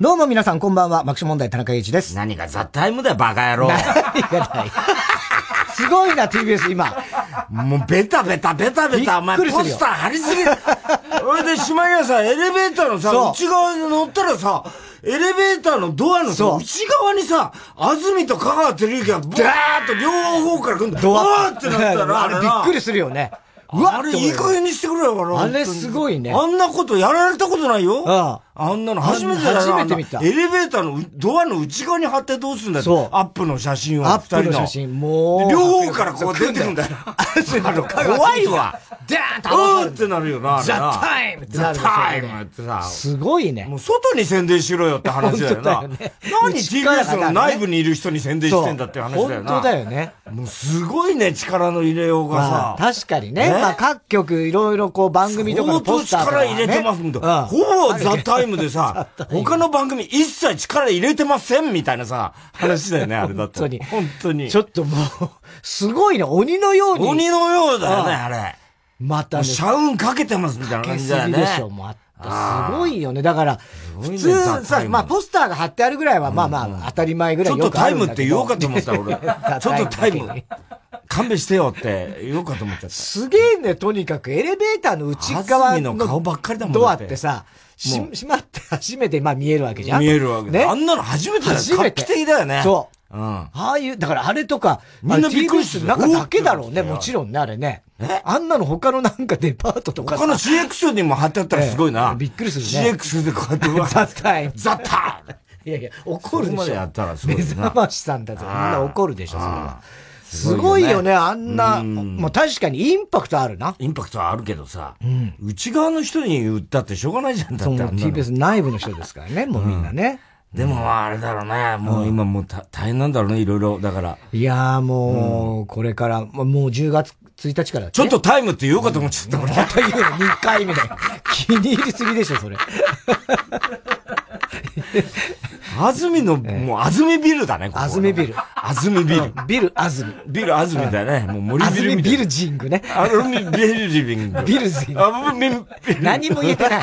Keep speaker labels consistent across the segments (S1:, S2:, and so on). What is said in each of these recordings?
S1: どうも皆さんこんばんは、爆笑問題田中裕 一です。
S2: 何がザ・タイムだよ、バカ野郎。
S1: すごいな、TBS 今。
S2: もうベタベタベタベタ、お前ポスター貼りす ぎ。それで、島屋さん、エレベーターのさ、内側に乗ったらさ、エレベーターのドアのさ、内側にさ、安住と香川照之が、ダーッと両方から来るんだ。ドアってなったら、
S1: あれびっくりするよね。
S2: うわあれいい加減にしてくれよ、
S1: あれすごいね。
S2: あんなことやられたことないよ。ああんなの初めてだよ。初めて見た。エレベーターのドアの内側に貼ってどうすんだよ。そう。アップの写真を。
S1: アップの写真、も
S2: う。両方からこう出てくんだよ。怖いわ。
S1: ダーン
S2: とうーってなるよな、
S1: ザ・タイム
S2: ザ・タイムってさ。
S1: すごいね。
S2: もう外に宣伝しろよって話だよな。何 TBS の内部にいる人に宣伝してんだって話だよな。
S1: 本当だよね。
S2: もうすごいね、力の入れようがさ。
S1: 確かにね。まあ各局いろいろこう番組とかのポスターとか、
S2: ね。力入れてますんで、ほぼザ・タイムで さ、他の番組一切力入れてませんみたいなさ、話だよね、あれだって。
S1: 本当に。
S2: 本当に。
S1: ちょっともう、すごいね、鬼のように。
S2: 鬼のようだよね、あれ。
S1: またね。
S2: シャウンかけてますみたいな感じだよね。
S1: でしょ、もあった。すごいよね。だから、普通さ、まあポスターが貼ってあるぐらいは、まあまあ当たり前ぐらい
S2: ちょっとタイムって言おうかと思った俺。 ちょっとタイム。勘弁してよって言おうかと思っちゃった。
S1: すげえね、とにかくエレベーターの内側のドアってさ、し、閉まって初めて、まあ見えるわけじゃん
S2: 見えるわけね。あんなの初めてだよ。画期的だよね。
S1: そう。うん。ああいう、だからあれとか、
S2: みんなびっくりする。
S1: 中だけだろうね、もちろんね、あれね。あんなの他のなんかデパートとか
S2: 他の CX にも貼ってあったらすごいな。
S1: びっくりする
S2: ね。CX でこうやって うわ。
S1: ザタイム。
S2: ザタイム
S1: いやいや、怒るでしょ。そこま
S2: でやったらすごい
S1: 目覚ましさんだとみんな怒るでしょ、それは。すごいよね、あんな。まあ確かにインパクトあるな。
S2: インパクトはあるけどさ、内側の人に売ったってしょうがないじゃん、だって。
S1: TBS 内部の人ですからね、もうみんなね。
S2: でもあれだろうね。もう今もう大変なんだろうね、いろいろ。だから。
S1: いやーもう、これから、もう10月1日から、ね、
S2: ちょっとタイムって言おうかと思っちゃった、
S1: うん、また言うの、2回 目だよ。気に入りすぎでしょ、それ。
S2: 安住の、もう安住ビルだね、ここ
S1: 安住ビル。
S2: 安住ビル。
S1: ビル安住。
S2: ビル安住だね。もう森
S1: ビル。安住ビルジングね。
S2: 安住ビルジング。
S1: ビルジン グ。何も言え てない。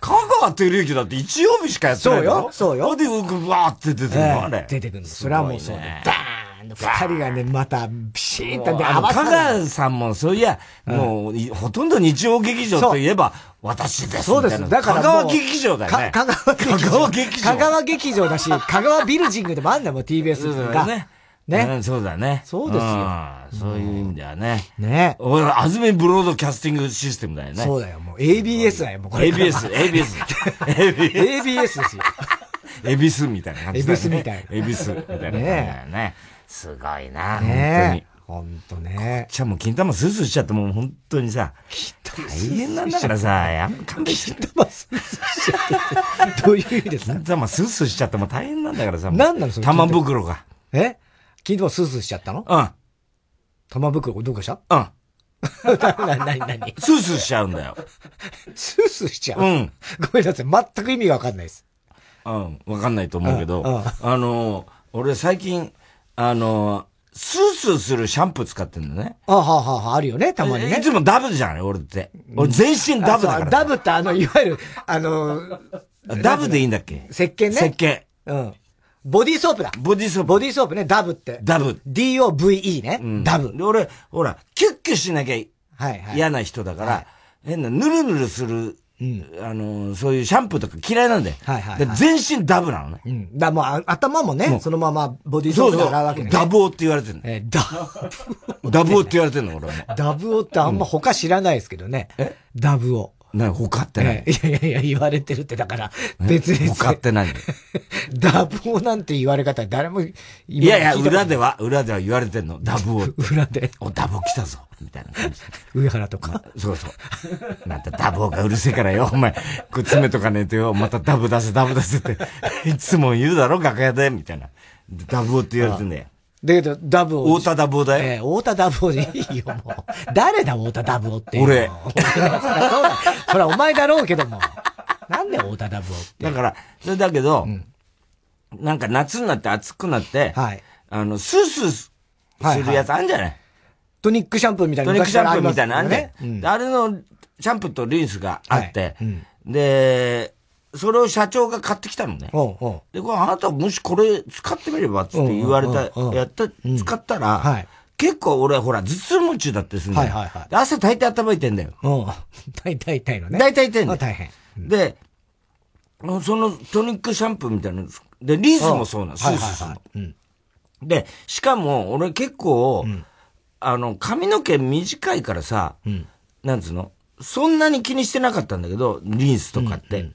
S2: 香川照之だって日曜日しかやってない
S1: そうよ、そうよ。
S2: で、うわーって出てくるの、あれ。
S1: 出てくるの。それはもうそうだ。ダーン二人がね、また、ピシーンと
S2: ね、合わせ香川さんも、そういや、もう、ほとんど日曜劇場といえば、私です。
S1: そうです。だから、
S2: 香川劇場だよね。
S1: 香川劇場。
S2: 香川劇場。
S1: 香川劇場 だし、香川ビルジングでもあんだもん、TBS が。ね。ね。
S2: そうだね。
S1: そうですよ。
S2: そういう意味ではね。
S1: ね。
S2: 俺、あずめブロードキャスティングシステムだよね。
S1: そうだよ、もう ABS だよ、もうこ
S2: れ。ABS、ABS。
S1: ABS ですよ。
S2: エビスみたいな感
S1: じエビスみたい
S2: な。エビスみたいな。ね。すごいな、
S1: ね、本当に。ほんとね。
S2: じゃもう金玉スースーしちゃってもう本当にさ、大変なんだからさ、や
S1: んかん金玉スースーしちゃって。どういう意味ですか
S2: 金玉スースーしちゃっても大変なんだからさ、
S1: 何なのそれ
S2: 玉袋が。
S1: え金玉スースーしちゃったの
S2: うん。
S1: 玉袋どう かした
S2: うん。
S1: な、な、な、な、
S2: スースーしちゃうんだよ。
S1: スースーしちゃう
S2: うん。
S1: ごめんなさい。全く意味がわかんないです。
S2: うん。わかんないと思うけど、あの、俺最近、あの、スースーするシャンプー使ってんだね。
S1: あはははあるよね、たまにね。
S2: いつもダブじゃない、俺って。俺全身ダブだから。
S1: ダブってあの、いわゆる、あの、
S2: ダブでいいんだっけ
S1: 石鹸ね。
S2: 石鹸。
S1: うん。ボディーソープだ。
S2: ボディーソープ。
S1: ボディーソープね、ダブって。
S2: ダブ。
S1: D-O-V-E ね。うん、ダブ。
S2: で、俺、ほら、キュッキュしなきゃ
S1: はいはい、
S2: 嫌な人だから、変な、ぬるぬるするうん、あの、そういうシャンプーとか嫌いなんで。
S1: はいはい、はい、
S2: 全身ダブなのね。
S1: うん。だもう頭もね、もそのままボディーソープで洗うわけね。
S2: そうそうダブオって言われてるの。
S1: えー、ダ
S2: ブオ。ダブオって言われてるの、俺も。
S1: ダブオってあんま他知らないですけどね。えダブオ。
S2: な、他ってない、
S1: えー、いやいやいや、言われてるって、だから、別に。
S2: 他ってない。
S1: ダブオなんて言われ方、誰も
S2: いやいや、裏では、裏では言われてんの。ダブオ。
S1: 裏で。
S2: お、ダブオ来たぞ。みたいな感じ。
S1: 上原とか。
S2: そうそう。またダブオがうるせえからよ、お前。くっつめとかねえとよ、またダブ出せ、ダブ出せって。いつも言うだろ、楽屋で、みたいな。ダブオって言われてんだよ。
S1: だけど、ダブ
S2: オ。太田ダブオだよ。え
S1: えー、太田ダブオでいいよ、もう。 誰だ、太田ダブオって。
S2: 俺。
S1: そりゃそうだ。 そりゃお前だろうけども。なんで太田ダブオって。
S2: だから、それだけど、うん、なんか夏になって暑くなって、はい、あの、スースーするやつあんじゃない、はいはい、
S1: トニックシャンプーみたいな、
S2: ね、トニックシャンプーみたいなあんね、うん、あれのシャンプーとリンスがあって、はいうん、で、それを社長が買ってきたのね。おうおうで、これあなたもしこれ使ってみればって言われた、おうおうおうやった、使ったら、うんはい、結構俺ほら頭痛持ちだってすんだよ。はいはいはい、朝大体頭痛いんだよ。
S1: お大体痛いのね。
S2: 大体痛いんだよ。
S1: 大変、うん。
S2: で、そのトニックシャンプーみたいなで、リースもそうなの、スースーするの、はいはいうん。で、しかも俺結構、あの、髪の毛短いからさ、なんつうのそんなに気にしてなかったんだけど、リンスとかって。うん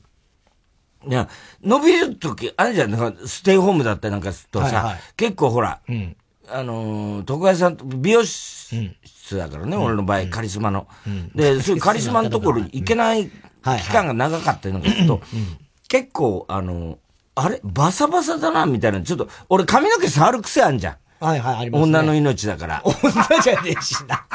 S2: うん、いや、伸びるとき、あるじゃん、なんかステイホームだったりなんかするとさ、はいはい、結構ほら、うん、あのー、徳川さん、美容室だからね、うん、俺の場合、カリスマの。で、そういうカリスマのところに行けない期間が長かったのがちょっと、結構、あのー、あれバサバサだな、みたいな。ちょっと、俺髪の毛触る癖あんじゃん。
S1: はいはい、あります、ね、
S2: 女の命だから。
S1: 女じゃねえしな。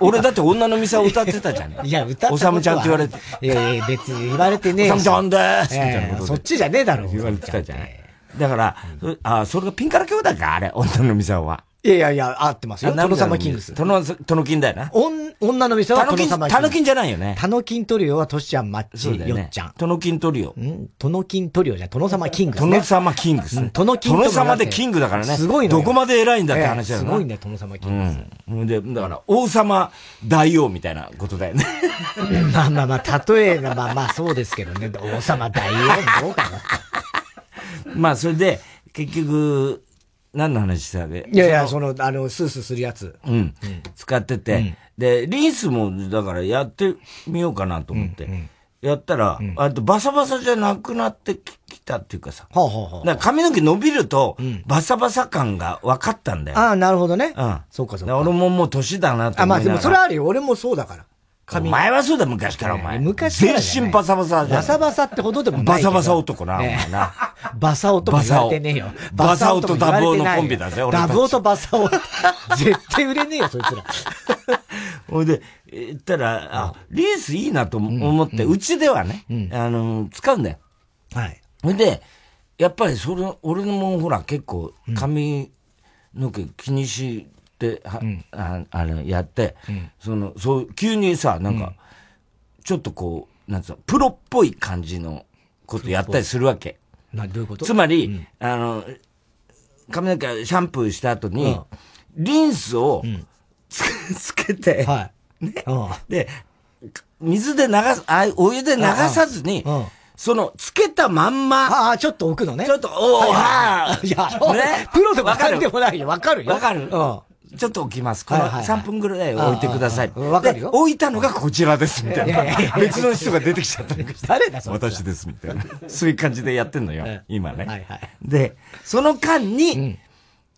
S2: 俺だって女のミサを歌ってたじゃん。
S1: いや、歌って
S2: おさむちゃんって言われて。
S1: いやいや、別に言われてねえ
S2: おさむちゃんでーす、えー、みたいなこと
S1: そっちじゃねえだろ。
S2: 言われてたじゃん。だから、うん、あ、それがピンカラ兄弟か、あれ、女のミサは。
S1: いやいやいや、合ってますよ。
S2: ト
S1: ノサマキングス。
S2: トノ、トノキンだよな。
S1: おん、女のミサはトノサマ
S2: キングス。タノキンじゃないよね。
S1: タノキントリオはトシちゃん、マッチ、ね、よっちゃん。
S2: トノキントリオ。
S1: んトノキントリオじゃ、トノサマキングス、
S2: ね。トノサマキングス、
S1: ね。トノキン
S2: トノサマでキングだからね。
S1: すごい
S2: どこまで偉いんだって話だよ
S1: ね、えー。すごいね、トノサマキング
S2: ス。うん。で、だから、王様、大王みたいなことだよね。
S1: まあまあまあ、例えが、まあまあそうですけどね。王様、大王、どうかな。
S2: まあ、それで、結局、何の話したわけ
S1: いやいや、その、あの、スースーするやつ。
S2: うん。うん、使ってて、うん、で、リンスも、だからやってみようかなと思って。うんうん、やったら、うん、あとバサバサじゃなくなってきたっていうかさ。
S1: はあ、はあは
S2: あ、髪の毛伸びると、バサバサ感が分かったんだよ。
S1: ああ、なるほどね。
S2: うん。
S1: そうかそうか。
S2: 俺ももう年だなと思
S1: あ、まあでもそれあるよ。俺もそうだから。
S2: 髪。お前はそうだ、昔からお前。。
S1: 昔から
S2: 全身バサバサ
S1: じゃん。バサバサってほどでもない。
S2: バサバサ男な、ね、お前な。
S1: バサオとも言われてねえよ。
S2: バサオとダブオのコンビだぜ、俺。
S1: ダブオとバサオ。絶対売れねえよ、そいつら。
S2: ほいで、言ったら、あ、リースいいなと思って、うん、ちではね、うん、あの、使うんだよ。
S1: はい。
S2: ほいで、やっぱりそれ、俺もほら、結構、髪の毛気にし、っは、うん、ああれやって、うん、そのそう急にさなんか、うん、ちょっとこうなんつうのプロっぽい感じのことやったりするわけ
S1: などういうこと
S2: つまり、あの髪の毛シャンプーした後に、リンスをつ,、けて、はい、ね、で水で流すあお湯で流さずにその、つけたまんま。
S1: ああ、ちょっと置くのね。、
S2: ちょっと、おー、はい
S1: はい、ね。プロでもわかるでもないよ。わかるよ。
S2: わかる。うん。ちょっと置きます。この3分ぐらい置いてください。
S1: わかるよ。
S2: 置いたのがこちらです、みたいな。別の人が出てきちゃった。
S1: 誰だ、そ
S2: 私です、みたいな。そういう感じでやってんのよ、今ね。はいはい。で、その間に、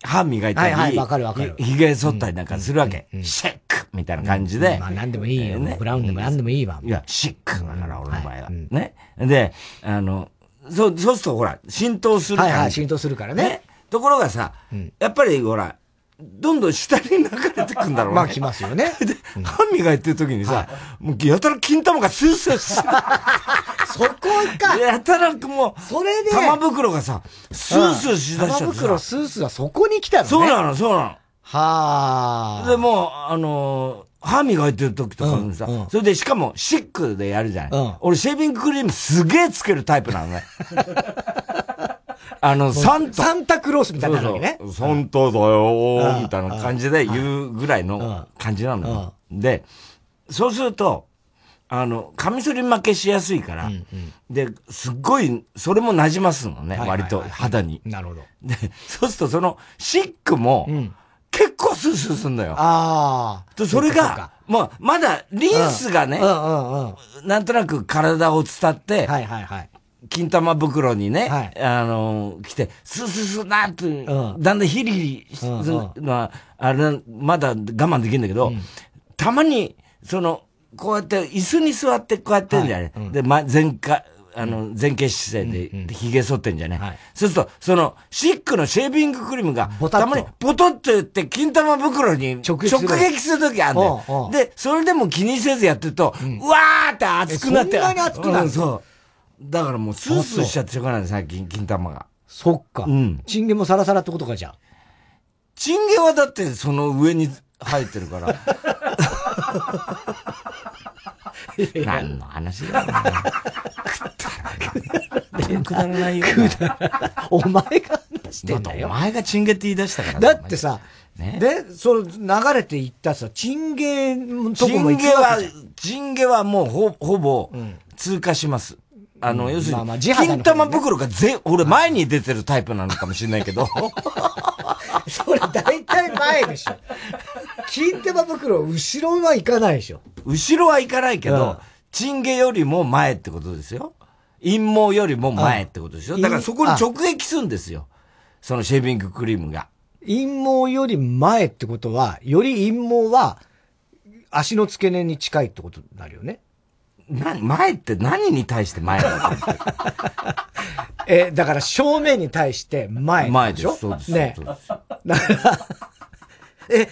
S2: 歯磨いたり、はい
S1: はい、わかるわかる。
S2: 髭剃ったりなんかするわけ。シェックみたいな感じで。
S1: まあ、なんでもいいよ。ブラウンでもなんでもいいわ。
S2: いや、シックだから、俺の場合は。ね。で、あの、そう、そうするとほら、浸透するから。
S1: はいはい、浸透するからね。
S2: ところがさ、やっぱりほら、どんどん下に流れてくんだろうね。
S1: まあ来ますよ ね。
S2: で、歯磨いてる時にさ、もうやたら金玉がスースー してる。
S1: そこか。
S2: やたらも
S1: う、それで、
S2: 玉袋がさ、スースーしだしちゃ
S1: 玉袋スースーはそこに来たのね。
S2: そうなの、そうなの。
S1: は
S2: あ。で、もう、あの歯磨いてる時とかにさ、それでしかもシックでやるじゃない、俺シェービングクリームすげえつけるタイプなの ね。あの、
S1: サンタ。サンタクロースみたいなのね。
S2: そうそうサンタだよみたいな感じで言うぐらいの感じなのよ。で、そうすると、あの、カミソリ負けしやすいから、うんうん、で、すっごい、それも馴染ますのね、割と肌に。
S1: なるほど。
S2: で、そうするとその、シックも、うん結構スースーすんだよ。
S1: あ
S2: あ。それが、まあ、まだ、リンスがね、なんとなく体を伝って、
S1: はいはいはい。
S2: 金玉袋にね、はい、あのー、来て、スースースーなって、うん、だんだんヒリヒリするのは、あれ、まだ我慢できるんだけど、うん、たまに、その、こうやって、椅子に座ってこうやってるじゃない、はいうん、で、ま、前回、あの、前傾姿勢で、で髭剃ってんじゃね、はい、そうすると、その、シックのシェービングクリームが、たまに、ポトッと言って、金玉袋に直撃するときあるんだよ。で、それでも気にせずやってると、うん、うわーって熱くなって。
S1: そんなに熱くなる、うん、
S2: そう。だからもう、スースーしちゃってしょうがない、最近、金玉が。
S1: そっか。うん。チンゲもサラサラってことか、じゃあ。
S2: チンゲはだって、その上に生えてるから。 何の話だよ。くだらないよ。くだらない。
S1: お前が話してんだよ。
S2: お前がチンゲって言い出したから。
S1: だってさ、で、その流れていったさ、チンゲのとこも
S2: 行くわ けじゃん。チンゲはもうほほぼ通過します。あの、要するに、金玉袋が全、俺前に出てるタイプなのかもしれないけど。
S1: それ大体前でし ょ。金玉袋、後ろはいかないでしょ。
S2: 後ろはいかないけど、チンゲよりも前ってことですよ。陰謀よりも前ってことですよ。だからそこに直撃するんですよ。そのシェービングクリームが。
S1: 陰謀より前ってことは、より陰謀は、足の付け根に近いってことになるよね。
S2: な、前って何に対して前だ って。
S1: え、だから正面に対して前
S2: 前でしょそうです。
S1: ね。だから、え、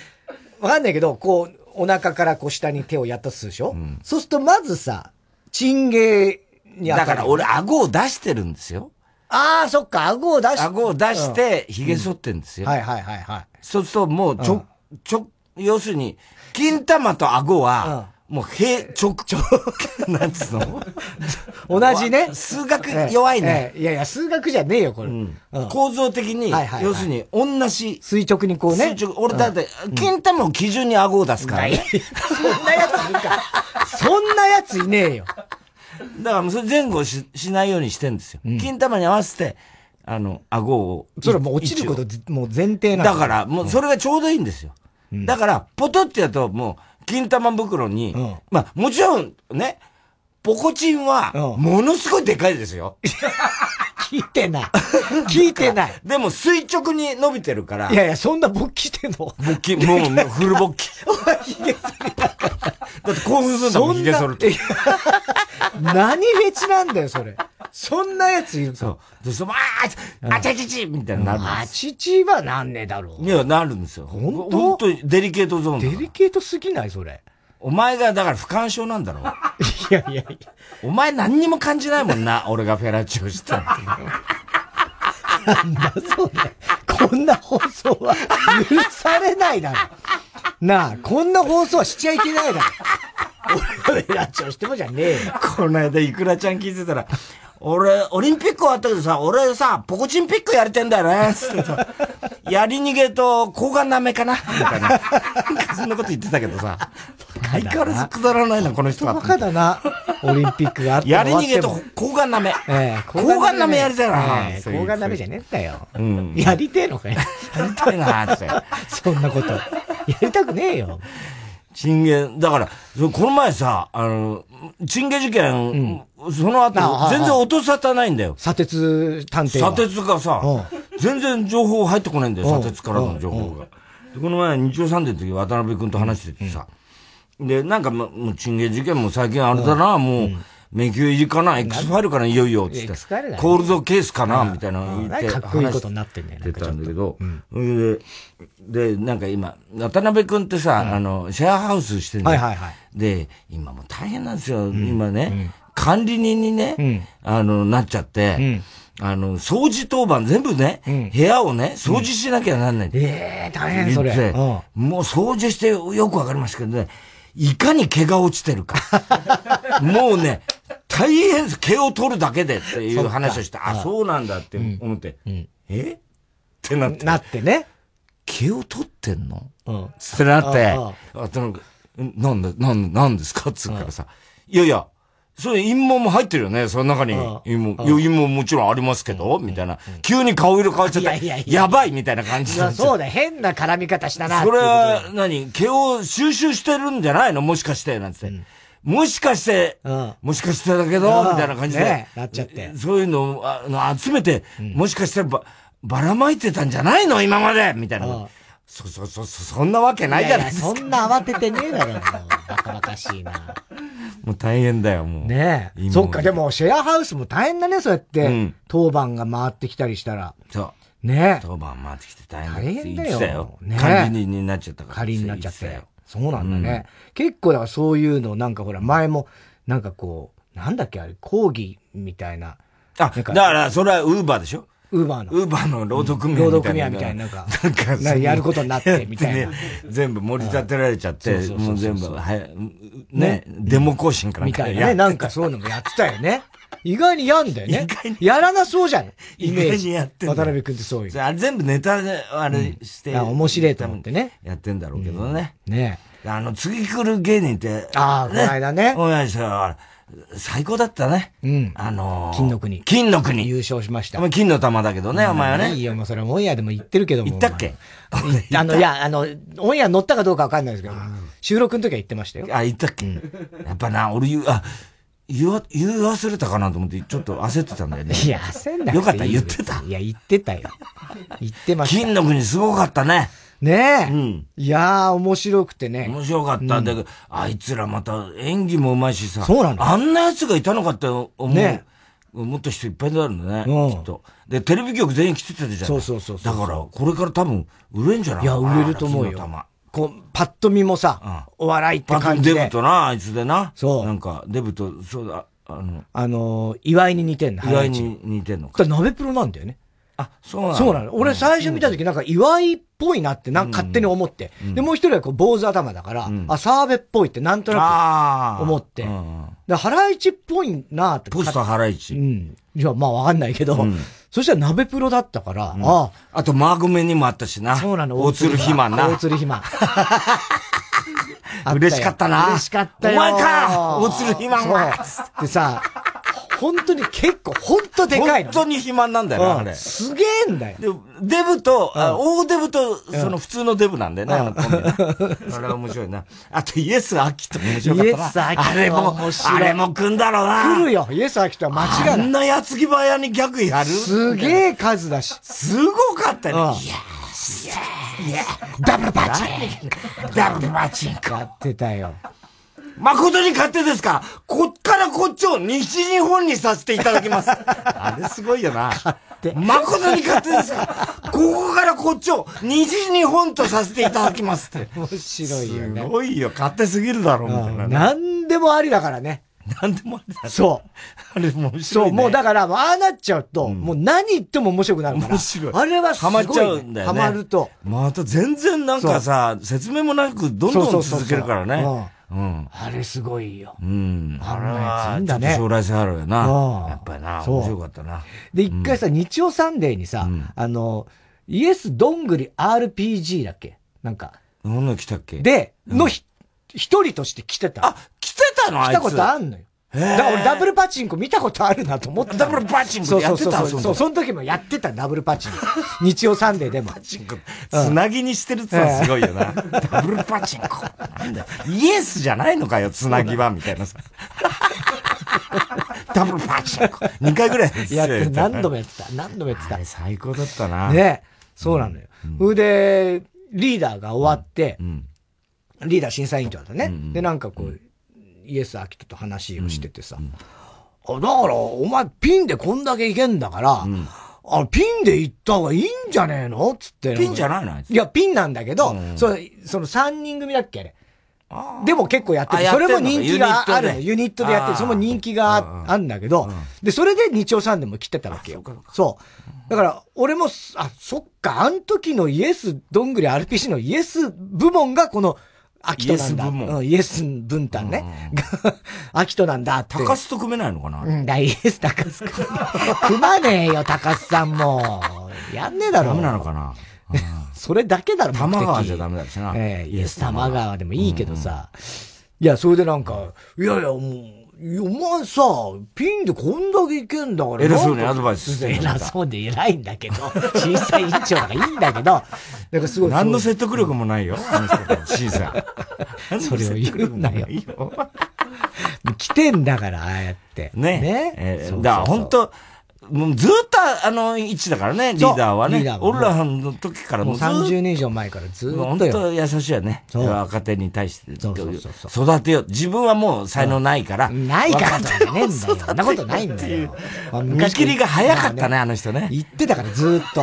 S1: わかんないけど、こう、お腹からこう下に手をやったとするでしょ、うん、そうするとまずさ、チンゲに
S2: だから俺、顎を出してるんですよ。
S1: ああ、そっか、顎を出して。
S2: 顎を出して、髭剃ってんですよ、
S1: うん、はいはいはいはい。
S2: そうするともう、ちょ、うん、ちょ、要するに、金玉と顎は、もう、平、直、直、 なんつうの
S1: 同じね。
S2: 数学弱いね、
S1: えええ。いやいや、数学じゃねえよ、これ。うん、
S2: 構造的に、要するに、同じ。
S1: 垂直にこうね。
S2: 垂直。俺、だって、うん、金玉を基準に顎を出すから、ね。
S1: そんなやついるか。そんなやついねえよ。
S2: だからもうそれ前後ししないようにしてんですよ。うん、金玉に合わせて、あの、顎を。
S1: それはもう落ちること、もう前提
S2: なんだから、もうそれがちょうどいいんですよ。だから、ポトってやると、もう、金玉袋に、うん、まあ、もちろんね、ポコチンは、ものすごいでかいですよ。
S1: 聞いて ない。聞いてない。
S2: でも垂直に伸びてるから。
S1: いやい や、そんな勃起してんの
S2: 勃起、もう、もうフル勃起。
S1: おい、ヒゲ剃りだから。
S2: だって興奮するんだもん、ヒゲ剃るって。
S1: 何フェチなんだよ、それ。そんなやついる
S2: そう。で、そばーあちゃちちみたいになるんです。
S1: あちちはなんねえだろ
S2: う。いや、なるんですよ。
S1: 本
S2: 当本当にデリケートゾーン
S1: デリケートすぎない、それ。
S2: お前がだから不干渉なんだろう。
S1: いやいやいや。
S2: お前何にも感じないもんな、俺がフェラチオしたって。
S1: なんだそれ。こんな放送は許されないだろ。なあ、こんな放送はしちゃいけない だろ。俺がフェラチオしてもじゃねえよ。
S2: この間、イクラちゃん聞いてたら、俺、オリンピック終わったけどさ、俺さ、ポコチンピックやれてんだよ ね、つってさ、やり逃げと、抗がんなめかなみたいな。そんなこと言ってたけどさ、相変わらずくだらないな、この人は。
S1: バカだな、オリンピックがあって
S2: やり逃げと、抗がんなめ。ええ、抗がんなめやりたいな。
S1: 抗がんなめじゃねえんだよ。うん。やりてえのかよ。
S2: やりたいな、って。
S1: そんなこと。やりたくねえよ。
S2: チンゲ、だから、この前さ、あの、チンゲ事件、うん、その後、全然音沙汰ないんだよ。
S1: 砂鉄探偵。
S2: 砂鉄がさ、全然情報入ってこないんだよ、砂鉄からの情報が。この前、日曜サンデーの時、渡辺君と話しててさ、で、なんか、もう、チンゲ事件も最近あれだな、もう、迷宮入りかな ?X ファイルかないよいよ、つって。コールドケースかなみたいな言って。
S1: かっこいいことになってんだよね。
S2: 出たんだけど。で、なんか今、渡辺くんってさ、あの、シェアハウスしてんだよ。で、今も大変なんですよ。今ね、管理人にね、あの、なっちゃって、あの、掃除当番全部ね、部屋をね、掃除しなきゃなんない。
S1: ええ、大変それ。
S2: もう掃除してよくわかりましたけどね、いかに毛が落ちて るか。もうね、大変です。毛を取るだけでっていう話をして、あ、そうなんだって思って、えってなって。
S1: なってね。
S2: 毛を取ってんのうん。ってなって、あとなんか、なんだ、なんだ、なんですかっつうからさ、いやいや、それ陰謀も入ってるよね、その中に。陰謀、陰謀もちろんありますけど、みたいな。急に顔色変わっちゃったやばいみたいな感じ
S1: だそうだ、変な絡み方したな。
S2: それは、何毛を収集してるんじゃないのもしかして、なんて。もしかして、もしかしてだけど、みたいな感じで。
S1: なっちゃって。
S2: そういうのを集めて、もしかしてば、ばらまいてたんじゃないの今までみたいな。そ、そ、そ、そんなわけないじゃないです
S1: か。そんな慌ててねえだろ、バカバカしいな。
S2: もう大変だよ、もう。
S1: ねえ。そっか、でもシェアハウスも大変だね、そうやっ
S2: う
S1: て
S2: ん。
S1: 当番が回ってきたりしたら。
S2: そう。
S1: ねえ。
S2: 当番回ってきて大変だ
S1: 大変だよ
S2: って言ってた
S1: ね
S2: よ。管理人になっちゃったから。
S1: 仮になっちゃっ
S2: 言
S1: て
S2: たよ。
S1: そうなんだね。結構だからそういうの、なんかほら、前も、なんかこう、なんだっけ、あれ、講義みたいな。
S2: あ、
S1: な
S2: だ
S1: んか
S2: から、それはウーバーでしょ
S1: ウーバーの。
S2: ウーバーの労働組合
S1: 労
S2: み
S1: 働
S2: たい
S1: 組合
S2: な。
S1: みたいな、なんか、
S2: なんか
S1: なんかやることになって、みたい
S2: ね
S1: な。、
S2: 全部盛り立てられちゃって、
S1: そうそうそうそう
S2: もう全部、はい、ね、デモ行進かなん
S1: み
S2: か
S1: たい
S2: で
S1: なね。
S2: や
S1: なんかそういうのもやってたよね。意外にやんだよね
S2: 意外。
S1: やらなそうじゃん。イメー
S2: 意外に
S1: ジ。
S2: やってんだよ
S1: 渡辺君ってそういうの。
S2: あれ全部ネタで、あれして、
S1: あ面白いと思ってね。
S2: やってんだろうけどね。
S1: ね
S2: あの、次来る芸人って、
S1: あーこの間ね
S2: おやじさん、最高だったね。
S1: うん
S2: あのー
S1: 金の国
S2: 金の
S1: え。
S2: 国。
S1: 優勝しました
S2: お。前金の玉だけどね、お前はね。
S1: いいよ、もうそれオンエアでも言ってるけども。
S2: 言ったっけ
S1: お前あの、いや、あの、オンエア乗ったかどうかわかんないですけど、収録の時は言ってましたよ。
S2: あ、言ったっけ、やっぱな、俺言う、あ、言わ、言う忘れたかなと思って、ちょっと焦ってたんだよね。
S1: いや、焦んなくていい
S2: よかった言ってた
S1: いや、言ってたよ。言ってました。
S2: 金の国すごかったね。
S1: ねえ。
S2: うん
S1: いやー、面白くてね。
S2: 面白かった。だけど、あいつらまた演技もうまいしさ。
S1: そうなの
S2: あんな奴がいたのかって思う。
S1: ね
S2: もっと人いっぱいになるんだね、
S1: うん
S2: きっと。で、テレビ局全員来てたじゃない
S1: そうそうそうそう
S2: だから、これから多分、売れんじゃない
S1: いや、売れると思う
S2: 金の玉
S1: よ。こう、パッと見もさ、お笑いって
S2: パッ
S1: 感
S2: と
S1: じ
S2: デブ
S1: で。
S2: とな、あいつでな。
S1: そう
S2: なんか、デブと、そうだ、あの、
S1: あのー、岩井に似てんの、
S2: 意外
S1: 原市。
S2: に似てんのか。
S1: だから鍋プロなんだよね。
S2: あ、そうなの
S1: そうなの。俺最初見た時なんか岩井っぽいなってなんか勝手に思って。で、もう一人はこう坊主頭だから、あ、澤部っぽいってなんとな
S2: ああ。
S1: 思って
S2: うんうん
S1: く。で、原市っぽいなって。
S2: ポスターハライチ。
S1: うん。いや、まあわかんないけど、そしたら鍋プロだったから、あ
S2: あと、マーグメにもあったしな。
S1: あ、そうなの。
S2: 大鶴肥満な。
S1: 大鶴肥満。あた よ
S2: 嬉しかったな
S1: 嬉しかったよ。
S2: お前か大鶴肥満は
S1: そうでさ、本当に結構、本当でかいの。
S2: 本当に肥満なんだよな、あ
S1: う
S2: れ
S1: ん。すげえんだよ。
S2: で、デブと、あ大デブと、その普通のデブなんだよね、あの コンビなそれは面白いな。あと、イエス・アキと面白かったな。
S1: イエスアキは
S2: あれも
S1: 面、白い
S2: あれも組んだろうな。
S1: 来るよ。イエス・アキトは間違
S2: あ
S1: いない
S2: ん。な矢継ぎ早にギャグやる
S1: すげえ数だし。
S2: すごかった
S1: うん
S2: よね。いやいやダブルパチンダブルパチンコ
S1: やってたよ。
S2: 誠に勝手ですから、こっからこっちを西日本にさせていただき ます。あれすごいよな。
S1: 手
S2: 誠に勝手ですから、ここからこっちを西日本とさせていただきますって。
S1: 面白いよ
S2: す
S1: ね。
S2: ごいよ、勝手すぎるだろ、みたいなね。
S1: 何でもありだからね。
S2: なんでもあれだ。
S1: そう。
S2: あれ面白い、ね。
S1: そう、もうだから、ああなっちゃうと、もう何言っても面白くなるから。
S2: 面白い。
S1: あれはすご
S2: ハ
S1: い、ね。
S2: マっちゃうんだよね。
S1: ハマると。。
S2: また全然なんかさ、説明もなくどんどん続けるから
S1: そうそうそう
S2: ね。
S1: そ
S2: うん。
S1: あれすごいよ。
S2: うん。
S1: あ
S2: あ
S1: ん
S2: れ
S1: なやついい
S2: は
S1: ん
S2: ちょ
S1: だ
S2: っ
S1: ね
S2: と将来性あるよ
S1: あ
S2: な
S1: あ。
S2: やっぱりな、
S1: そう
S2: 面白かったな。
S1: で、一回さ、日曜サンデーにさ、あの、イエスどんぐり RPG だっけなんか。
S2: 日本の来たっけ、
S1: で、のひ、一人として来てた。
S2: あ、来てたのあい
S1: 来
S2: つ。
S1: たことあんのよ。だから俺ダブルパチンコ見たことあるなと思って
S2: ダ
S1: たの
S2: ブルパチン
S1: そ
S2: コ
S1: う
S2: や
S1: そ
S2: っ
S1: う
S2: て
S1: そう
S2: た
S1: そう。その時もやってた、ダブルパチンコ。日曜サンデーで も。
S2: チンコ。つなぎにしてるってのはすごいよな。ダブルパチンコ。なんだよイエスじゃないのかよ、つなぎは、みたいなさ。ダブルパチンコ。2回ぐらい
S1: やって、
S2: た
S1: 何度もやってた、何度もやって
S2: あれ
S1: た。
S2: 最高だったな。。
S1: ねそうなのよ。それで、リーダーが終わって、
S2: ん
S1: リーダー審査委員長だったね。で、なんかこう、イエス・アキトと話をしててさ、あだから、お前ピンでこんだけいけんだから、あピンで行った方がいいんじゃねえのつって。
S2: ピンじゃないのあいつ
S1: いや、ピンなんだけど、そのその3人組だっけあれ。でも結構やって
S2: あ
S1: る。
S2: やっ
S1: そ
S2: てん
S1: れ
S2: のか
S1: も人気があるの。ユ
S2: ユ
S1: ニ
S2: ニ
S1: ッ
S2: ッ
S1: ト
S2: トで
S1: でやって
S2: あ
S1: る。
S2: ー
S1: その人気がああんだけど、で、それで日曜さんでも来てたわけよ。そう。だから、俺もす、あ、そっか、あの時のイエス、どんぐり RPC のイエス部門がこの、秋人なん
S2: イ
S1: だ。
S2: エス部門
S1: うんイエス分担ね。 が、秋人なんだって。
S2: 高須と組めないのかな、
S1: うんだ、イエス高須君。 組まねえよ、高須さんも。やんねえだろ。
S2: ダメなのかな
S1: それだけだろ、目的
S2: 玉川じゃダメだしな
S1: ええ
S2: イ
S1: イエ
S2: エ
S1: ス
S2: ス
S1: 玉
S2: 玉
S1: 川でもいいけどさ。いや、それでなんか、いやいや、もう、いやお前さ、ピンでこんだけいけんだから。
S2: 偉そうに
S1: なんか
S2: アドバイスしてんだ
S1: 偉そうで偉いんだけど、 審査委員長なんかいいんだけど、なんかすごい。
S2: 何の
S1: そう
S2: 説得力もない よ。審査。
S1: それを
S2: 何の説
S1: 言うなよ
S2: 得力もないよ。
S1: 来てんだから、ああやって。
S2: ね。
S1: ね
S2: えー
S1: そうそうそう
S2: だから本当もうずっとあの位置だからね、リーダーはね。ーーは俺らの時から
S1: もうずっと。30年以上前からずっと。
S2: 本当優しいよね。若手に対して。育てよう。自分はもう才能ないから。
S1: ないからじゃねえんだよ。そんなことないんだよ。
S2: 見切りが早かったね、あの人ね。
S1: 言ってたからずっと。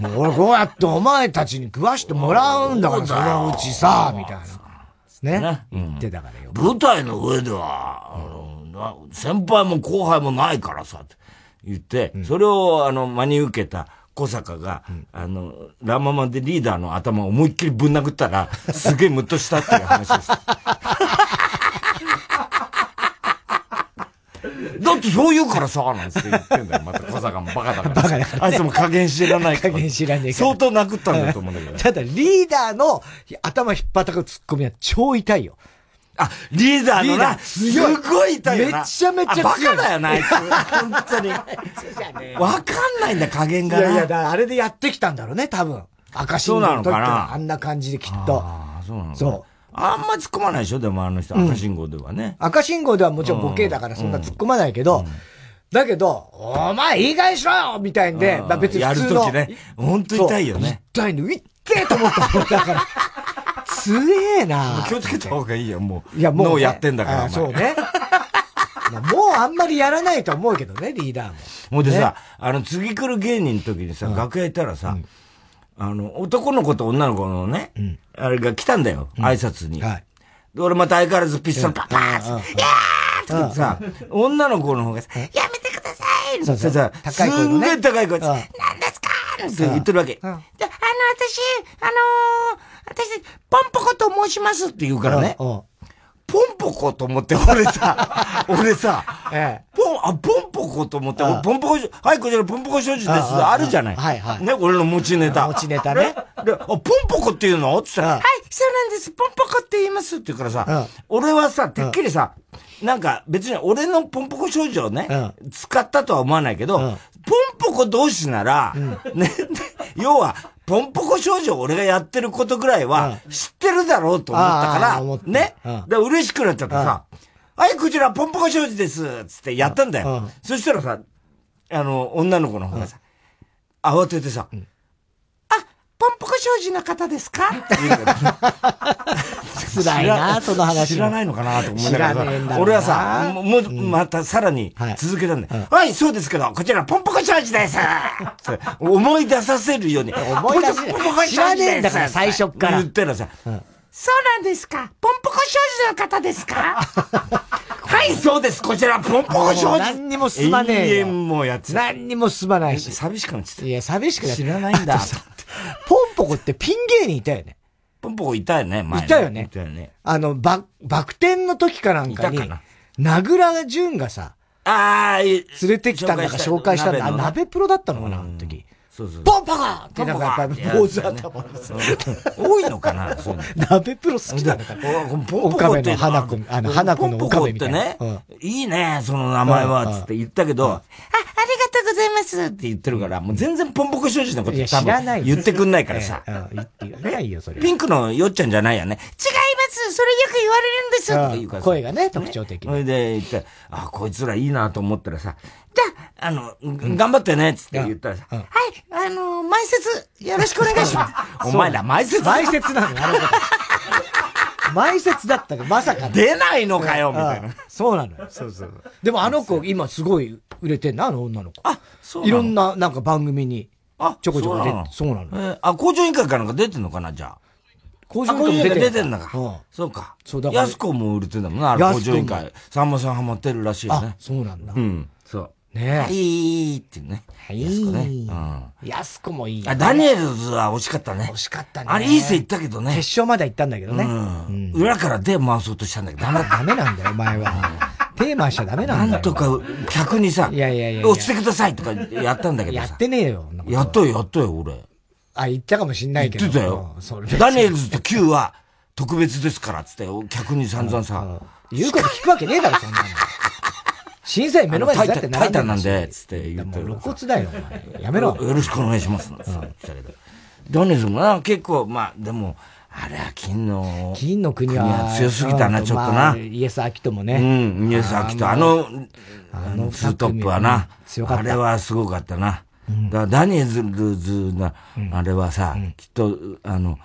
S1: もう俺こうやってお前たちに食わしてもらうんだから、そのうちさ、みたいな。ね。言ってたからよ。
S2: 舞台の上では、先輩も後輩もないからさ、言って、それを、あの、真に受けた小坂が、あの、ラママでリーダーの頭を思いっきりぶん殴った ら、すげえムッとしたっていう話です。だってそう言うからさ、なんて言ってんだよ。また小坂もバカだから。バカだから、あいつも加減知らない
S1: から。加減知らねえ
S2: から。相当殴ったんだと思うんだけど。
S1: ただ、リーダーの頭引っ張ったくツッコミは超痛いよ。
S2: あ、リーダーのな、すごい痛いよな。
S1: めちゃめちゃ強い。バ
S2: カだよな、あいつ。本当に。 わかんないんだ、加減が
S1: いやいや、だあれでやってきたんだろうね、多分。赤信号の時からあんな感じできっと。
S2: ああ、そうなのそう。あんま突っ込まないでしょ、でもあの人、赤信号ではね。
S1: 赤信号ではもちろんボケだからそんな突っ込まないけど、だけど、お前、いい加減しろよみたいんで、
S2: まあ別にやるときね。本当痛いよね。
S1: 痛いの、いってえと思ったもんだから。つええな
S2: 気をつけた方がいいよ、もう。いや、もう、ね。脳やってんだから。
S1: そうね。もうあんまりやらないと思うけどね、リーダーも。
S2: もうでさ、あの、次来る芸人の時にさ、楽屋行ったらさ、あの、男の子と女の子のね、あれが来たんだよ、挨拶に。はい。で、俺また相変わらずピストルパパーンイヤーってさ、女の子の方がさ、やめてくださいってさ、すんげえ高い声で、何ですかって言ってるわけ。で、あの、私、あの私、ポンポコと申しますって言うからね。ポンポコと思って、俺さ、 俺さ、ポン、あ、ポンポコと思って、ポンポコ、はい、こちらポンポコ所持です。あるじゃない。はいはい。ね、俺の持ちネタ。
S1: 持ちネタね。
S2: で、あ、ポンポコって言うのって言ったら、はい、そうなんです。ポンポコって言いますって言うからさ、俺はさ、てっきりさ、なんか別に俺のポンポコ少女をね、使ったとは思わないけど、ポンポコ同士なら、ね、 要は、ポンポコ少女俺がやってることぐらいは知ってるだろうと思ったから、ね。で、嬉しくなっちゃってさ、はい、こちらポンポコ少女ですつってやったんだよ。そしたらさ、あの、女の子の方がさ、慌ててさ、ポンポコ商事の方ですかって言うけど。
S1: 辛いなその話。
S2: 知らないのかなと思いながら。俺はさ、もう、またさらに続けたんだよ。はい、そうですけど、こちらポンポコ商事です思い出させるように。
S1: 思い出せポンポコ知らねえんだから、最初から。
S2: 言ったらさ、そうなんですかポンポコ商事の方です かはい、そうです。こちら、ポンポコ商事。
S1: 何にもすまね
S2: え。永遠もやつ。
S1: 何にもすまないし。
S2: 寂しくなっちゃった。
S1: いや、寂しくなっ
S2: ちゃった。知らないんだ。
S1: ポンポコってピン芸人いたよね。
S2: ポンポコいたよね、前。
S1: いたよね。いたよね。あの、ば、バク転の時かなんかに、名倉淳がさ、
S2: ああ、連
S1: れてきたんだか紹介したんだ。あ、鍋プロだったのかな、あの時。
S2: そうそう。
S1: ポンポコってなんかやっぱり坊主頭がさ。
S2: 多いのかな
S1: 鍋プロ好きだから。ポンポコって花子、あの、花子の
S2: 岡部みたいな。いいね、その名前は、つって言ったけど、あ、ありがとうございますって言ってるから、もう全然ポンポコ正直のこと多分言ってくんないからさ。
S1: いやいよ、それ。
S2: ピンクのよっちゃんじゃないよね。違いますそれよく言われるんですっていうから
S1: 声がね、特徴的。
S2: それで言って、あ、こいつらいいなと思ったらさ、じゃあ、あの、頑張ってね、つって言ったらさ、はい、あの、前説、よろしくお願いし ます。お前ら、前説
S1: 前説なの前説だったらまさか
S2: 出ないのかよ、みたいな。
S1: そうなのよ。
S2: そうそう。
S1: でもあの子、今すごい売れてんな、あの女の子。
S2: あ、そう
S1: いろんな、なんか番組に、
S2: あ、
S1: ちょこちょこ出て、そうなの。
S2: あ、工場委員会かなんか出てんのかな、じゃあ。
S1: 工場委員会
S2: 出てんのか。そうか。そうだから。安子も売れてんだもんな、あれ工場委員会。さんまさんハマってるらしいよね。
S1: そうなんだ。
S2: うん。そう。
S1: ね
S2: はいってね。
S1: はい。安子ね。うん。安子もいい、
S2: ね。あ、ダニエルズは惜しかったね。
S1: 惜しかったね。
S2: あれ、いい線いったけどね。
S1: 決勝まで行ったんだけどね。
S2: うん。裏から手回そうとしたんだけど、
S1: ダメダメなんだよ、お前は。手回しちゃダメなんだよ。
S2: なんとか、客にさ、
S1: いやいやいや
S2: 落ちてくださいとかやったんだけど
S1: やってねえよ。
S2: やっとよ、やっとよ、俺。
S1: あ、言ったかもしんないけど。
S2: 言ってたよ。ダニエルズと Q は特別ですから、つって、客に散々さ。
S1: 言うこと聞くわけねえだろ、そんなの。審査員目の前に立って
S2: 並んでるなんで、つって言
S1: って露骨だよ、お前。やめろ。
S2: よろしくお願いします。つって言ったけど。ダニエルズもな、結構、まあ、でも、あれは金の、
S1: 金の国は
S2: 強すぎたな、ちょっとな。
S1: イエス・アキトもね。
S2: うん、イエス・アキト。あの、あのツートップはな、あれはすごかったな。だダニエズルズな、あれはさ、きっと、あの、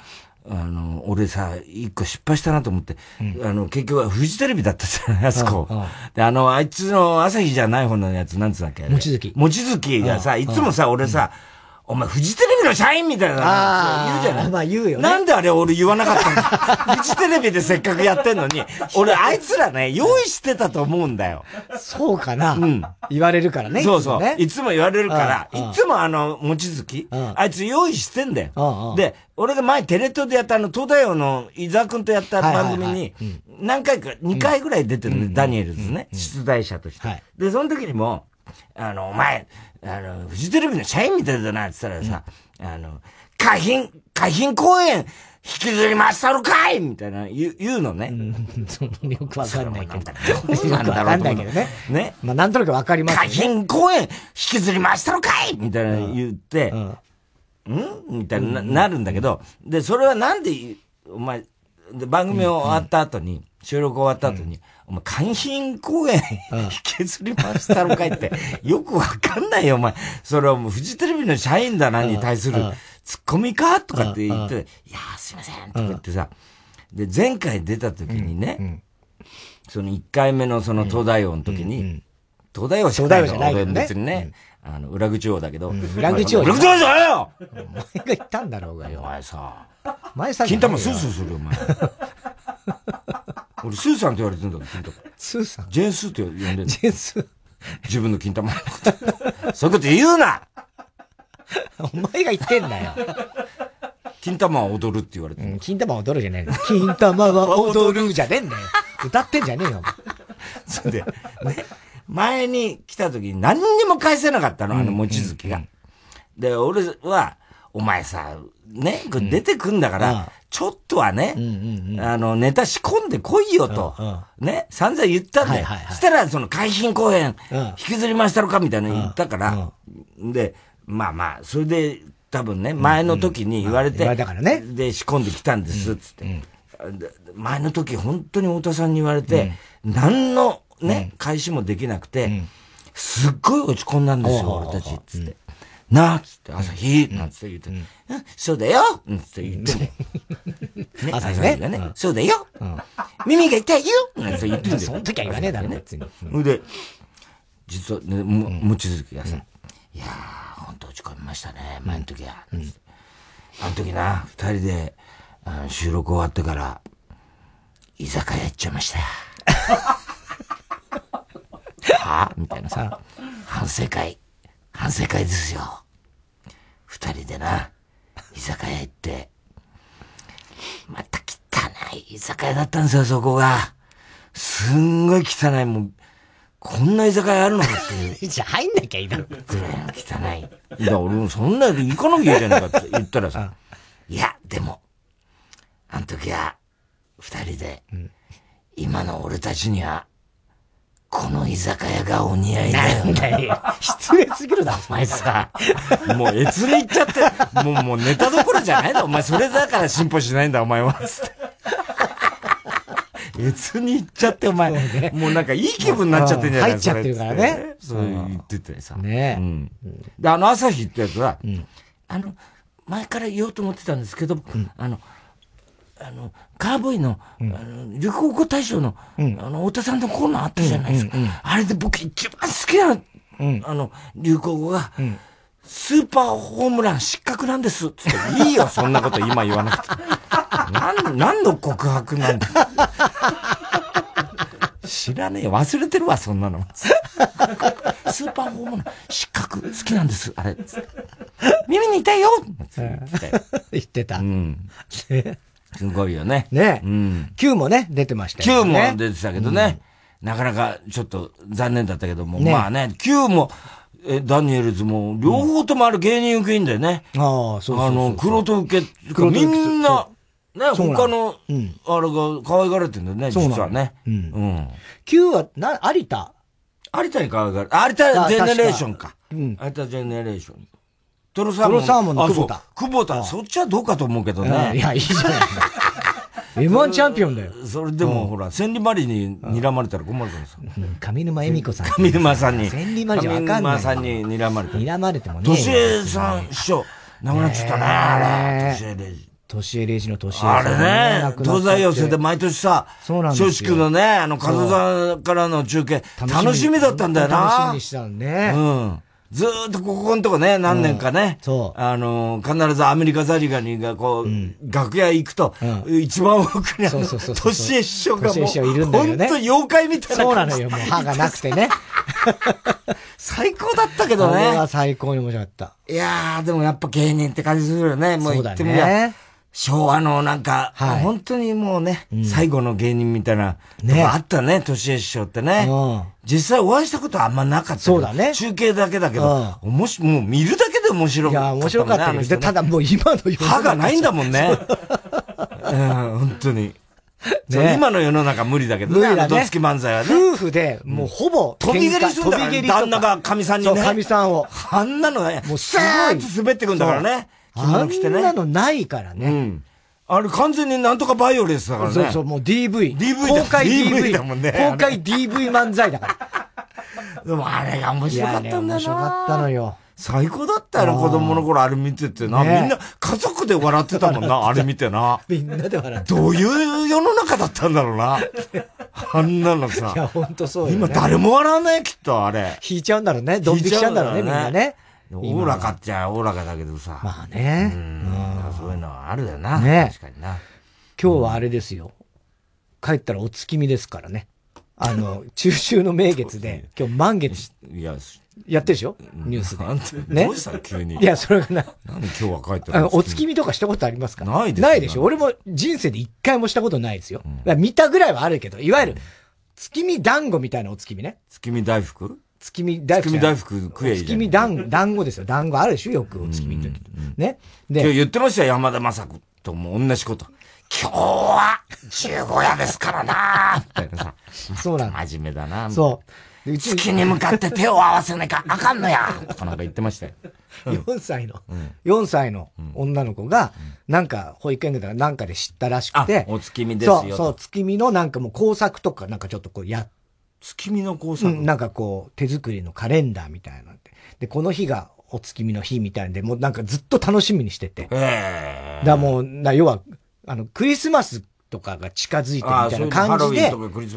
S2: あの、俺さ、一個失敗したなと思って、あの、結局はフジテレビだったじゃない、あそこ。で、あの、あいつの朝日じゃない方のやつ、なんつうんだっけ。
S1: もちづき。
S2: もちづきがさ、いつもさ、俺さ、お前、フジテレビの社員みたいな言うじゃない
S1: まあ言うよ、ね、
S2: なんであれ俺言わなかったんだ フジテレビでせっかくやってんのに、俺あいつらね、用意してたと思うんだよ。
S1: そうかな。うん。言われるからね。
S2: そうそう。いつも言われるから、いつもあの、望月あいつ用意してんだよ。で、俺が前テレ東でやったあの、東大王の伊沢くんとやった番組に、何回か、2回ぐらい出てるんで、ダニエルズね。出題者として。で、その時にも、あの、お前、あの、フジテレビの社員みたいだなって言ったらさ、うん、あの、海浜、海浜公園、引きずりましたるかいみたいな言う言うのね。
S1: うん、 そのよくわかんないけど。
S2: そうなんだろう
S1: と。けどね。
S2: ね。
S1: まあなんとなくわかります
S2: ね。海浜公園、引きずりましたるかいみたいな言って、うん、うん、みたいにな,、なるんだけど、で、それはなんで、お前、で番組終わった後に、収録終わった後に、お前、海浜公園、引きずりましたのかいって、よくわかんないよ、お前。それはもう、フジテレビの社員だな、に対する、ツッコミかとかって言って、いやー、すいません、とか言ってさ、で、前回出た時にね、その1回目のその東大王の時に、東大王じゃない
S1: じゃないよ、ね、
S2: 別にね。あの、裏口王だけど。
S1: 裏口王
S2: 裏口王じゃないよ
S1: お前が言ったんだろうがよ。
S2: お前さ。
S1: 前さ
S2: 金玉スースーするよ、お前。 俺、スーさんって言われてんだろ、金玉。
S1: スーさん
S2: ジェンスーって呼んでん の。
S1: ジェンスー。
S2: 自分の金玉のこと。そういうこと言うな
S1: お前が言ってんだよ。
S2: 金玉は踊るって言われて
S1: る、金玉は踊るじゃねえの。金玉は踊るじゃねえんだよ。歌ってんじゃねえよ。
S2: それで、ね、前に来た時に何にも返せなかったの、あの、望月が。で、俺は、お前さ、ね、出てくんだから、ちょっとはね、あの、ネタ仕込んでこいよと、ね、散々言ったんだよ。したら、その、海浜公園、引きずりましたのかみたいなの言ったから、で、まあまあ、それで、多分ね、前の時に言われて、で、仕込んできたんです、つって。前の時、本当に太田さんに言われて、何のね、返しもできなくて、すっごい落ち込んだんですよ、俺たち、つって。なあ、つって、朝日、なんつって言って、うん、そうだよ、なんつって言ってね。
S1: ね、朝日
S2: がね、そうだよ、耳が痛いよ、なんつって言ってんだよ。
S1: その時は言わねえだろ、別に。
S2: それで、実はね、も、もちづきがさ、いやー、ほんと落ち込みましたね、前の時は。あの時な、二人で、あの収録終わってから、居酒屋行っちゃいました。はみたいなさ、反省会、反省会ですよ。二人でな、居酒屋行って、また汚い居酒屋だったんですよ、そこが。すんごい汚い、もう、こんな居酒屋あるのかっていう。
S1: じゃあ入んなきゃいいだろ。ぐ
S2: らいの汚い。いや、俺もそんな行かなきゃいけないかって言ったらさ、いや、でも、あの時は、二人で、うん、今の俺たちには、この居酒屋がお似合いだよ。
S1: なんだよ。失礼すぎるだろ、
S2: お前 さ。もう、えつれいっちゃって、もう、もうネタどころじゃないんだ。お前、それだから進歩しないんだ、お前 は。えつに行っちゃって、お前。ね、もうなんか、いい気分になっちゃってんじゃない
S1: 入っちゃってるからね。
S2: そう言っててさ。
S1: ね
S2: うん。で、あの、朝日ってやつは、うん、あの、前から言おうと思ってたんですけど、うん、あの、あの、カーボーイの、あの、流行語大賞の、あの、太田さんのコーナーあったじゃないですか。あれで僕一番好きな、あの、流行語が、スーパーホームラン失格なんです。つって、いいよ、そんなこと今言わなく て。なん、なんの告白なんだ知らねえよ。忘れてるわ、そんなの。スーパーホームラン、失格、好きなんです、あれ。耳に痛いよ
S1: 言ってた。
S2: うん。すごいよね。
S1: ね。うん。9もね、出てました
S2: よね。9も出てたけどね。なかなかちょっと残念だったけども。まあね、9も、え、ダニエルズも、両方ともあれ芸人受けいいんだよね。
S1: ああ、そうそう
S2: あの、黒と受け、みんな、ね、他の、あれが可愛がられてんだよね、実はね。うん。
S1: 9は、な、有田
S2: 有田に可愛がられ、有田ジェネレーションか。うん。有田ジェネレーション。
S1: トロサーモン。トロサーモンの久保田。
S2: 久保田、そっちはどうかと思うけどね。
S1: いや、いいじゃない。 M1 チャンピオンだよ。
S2: それでも、ほら、千里マリに睨まれたら困るからさ。
S1: 上沼恵美子さん。
S2: 上沼さんに。
S1: 千里マリじゃわかんない。上
S2: 沼さんに睨まれた。
S1: 睨まれてもね。
S2: 年江さん、師匠、亡くなっちゃったね、あれ。年江礼二。
S1: 年江礼二の年江
S2: さん。あれね、東西寄せで毎年さ、そうなんですよ。松竹のね、あの、加藤さんからの中継、楽しみだったんだよな。
S1: 楽しみにしたのね。
S2: うん。ずっとここのとこね、何年かね。。
S1: うん、そう
S2: あの、必ずアメリカザリガニがこう、うん、楽屋行くと、うん、一番奥にあの、トシエ師匠がもう、
S1: 師匠いるんだよね。
S2: ほんと妖怪みたいな
S1: そうなのよ、もう歯がなくて ね。
S2: 最高だったけどね。
S1: あれは最高に面白かった。
S2: いやー、でもやっぱ芸人って感じするよね。もう言ってみりゃ。ね、昭和のなんか、はい、本当にもうね、うん、最後の芸人みたいな、ね、あったね、年江師匠ってね。実際お会いしたことはあんまなかった。
S1: そうだね。
S2: 中継だけだけど、おもし、もう見るだけで面白
S1: かった、ね。いや、面白かったよ。ただもう今の
S2: 歯がないんだもんね。 うん、本当に。ね、今の世の中無理だけどね、ねどつき漫才はね。
S1: 夫婦で、もうほぼ、
S2: 飛び蹴りするんだから、旦那が神さんにね。
S1: 神さんを。
S2: あんなのね、もうすごい。と滑ってくんだからね。。
S1: 着物着てね。あんなのないからね。うん
S2: あれ完全になんとかバイオレンスだからね。
S1: そうそう、もう DV。
S2: DV
S1: 公開 DV。
S2: だもんね。。
S1: 公開 DV 漫才だから
S2: でもあれが面白かったんだな。
S1: 面白かったのよ。
S2: 最高だったよ、子供の頃あれ見ててな。みんな、家族で笑ってたもんな、あれ見てな。
S1: みんなで笑って
S2: どういう世の中だったんだろうな。あんなのさ。
S1: いや、ほんとそうよ、
S2: 今誰も笑わないきっと、あれ。
S1: 引いちゃうんだろうね。ドン引きしちゃうんだろうね、みんなね。
S2: おおらかっちゃおおらかだけどさ。
S1: まあね。
S2: うん。そういうのはあるよな。ね確かにな。
S1: 今日はあれですよ。帰ったらお月見ですからね。あの、中秋の名月で、今日満月。
S2: いや、
S1: やってるでしょニュース
S2: で。ね。どうした急に。
S1: いや、それがな。
S2: なんで今日は帰った
S1: のお月見とかしたことありますか
S2: ないです
S1: ないでしょ俺も人生で一回もしたことないですよ。見たぐらいはあるけど、いわゆる、月見団子みたいなお月見ね。
S2: 月見大福
S1: 月見大
S2: 福。月見大福食え
S1: 月見団団子ですよ。団子あるでしょよく、お月見の時。ね。
S2: で。言ってましたよ、山田雅子とも同じこと。今日は、十五夜ですからなみたいなさ。
S1: そうなん
S2: 真面目だな。
S1: そう
S2: 月に向かって手を合わせなきゃあかんのやとかなんか言ってましたよ。
S1: 4歳の、4歳の女の子が、なんか保育園だなんかで知ったらしくて。
S2: お月見ですよ。
S1: そうそう、月見のなんかもう工作とかなんかちょっとこうやって、、
S2: 月見の工作、うん
S1: なんかこう、手作りのカレンダーみたいなんで。で、この日がお月見の日みたいんで、もうなんかずっと楽しみにしてて。
S2: え
S1: ー、だもう、な、要は、あの、クリスマスとかが近づいてみたいな感じで、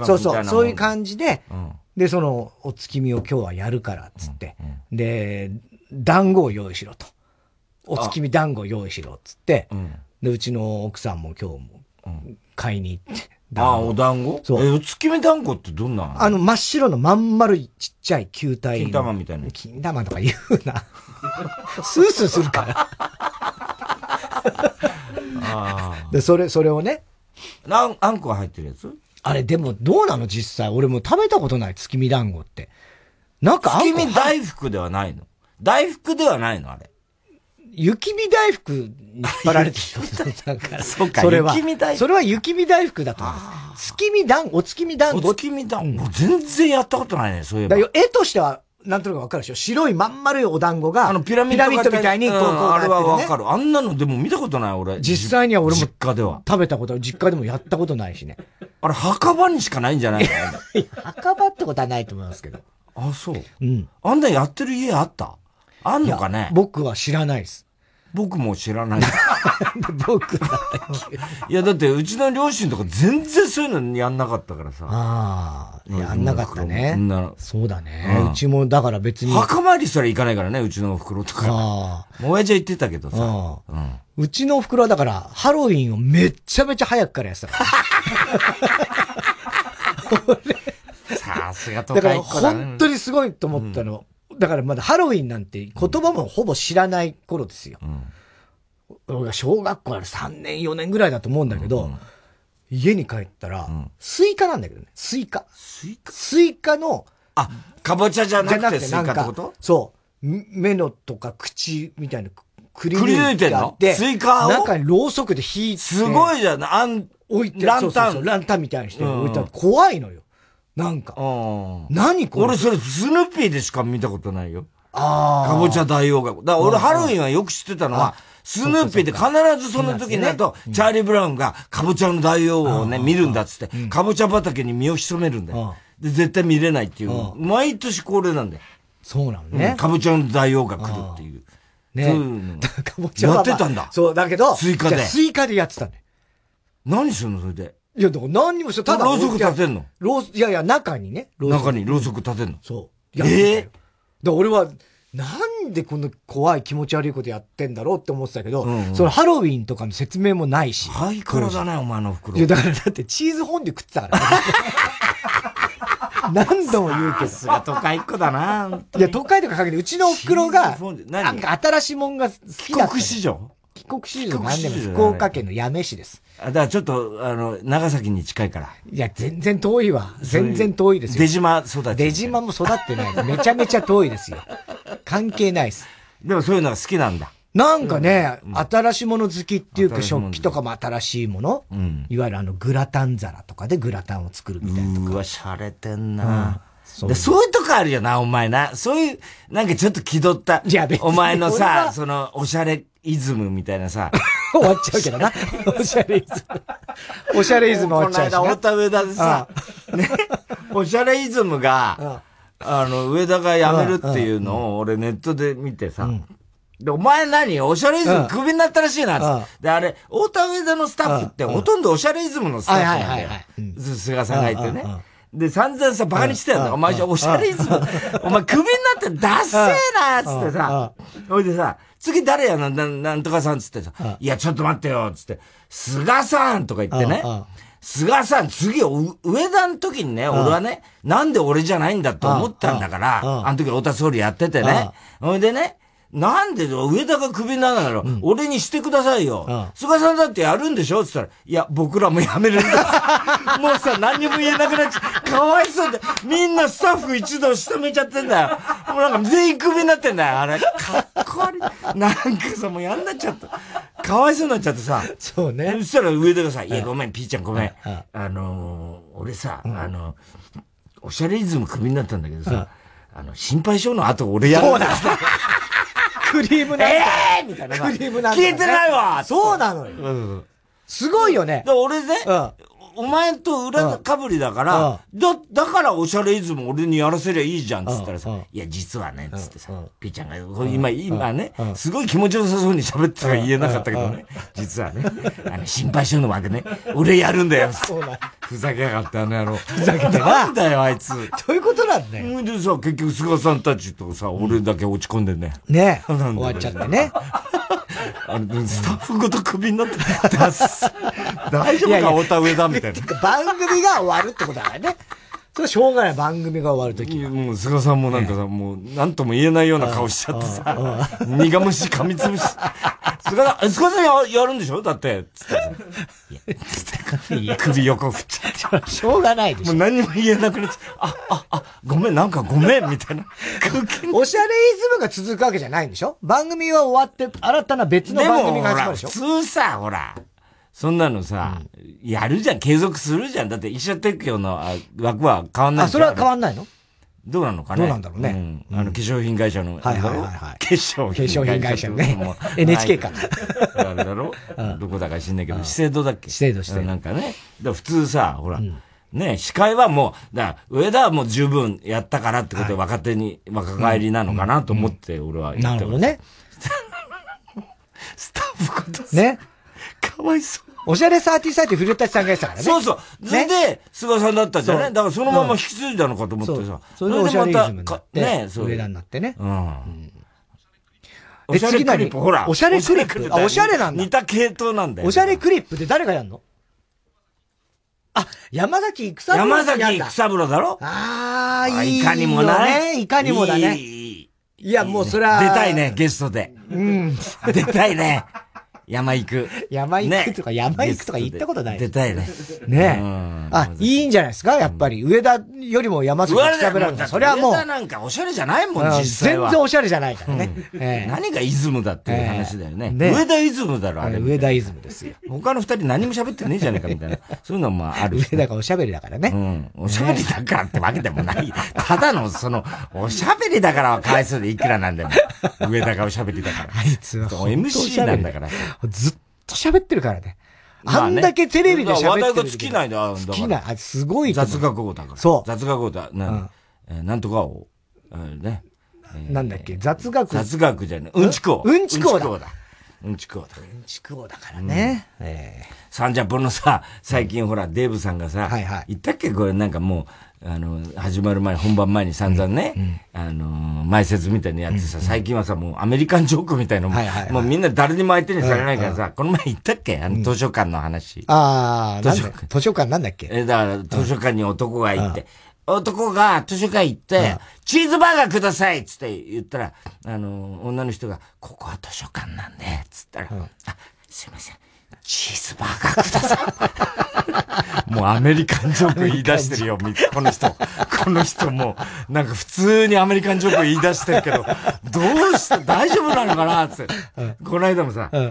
S1: そうそう、そういう感じで、うん、で、その、お月見を今日はやるから、つって、うんうん、で、団子を用意しろと。お月見団子を用意しろ、つって、うん、で、うちの奥さんも今日も、買いに行って、
S2: ああ、お団子そう。え、お月見団子ってどんな
S1: あの、真っ白のまん丸いちっちゃい球体。
S2: 金玉みたいな。
S1: 金玉とか言うな。 スースーするから。で、それ、それをね。
S2: あん、あんこが入ってるやつ
S1: あれ、でもどうなの実際。俺も食べたことない、月見団子って。なんかあん
S2: こ月見大福ではないの。大福ではないの、あれ。
S1: 雪見大福に引っ 張られてる
S2: だ から。そうか、
S1: それは。それは雪見大福だと思います。月見団、お月見団
S2: 子。お月見団子。全然やったことないね、そういえば。
S1: 絵としては、なんとなくわかるでしょ白いまん丸いお団子が、
S2: あの、ピラミ
S1: ッドみたいに、こう、こう、
S2: あれはわかる。あんなのでも見たことない、俺。
S1: 実際には俺も、
S2: 実家では。
S1: 食べたこと、実家でもやったことないしね。
S2: あれ、墓場にしかないんじゃない
S1: 墓場ってことはないと思いますけど。
S2: あ、そう。
S1: うん。
S2: あんなやってる家あったあんのかね
S1: 僕は知らないです。
S2: 僕も知らない。
S1: 僕だ
S2: いや、だって、うちの両親とか全然そういうのやんなかったからさ。
S1: ああ、やんなかったね。そうだね。うちも、だから別に。
S2: 墓参りすら行かないからね、うちのお袋とか。ああ。親父は行ってたけどさ。。
S1: うちのお袋はだから、ハロウィンをめちゃめちゃ早くからやってたから
S2: さすがとかだから、
S1: 本当にすごいと思ったの。だからまだハロウィンなんて言葉もほぼ知らない頃ですよ。うん、俺が小学校ある3年4年ぐらいだと思うんだけど、うん、家に帰ったら、うん、スイカなんだけどね。スイカ。
S2: スイカ
S1: スイカの、
S2: あ、かぼちゃじゃなくてスイカってこと
S1: そう。目のとか口みたいな
S2: くり抜いてあって、スイカを
S1: 中にろうそくで引いて。
S2: すごいじゃん。あん、
S1: 置いてランタンそうそうそう。ランタンみたいにして置いたら怖いのよ。なんか。何これ
S2: 俺それスヌーピーでしか見たことないよ。
S1: あ
S2: あ。かぼちゃ大王が。だから俺ハロウィンはよく知ってたのは、スヌーピーで必ずその時になると、チャーリー・ブラウンがカボチャの大王をね、見るんだっつって、カボチャ畑に身を潜めるんだよ。で、絶対見れないっていう。毎年恒例なんだよ。
S1: そうなのね。
S2: カボチャの大王が来るっていう。
S1: ね。そういうの。
S2: カボチャやってたんだ。
S1: そう、だけど、
S2: スイカで。
S1: スイカでやってたんだよ。
S2: 何するのそれで。
S1: いや、だから何にもしてただ、
S2: ろうそく立てんの
S1: ろう、いやいや、中にね。
S2: 中にろうそく立てんの。
S1: そう
S2: ええ
S1: だ俺は、なんでこんな怖い気持ち悪いことやってんだろうって思ってたけど、うんうん、そのハロウィンとかの説明もないし。
S2: ハイカラだね、お前の袋。
S1: いや、だからだってチーズフォンデュ食ってたか ら、ね。何度も言うけど。
S2: すが都会っ子だな。
S1: いや、都会とか限って、うちのお袋が、なんか新しいもんが好きだ
S2: 帰国子女
S1: 帰国子女なんでも福岡県の八女市です。
S2: あだからちょっと、あの、長崎に近いから。
S1: いや、全然遠いわ。全然遠いですよ。
S2: 出島育て。
S1: 出島も育ってない。めちゃめちゃ遠いですよ。関係ないです。
S2: でもそういうのが好きなんだ。
S1: なんかね、うん、新しいもの好きっていうか、食器とかも新しいもの、うん、いわゆるあのグラタン皿とかでグラタンを作るみたいなとか。
S2: うわ、洒落てんな、うんそうでそういうとこあるよな、お前な。そういう、なんかちょっと気取った。
S1: いや、別
S2: に。お前のさ、その、おしゃれイズムみたいなさ。
S1: 終わっちゃうけどな。おしゃれイズム。おしゃれイズム終わっちゃうしな。
S2: この間、太田上田でさ、 ね、おしゃれイズムが、あの、上田が辞めるっていうのを、俺ネットで見てさ、で、お前何おしゃれイズムクビになったらしいなっで、あれ、太田上田のスタッフってほとんどおしゃれイズムのスタッフなんだよ。菅さんがいてね。で、散々さ、バカにしてたんだ。お前、おしゃれイズム。お前、クビになってダッセーなーつってさ。ほいでさ、次誰やな、ななんとかさんつってさ。いや、ちょっと待ってよつって。菅さんとか言ってね。菅さん、次、上田の時にね、俺はね、なんで俺じゃないんだと思ったんだから、あの時太田総理やっててね。ほいでね、なんで上田がクビなんだろう、うん、俺にしてくださいよ。ああ菅さんだってやるんでしょって言ったら、いや、僕らもやめるん だ。もうさ、何にも言えなくなっちゃう。かわいそうで、みんなスタッフ一同仕留めちゃってんだよ。もうなんか全員クビになってんだよ。あれ、かっこ悪い。なんかさ、もうやんなっちゃった。かわいそうになっちゃってさ。
S1: そうね。
S2: そしたら上田がさ、いや、ごめん、ピーちゃんごめん。あ,あのー、俺さ、うん、あの、おしゃれイズムクビになったんだけどさ、あの、心配性の後俺やるんだ。そうだ。
S1: クリームなん
S2: ええみたいな。
S1: クリームなん
S2: 消えてないわ
S1: そうなのよ。すごいよね。
S2: 俺ね、お前と裏かぶりだから、だ、だからおしゃれイズム俺にやらせりゃいいじゃん、つったらさ、いや、実はね、つってさ、ピーちゃんが、今、今ね、すごい気持ちよさそうに喋ってたら言えなかったけどね、実はね、あの、心配してるのわけね、俺やるんだよ、ふざけやがって、あの野郎。
S1: ふざけて
S2: なんだよ、あいつ。
S1: そういうことなんだよ。
S2: でさ、結局、菅さんたちとさ、俺だけ落ち込んでね。
S1: ね終わっちゃってね。
S2: あの、スタッフごとクビになって、 大丈夫か、太田上田みたいな。
S1: 番組が終わるってことだからね。それしょうがない、番組が終わるとき。
S2: もう、菅さんもなんかさ、もう、なんとも言えないような顔しちゃってさ、苦虫噛みつぶし。菅さん、菅さんややるんでしょだって、つってさ。いや、首横振っちゃって。
S1: しょうがないでし
S2: ょ。もう何も言えなくなっちゃう。あ、あ、あ、ごめん、なんかごめん、みたい な。
S1: おしゃれイズムが続くわけじゃないんでしょ番組は終わって、新たな別の番組が始まるでしょ
S2: でもほら、普通さ、ほら。そんなのさ、やるじゃん、継続するじゃん。だって医者撤去の枠は変わんない
S1: あ、それは変わんないの
S2: どうなのかね
S1: どうなんだろうね。
S2: あの、化粧品会社の。
S1: はいはいはい。
S2: 化粧
S1: 品会社。化粧品会社ね。NHK か。
S2: あれだろどこだか知んないけど、資生堂だっけ
S1: 資生堂して
S2: なんかね。普通さ、ほら。ね司会はもう、だ上田はもう十分やったからってことで若手に、若返りなのかなと思って、俺は言って
S1: なるほどね。
S2: スタッフこと
S1: ね。
S2: かわいそう。
S1: おしゃれサーティサイって古舘さんがやってたからね。
S2: そうそう。それで、菅さんだったんだよね。だからそのまま引き継いだのかと思ってさ。
S1: それでおしゃれイズムになって、ね、上田になってね。うん。おしゃれクリップ、
S2: ほら。
S1: おしゃれクリップ。あ、おしゃれなんだ。
S2: 似た系統なんだよ。
S1: おしゃれクリップって誰がやんのあ、山崎育三郎
S2: 山崎育三郎だろ
S1: ああ、い
S2: い。いかにもだ
S1: ね。いかにもだね。いや、もうそれは。
S2: 出たいね、ゲストで。
S1: うん。
S2: 出たいね。山行く。
S1: 山行くとか、山行くとか行ったことない。
S2: 出たいね。
S1: ねえ。あ、いいんじゃないですかやっぱり。上田よりも山崎が比べられる。それはもう。
S2: 上田なんかおしゃれじゃないもん、実際
S1: 全然おしゃれじゃないから
S2: ね。何がイズムだっていう話だよね。上田イズムだろ、あれ。
S1: 上田イズムですよ。
S2: 他の二人何も喋ってねえじゃねえかみ たいな。そういうのもある。
S1: 上田がおしゃべりだからね。
S2: うん。おしゃべりだからってわけでもない。ただの、その、おしゃべりだからは返すでいくらなんでも。上田がおしゃべりだ から。
S1: あいつは。
S2: MC なんだから。
S1: ずっと喋ってるからね。あんだけテレビで喋ってる。話題
S2: が尽きないだ。
S1: 好きな、あ、すごい。
S2: 雑学王だから。。
S1: そう
S2: 雑学王だ。な、えなんとか王。ね。
S1: なんだっけ、雑学。
S2: 雑学じゃない。うんちく王。
S1: うんちく王だ。
S2: うんちく王だ。
S1: うんちく王だからね。え
S2: え。サンジャポのさ、最近ほら、デーブさんがさ、言ったっけこれなんかもう、あの、始まる前、本番前に散々ね、あの、前説みたいなやってさ、最近はさ、もうアメリカンジョークみたいなもうみんな誰にも相手にされないからさ、この前言ったっけあの図書館の話。
S1: ああ、図書館。図書館なんだっけ
S2: え、だから図書館に男が行って、男が図書館行って、チーズバーガーくださいっつって言ったら、あの、女の人が、ここは図書館なんで、つったら、あ、すいません。チーズバーガーください。もうアメリカンジョーク言い出してるよ、この人。この人も、なんか普通にアメリカンジョーク言い出してるけど、どうして大丈夫なのかなって。この間もさ、あの、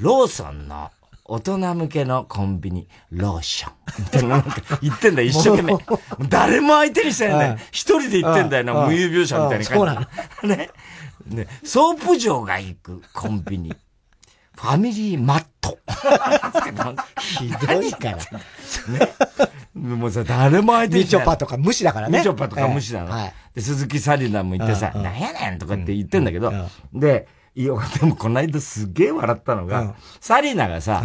S2: ローソンの大人向けのコンビニ、ローション。みたいななんか言ってんだよ、一生懸命。誰も相手にしてないんだよ。一人で言ってんだよな、無遊病者みたいな感じ。ね。ね、ソープ嬢が行くコンビニ。ファミリーマッ ト。
S1: ひどいから。
S2: ね。 もうさ、誰も相手
S1: にみちょぱとか無視だからね。
S2: みちょぱとか無視なの。で、鈴木紗理奈も言ってさ、なんやねんとかって言ってんだけど、で、いや、でもこの間すげえ笑ったのが、紗理奈がさ、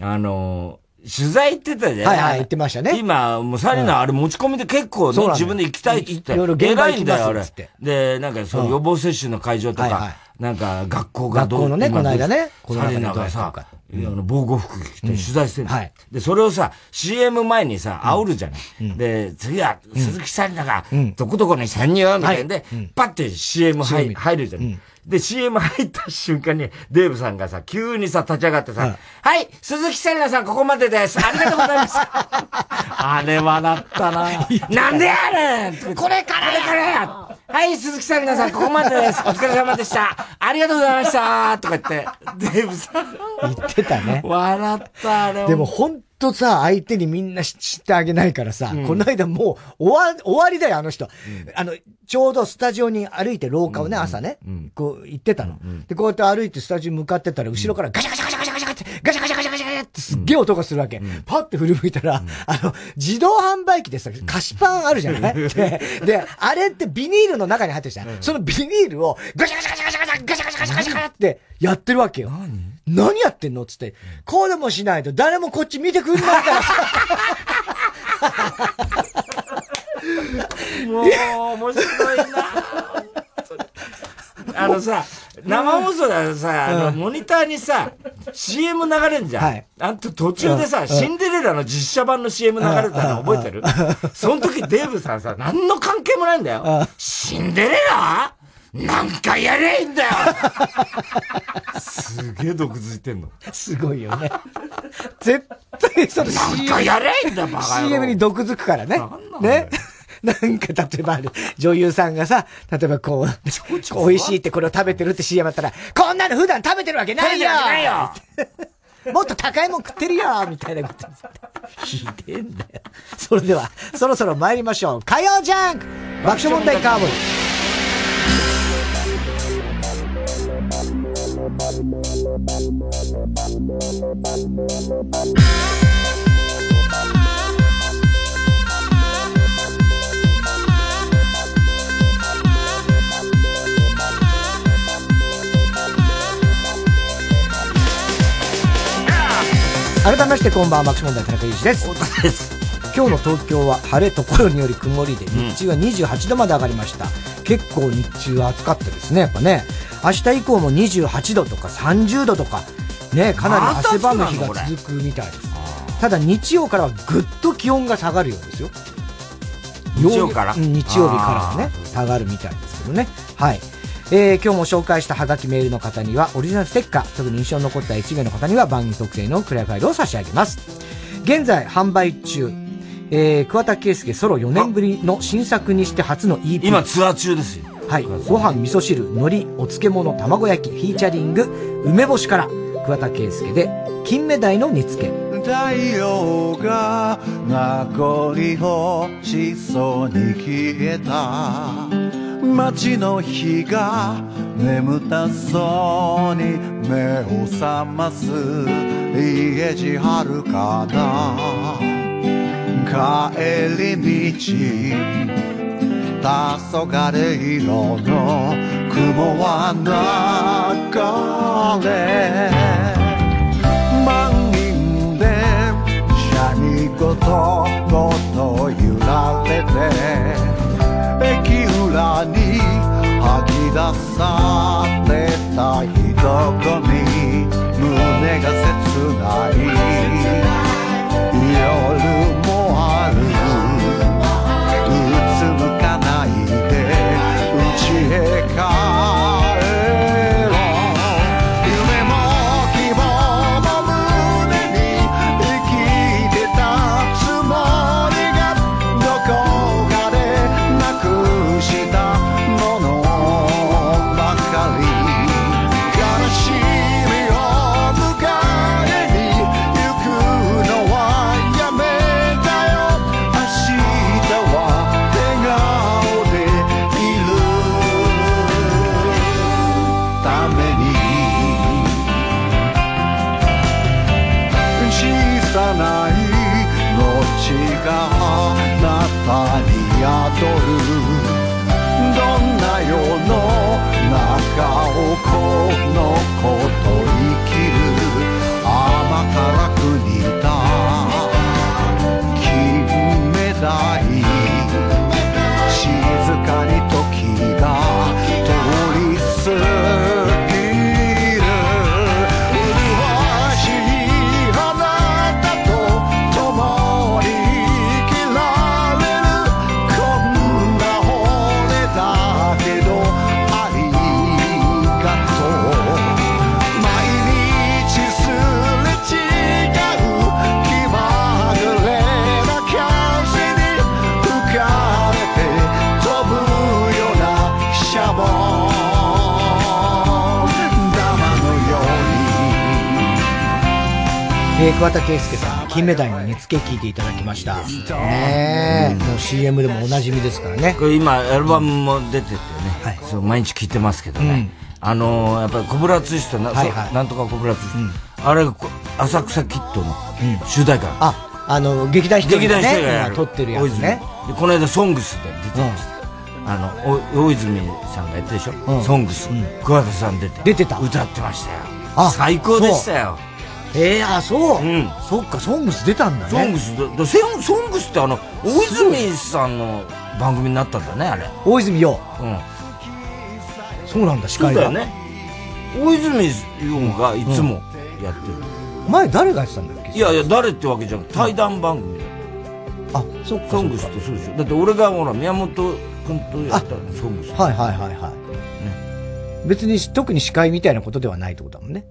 S2: あの、取材行ってたじゃん。
S1: はいはい、行ってましたね。
S2: 今、もうサリナ、あれ持ち込みで結構ね、自分で行きたいって言って。いろいろ現場行んだよ、あれ。で、なんか、その予防接種の会場とか、なんか、学校が
S1: どう学校のね、この間ね。
S2: サリナがさ、あの、防護服着て取材してる。で、それをさ、CM 前にさ、煽るじゃない。で、次は、鈴木サリナが、どこどこに潜入みたいで、パッて CM 入るじゃない。で、CM 入った瞬間に、デーブさんがさ、急にさ、立ち上がってさ、はい、鈴木紗理奈さん、ここまでです。ありがとうございます。 あれ笑ったな。 なんでやねん
S1: これから
S2: やからやはい、鈴木紗理奈さん、ここまでです。お疲れ様でした。ありがとうございましたとか言って、デーブさん。
S1: 言ってたね。
S2: 笑ったあれ。
S1: でも本とさ、相手にみんな知ってあげないからさ、この間もう終わ、終わりだよ、あの人。あの、ちょうどスタジオに歩いて廊下をね、朝ね、こう行ってたの、で、こうやって歩いてスタジオに向かってたら、後ろからガシャガシャガシャガシャガシャって、ガシャガシャガシャガシャってすっげえ音がするわけ。パッて振り向いたら、あの、自動販売機でさ、菓子パンあるじゃない、でで、あれってビニールの中に入ってるじゃん。そのビニールをガシャガシャガシャガシャガシャガシャガシャガシャガシャってやってるわけよ。何やってんのつって、こうでもしないと誰もこっち見てくんないからさ。
S2: もう、面白いな。 あのさ、生放送だとさ、あの、モニターにさ、CM 流れんじゃん。はい、あと途中でさ、シンデレラの実写版の CM 流れたの覚えてるその時デーブさんさ、何の関係もないんだよ。シンデレラなんかやれんだよすげえ毒づいてんの。
S1: すごいよね。絶対その
S2: CM。なんかやれんだバ
S1: カ CM に毒づくからね。ね。なんか、例えば、女優さんがさ、例えばこう、美味しいってこれを食べてるって CM あったら、こんなの普段食べてるわけないよ
S2: ないよ
S1: もっと高いもん食ってるよみたいなこと。ひでんだよ。それでは、そろそろ参りましょう。火曜ジャンク爆笑問題カーボイ。改めましてこんばんはマクシモンダ田中裕二です
S2: 太田です
S1: 今日の東京は晴れところにより曇りで日中は28度まで上がりました、うん、結構日中は暑かったですねやっぱね明日以降も28度とか30度とかねかなり汗ばむ日が続くみたいですただ日曜からはぐっと気温が下がるようですよ
S2: 日曜から
S1: 日曜日からはね下がるみたいですけどねはいえー、今日も紹介したハガキメールの方にはオリジナルステッカー、特に印象に残った1名の方には番組特製のクリアファイルを差し上げます。現在販売中、えー、桑田佳祐ソロ4年ぶりの新作にして初の EP。
S2: 今ツアー中ですよ。
S1: はい。ご飯、味噌汁、海苔、お漬物、卵焼き、フィーチャリング、梅干しから、桑田佳祐で、金目鯛の煮付け。
S3: 太陽が名残惜しそうに消えた街の日が眠たそうに目を覚ます家路はるかな帰り道黄昏色の雲は流れ何事ごと揺られて駅裏に吐き出された人混み胸が切ない夜もあるうつむかないで家へ帰る宿るどんな世の中をこの子と生きる甘辛く似た金目鯛静かに時が通り過ぎ
S1: えー、桑田佳祐さん、金目鯛の煮付け聞いていただきました。ねえ、もう CM でもおなじみですからね。
S2: これ今、アルバムも出ててね、はい、そう毎日聞いてますけどね。うん、あのー、やっぱり小倉敦史とな、はいはい、なんとか小倉敦史、うん、あれ、浅草キッドの主題歌、うん。
S1: あ、あの、劇団ひとりが、ね、今撮ってるやつね。
S2: この間、ソングスで出てました。あの、大泉さんがやってるでしょ、うん、ソングス、桑田さん出て。
S1: 出てた。
S2: 歌ってましたよ。あ、最高でしたよ。
S1: ええー、あ、そう。うん、そっか、ソングス出たんだね。
S2: ソングス、だセソングスってあの、大泉さんの番組になったんだね、あれ。
S1: 大泉洋。うん。そうなんだ、司会
S2: が。そうだよね。大泉洋がいつもやってる。
S1: うん、前誰がやってたんだっ
S2: けいやいや、誰ってわけじゃん。対談番組、うん、
S1: あ、そっか。
S2: ソングスってそうでしょ。だって俺がほら、宮本君とやったソングス。
S1: はいはいはいはい。ね。別に、特に司会みたいなことではないってことだもんね。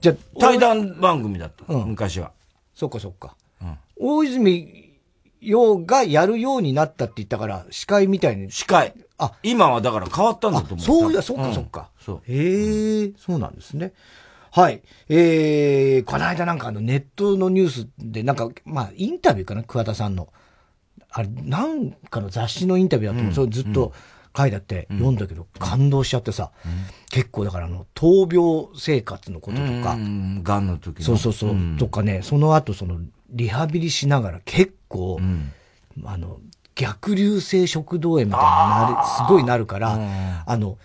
S1: じゃ
S2: 対談番組だった、うん、昔は。
S1: そっかそっか。うん、大泉洋がやるようになったって言ったから、司会みたいに。
S2: 司会。あ、今はだから変わったんだと思う。
S1: そうや、そっかそっか。うん、そう。へえ、そうなんですね。はい。えー、この間なんかあのネットのニュースで、なんか、まあ、インタビューかな、桑田さんの。あれ、なんかの雑誌のインタビューだと思う。それずっと、回だって読んだけど、感動しちゃってさ、うん、結構だからあの、闘病生活のこととか、
S2: が、うんの時の
S1: そうそうそう、うん、とかね、その後その、リハビリしながら結構、うん、あの、逆流性食道炎みたいになる、すごいなるから、あの、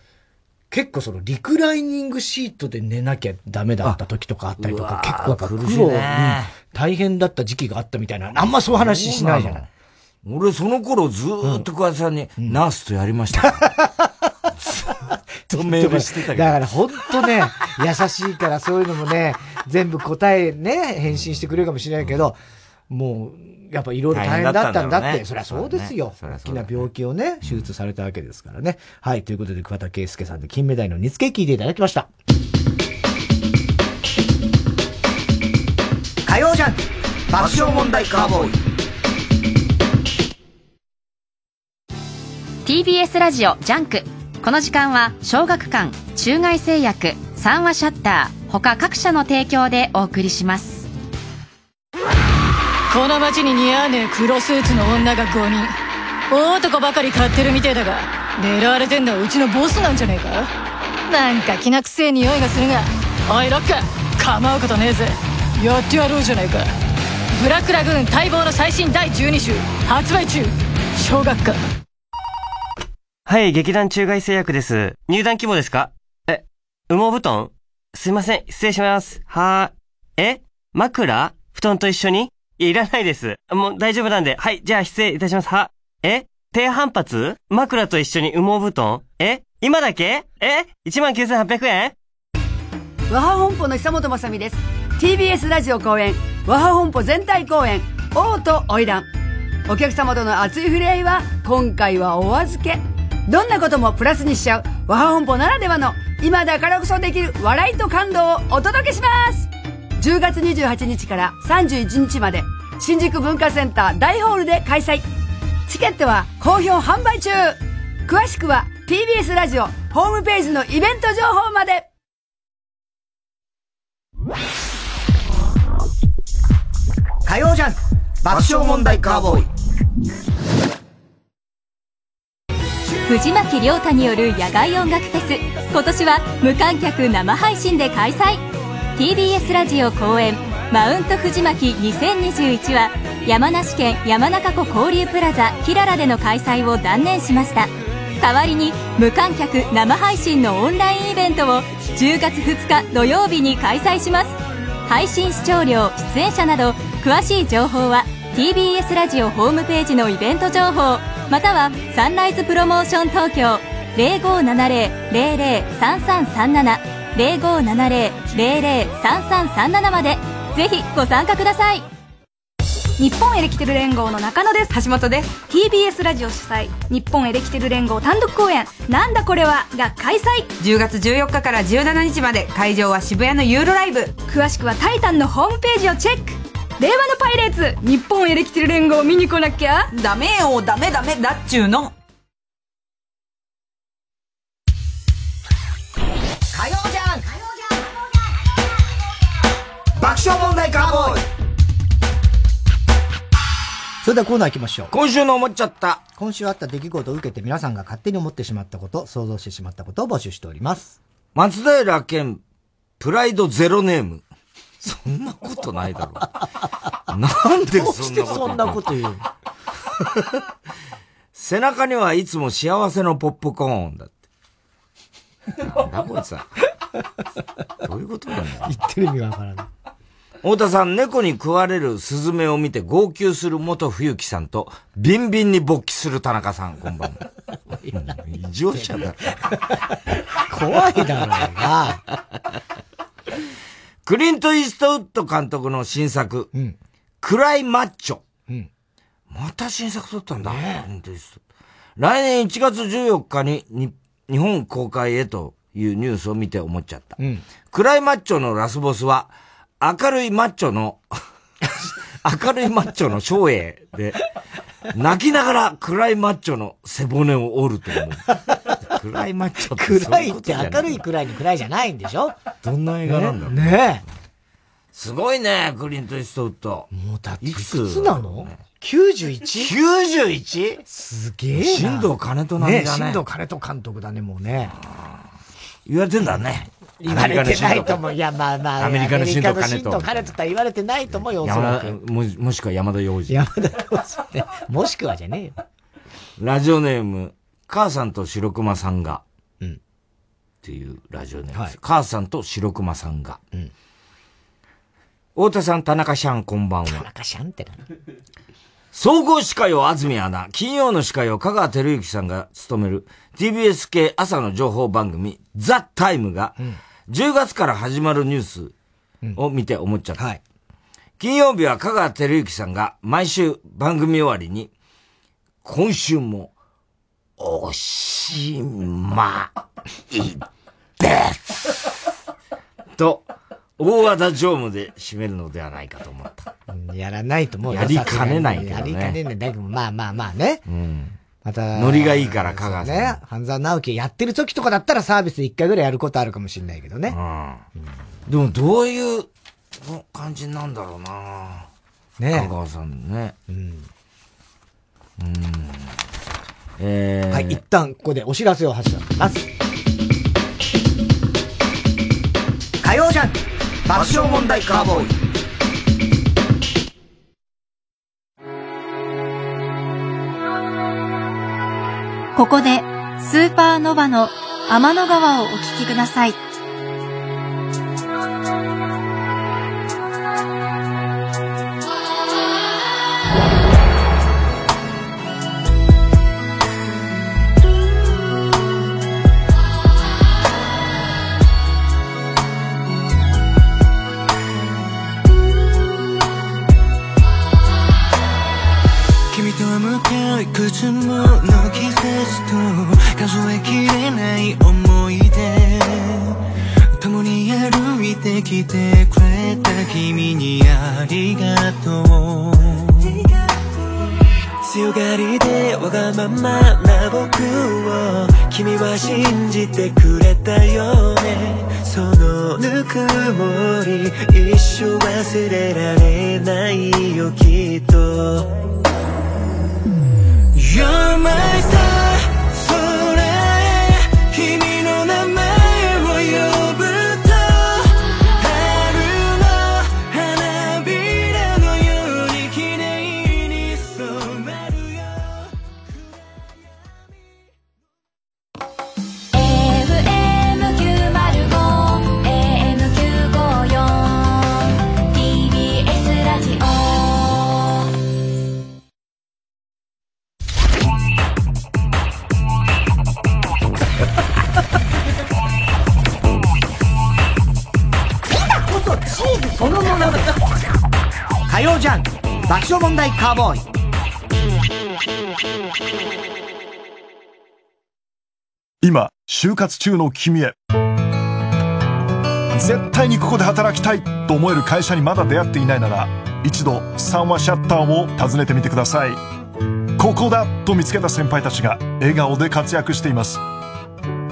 S1: 結構そのリクライニングシートで寝なきゃダメだった時とかあったりとか、結構やっぱ苦労、大変だった時期があったみたいな、あんまそう話しないじゃない。
S2: 俺、その頃ずーっと桑田さんに、ナースとやりました、ね。う んうん、ずーっとメールしてたけど。
S1: だから本当ね、優しいからそういうのもね、全部答えね、返信してくれるかもしれないけど、もう、やっぱいろいろ大変だったんだって、
S4: 大変だったんだろうね
S1: そりゃそうですよ。
S4: そりゃ
S1: 大
S4: そ
S1: き
S4: うだ
S1: な
S4: ね
S1: 病気をね、手術されたわけですからね。はい、ということで桑田佳祐さんで金目鯛の煮付け聞いていただきました。火曜じゃん爆笑問題カーボーイ
S5: TBS ラジオジャンクこの時間は小学館中外製薬三話シャッター他各社の提供でお送りします
S6: この街に似合わねえ黒スーツの女が5人大男ばかり買ってるみてえだが狙われてんのはうちのボスなんじゃねえかなんか気なくせえ匂いがするがおいロック構うことねえぜやってやろうじゃねえかブラックラグーン待望の最新第12集発売中小学館
S7: はい、劇団中外製薬です。入団希望ですかえ、羽毛布団すいません、失礼します。はーい。え枕布団と一緒にいやいらないです。もう大丈夫なんで。はい、じゃあ失礼いたします。は、え低反発枕と一緒に羽毛布団え今だけえ ?19,800 円
S8: 和ハ本舗の久本雅美です TBS ラジオ公演和ハ本舗全体公演王と花魁お客様との熱い触れ合いは今回はお預けどんなこともプラスにしちゃう和ハ本舗ならではの今だからこそできる笑いと感動をお届けします10月28日から31日まで新宿文化センター大ホールで開催チケットは好評販売中詳しくは TBS ラジオホームページのイベント情報まで
S1: 火曜ジャンク爆笑問題カーボーイ
S9: 藤巻亮太による野外音楽フェス今年は無観客生配信で開催 TBS ラジオ公演「マウント藤巻2021」は山梨県山中湖交流プラザキララでの開催を断念しました代わりに無観客生配信のオンラインイベントを10月2日土曜日に開催します配信視聴料出演者など詳しい情報は TBS ラジオホームページのイベント情報またはサンライズプロモーション東京0570-003337 0570-003337までぜひご参加ください
S10: 日本エレキテル連合の中野です橋本です TBS ラジオ主催日本エレキテル連合単独公演「なんだこれは」が開催
S11: 10月14日から17日まで会場は渋谷のユーロライブ
S10: 詳しくは「タイタン」のホームページをチェック令和のパイレーツ日本エレキテル連合を見に来なきゃ
S11: ダメよダメダメだっちゅうの
S1: 火曜じゃん爆笑問題カーボーイそれではコーナー行きましょう。
S2: 今週の思っちゃった。
S1: 今週あった出来事を受けて皆さんが勝手に思ってしまったこと、想像してしまったことを募集しております。
S2: 松平健、プライドゼロネーム。そんなことないだろう。なんで
S1: どうしてそ
S2: そ
S1: ん
S2: ん
S1: な
S2: な
S1: こ
S2: ことと
S1: 言うの
S2: 背中にはいつも幸せのポップコーンだって。なんだこいつは。どういうことなんだ
S1: 言ってる意味がわからない。
S2: 太田さん、猫に食われるスズメを見て号泣する元冬木さんと、ビンビンに勃起する田中さん、こんばん は。うん異常者だ。
S1: 怖いだろうな。
S2: クリント・イーストウッド監督の新作、暗いマッチョ。また新作撮ったんだ、クリント・イーストウッド来年1月14日にに日本公開へというニュースを見て思っちゃった。
S1: うん。
S2: 暗いマッチョのラスボスは、明るいマッチョの、 明るいマッチョの照英で、泣きながら暗いマッチョの背骨を折ると 思う。暗いマッチョって
S1: 暗
S2: そうい
S1: いうっ
S2: ことじ
S1: て
S2: ゃない
S1: 明るい暗いに暗いじゃないんでしょ
S2: どんな映画なんだろう
S1: ねね
S2: すごいね、クリント・イーストウッド。
S1: もうだって、い
S2: く
S1: え。いつなの ?91?91? すげえな。
S2: 新藤金と並みだね
S1: 新藤金と監督だね、もうね。
S2: 言われてんだね。
S1: 言われてないと思う。いや、まあまあ。
S2: アメリカの新藤金と
S1: アメリカの新藤金とは言われてないと思うよ、おそら
S2: 山
S1: く
S2: 田。もしもしくは山田洋次。
S1: もしくはじゃねえよ。
S2: ラジオネーム、母さんと白熊さんが、っていうラジオネームです。母さんと白熊さんが、太田さん、田中シャン、こんばんは。
S1: 赤シャンってな。
S2: 総合司会を安住アナ、金曜の司会を香川照之さんが務める TBS 系朝の情報番組、ザ・タイムが、10月から始まるニュースを見て思っちゃった。金曜日は香川照之さんが毎週番組終わりに、今週も、おしまい です。と、大和田常務で締めるのではないかと思った。
S1: やらないと思うよ
S2: やりかねないけどね
S1: やりかねない。だけど、まあまあまあね。
S2: うん。
S1: また。
S2: ノリがいいから香川さん
S1: ね。半沢直樹やってる時とかだったらサービス一回ぐらいやることあるかもしれないけどね。
S2: でもどういう感じなんだろうな
S1: ね
S2: 香川さんね。
S1: うん。
S2: うん。えー、
S1: はい、一旦ここでお知らせを発射します。火曜じゃん爆笑問題カーボーイ
S4: ここで、スーパーノバの天の川をお聞きください。
S12: 君とは向かい靴もの季節と数えきれない思い出共に歩いてきてくれた君にありがとう強がりでわがままな僕を君は信じてくれたよねそのぬくもり一生忘れられないよきっと You're my star 空へ君の名前を呼ぶと春の花びらのように綺麗に染まるよ
S4: AM905AM954 TBS ラジオ
S1: こそチーズそのものだ火曜ジャンク爆笑問題カーボーイ
S13: 今就活中の君へ絶対にここで働きたいと思える会社にまだ出会っていないなら一度三話シャッターを訪ねてみてくださいここだと見つけた先輩たちが笑顔で活躍しています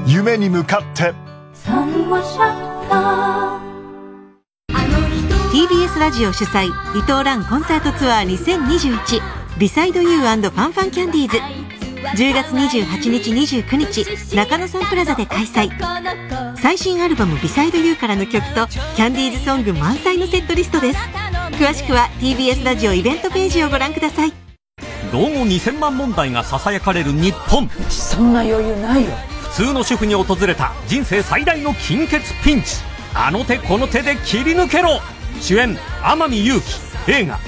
S13: 夢に向かって
S4: 三話シャッター
S14: TBS ラジオ主催伊藤蘭コンサートツアー2021ビサイドユーファンファンキャンディーズ10月28日29日中野サンプラザで開催最新アルバム「ビサイド U からの曲とキャンディーズソング満載のセットリストです詳しくは TBS ラジオイベントページをご覧ください
S15: 老後2000万問題がささやかれる日本そんな余裕ないよ普通の主婦に訪れた人生最大の金欠ピンチあの手この手で切り抜けろ主演天海祐希映画
S16: 老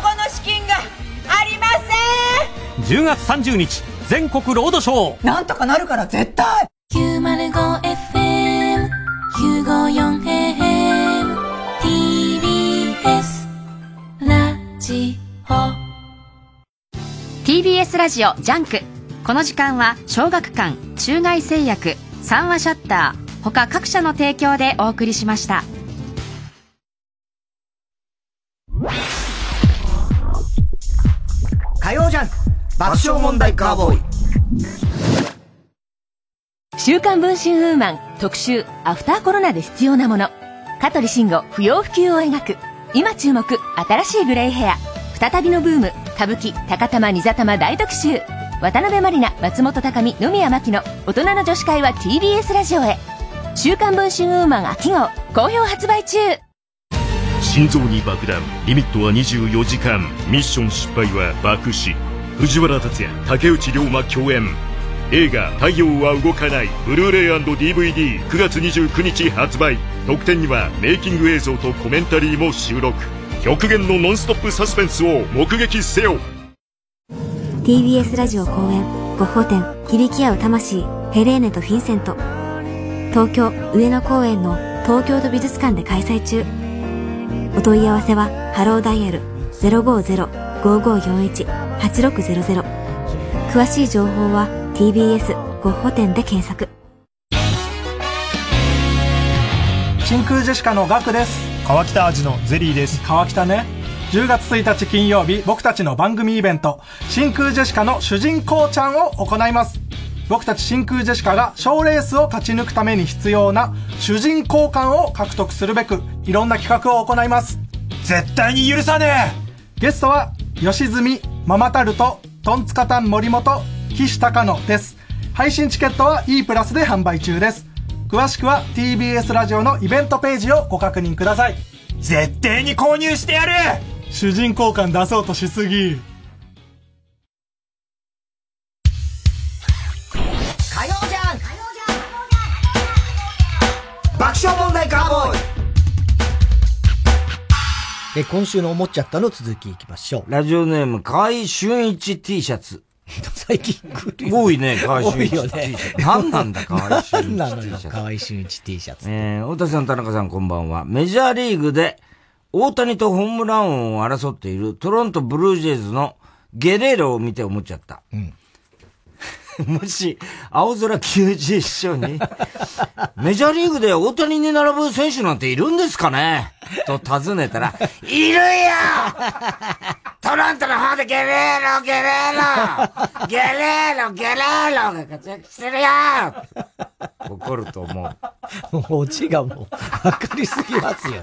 S16: 後の資金がありませ
S15: 10月30日全国ロードショーなんとかなるから絶対
S4: 905FM954AM TBS ラジオ
S5: TBS ラジオジャンクこの時間は小学館中外製薬三話シャッター他各社の提供でお送りしました
S1: 火曜ジャンク爆笑問題カーボーイ
S17: 週刊文春ウーマン特集アフターコロナで必要なもの香取慎吾不要不急を描く今注目新しいグレイヘア再びのブーム歌舞伎高玉二座玉大特集渡辺満里奈松本隆美野宮真紀の大人の女子会は TBS ラジオへ週刊文春ウーマン秋号好評発売中
S18: 心臓に爆弾リミットは24時間ミッション失敗は爆死藤原竜也竹内涼真共演映画「太陽は動かない」ブルーレイ &DVD9 月29日発売特典にはメイキング映像とコメンタリーも収録極限のノンストップサスペンスを目撃せよ
S19: TBS ラジオ公演ゴッホ展響き合う魂ヘレーネとフィンセント東京上野公園の東京都美術館で開催中お問い合わせはハローダイヤル050-5541-8600詳しい情報は TBS ごっほ店で検索
S20: 真空ジェシカのガクです
S21: 川北味のゼリーです
S20: 川北ね10月1日金曜日僕たちの番組イベント真空ジェシカの主人公ちゃんを行います僕たち真空ジェシカが賞ーレースを勝ち抜くために必要な主人公感を獲得するべくいろんな企画を行います
S21: 絶対に許さね
S20: えゲストは吉住ママタルトトンツカタン森本岸隆乃です配信チケットは E プラスで販売中です詳しくは TBS ラジオのイベントページをご確認ください
S21: 絶対に購入してやる
S20: 主人公感出そうとしすぎ
S22: 火曜じゃん爆笑問題カーボーイ
S1: え今週の思っちゃったの続きいきましょう。
S2: ラジオネーム、河合俊一 T シャツ。
S1: 最近来 る
S2: 多いね、河合俊一 T
S1: 多いよ
S2: シ
S1: ね
S2: ャツ。何なんだ、河合俊一 T シャツ。
S1: 何なのよ河合俊一 T シャツ。
S2: えー、大谷さん、田中さん、こんばんは。メジャーリーグで、大谷とホームラン王を争っているトロントブルージェイズのゲレーロを見て思っちゃった。 もし、青空90勝に、 メジャーリーグで大谷に並ぶ選手なんているんですかねと尋ねたら、いるよトロントの方でゲレーロ、ゲレーロゲレーロ、ゲレーロが活躍してるよ怒ると思
S1: う。もうオチがもう、わかりすぎますよね。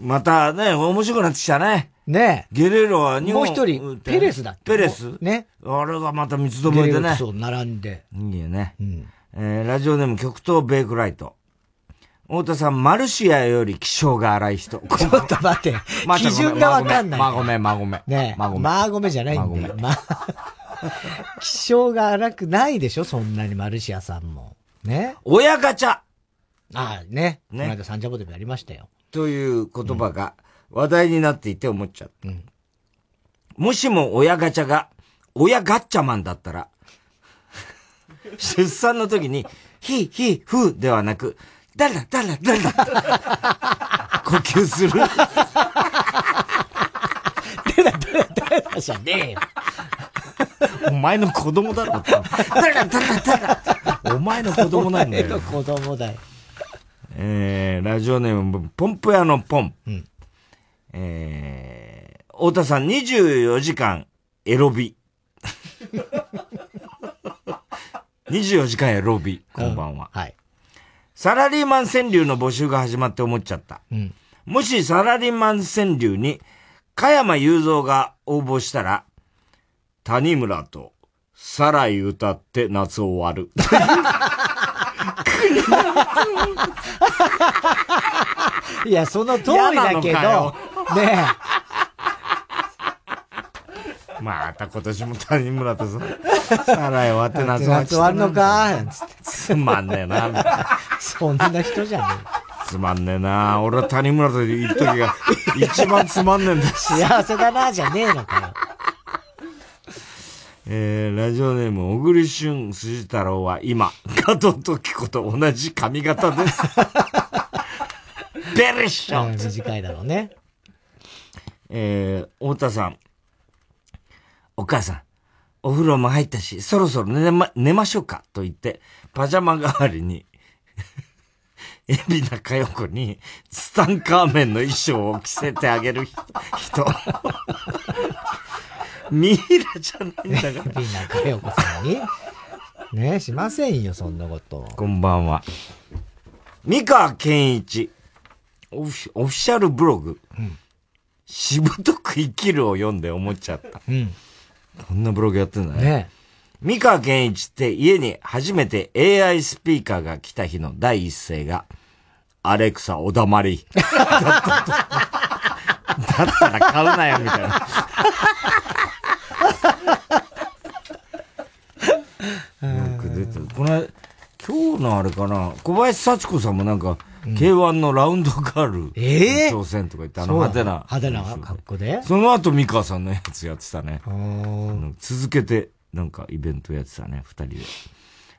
S2: またね、面白くなってきたね。
S1: ね
S2: ゲレーロは日本
S1: もう一人
S2: 打て
S1: ペレスだっけ
S2: ペレス
S1: ね。
S2: あれがまた三つどもえで
S1: ゲレー
S2: ね
S1: ロ。とそう、並んで。
S2: いいよね。えーラジオネーム極東ベイクライト。太田さん、マルシアより気性が荒い人。ちょっ
S1: と待 って 基準がわかんない
S2: まあごめん、まあごめん。
S1: ねえ。
S2: まあごめん。
S1: マーゴメじゃないんだよ。まあ、 気性が荒くないでしょそんなにマルシアさんも。ね。
S2: 親ガチャ
S1: ああ、ね。
S2: ね
S1: この間サンジャポでもやりまし たよ。
S2: という言葉が話題になっていて思っちゃった。もしも親ガチャが、親ガッチャマンだったら、出産の時に、ひ、ひ、ふではなく、だらだらだら、呼吸する。
S1: 誰だじゃねえよ。
S2: お前の子供だろ。誰だ誰だ誰だお前の子供なんだ
S1: 俺の
S2: よ。
S1: 子供だよ。
S2: えー、ラジオネーム、ポンプ屋のポン。
S1: うん
S2: えー、太田さん24時間エロビ。24時間エロビ、こんばんは。
S1: はい。
S2: サラリーマン川柳の募集が始まって思っちゃった。
S1: うん。
S2: もしサラリーマン川柳に、加山雄三が応募したら、谷村と、サライ歌って夏終わる。
S1: いや、その通りだけ
S2: 嫌なの
S1: ど、ね
S2: また今年も谷村とさ、サライ終わって
S1: え。
S2: 夏
S1: 夏
S2: 終わる。
S1: 終わるのかつって。
S2: つまんねえな。
S1: そんな人じゃね
S2: つまんねえな。俺は谷村といる時が一番つまんねえんだ
S1: え。
S2: し。
S1: 幸せだな、じゃねえのかよ。
S2: えー、ラジオネーム、小栗旬辻太郎は今、加藤時子と同じ髪型 です。ベルッション
S1: 短いだろ うね。
S2: えー、太田さん。お母さん、お風呂も入ったし、そろそろ寝ま、寝ましょうかと言って、パジャマ代わりに、 海老名佳代子に、ツタンカーメンの衣装を着せてあげる人。人 ミイラじゃないんだから。
S1: みんな佳代子さんに。ねえ、しませんよ、そんなこと。
S2: こんばんは。三河健一、オフィオフィシャルブログ、しぶとく生きるを読んで思っちゃった。
S1: うん。
S2: こんなブログやってんだね。
S1: ね
S2: 三河健一って家に初めて AI スピーカーが来た日の第一声が、アレクサお黙り。だっただったら買うなよ、みたいな。よく出てる。この間、今日のあれかな、小林幸子さんもなんか、K1 のラウンドガールの
S1: ええ
S2: 挑戦とか言って、あの
S1: そうなの
S2: 派手な。
S1: 派手な格好で。
S2: その後、美川さんのやつやってたね。あの続けて、なんかイベントやってたね、二人で。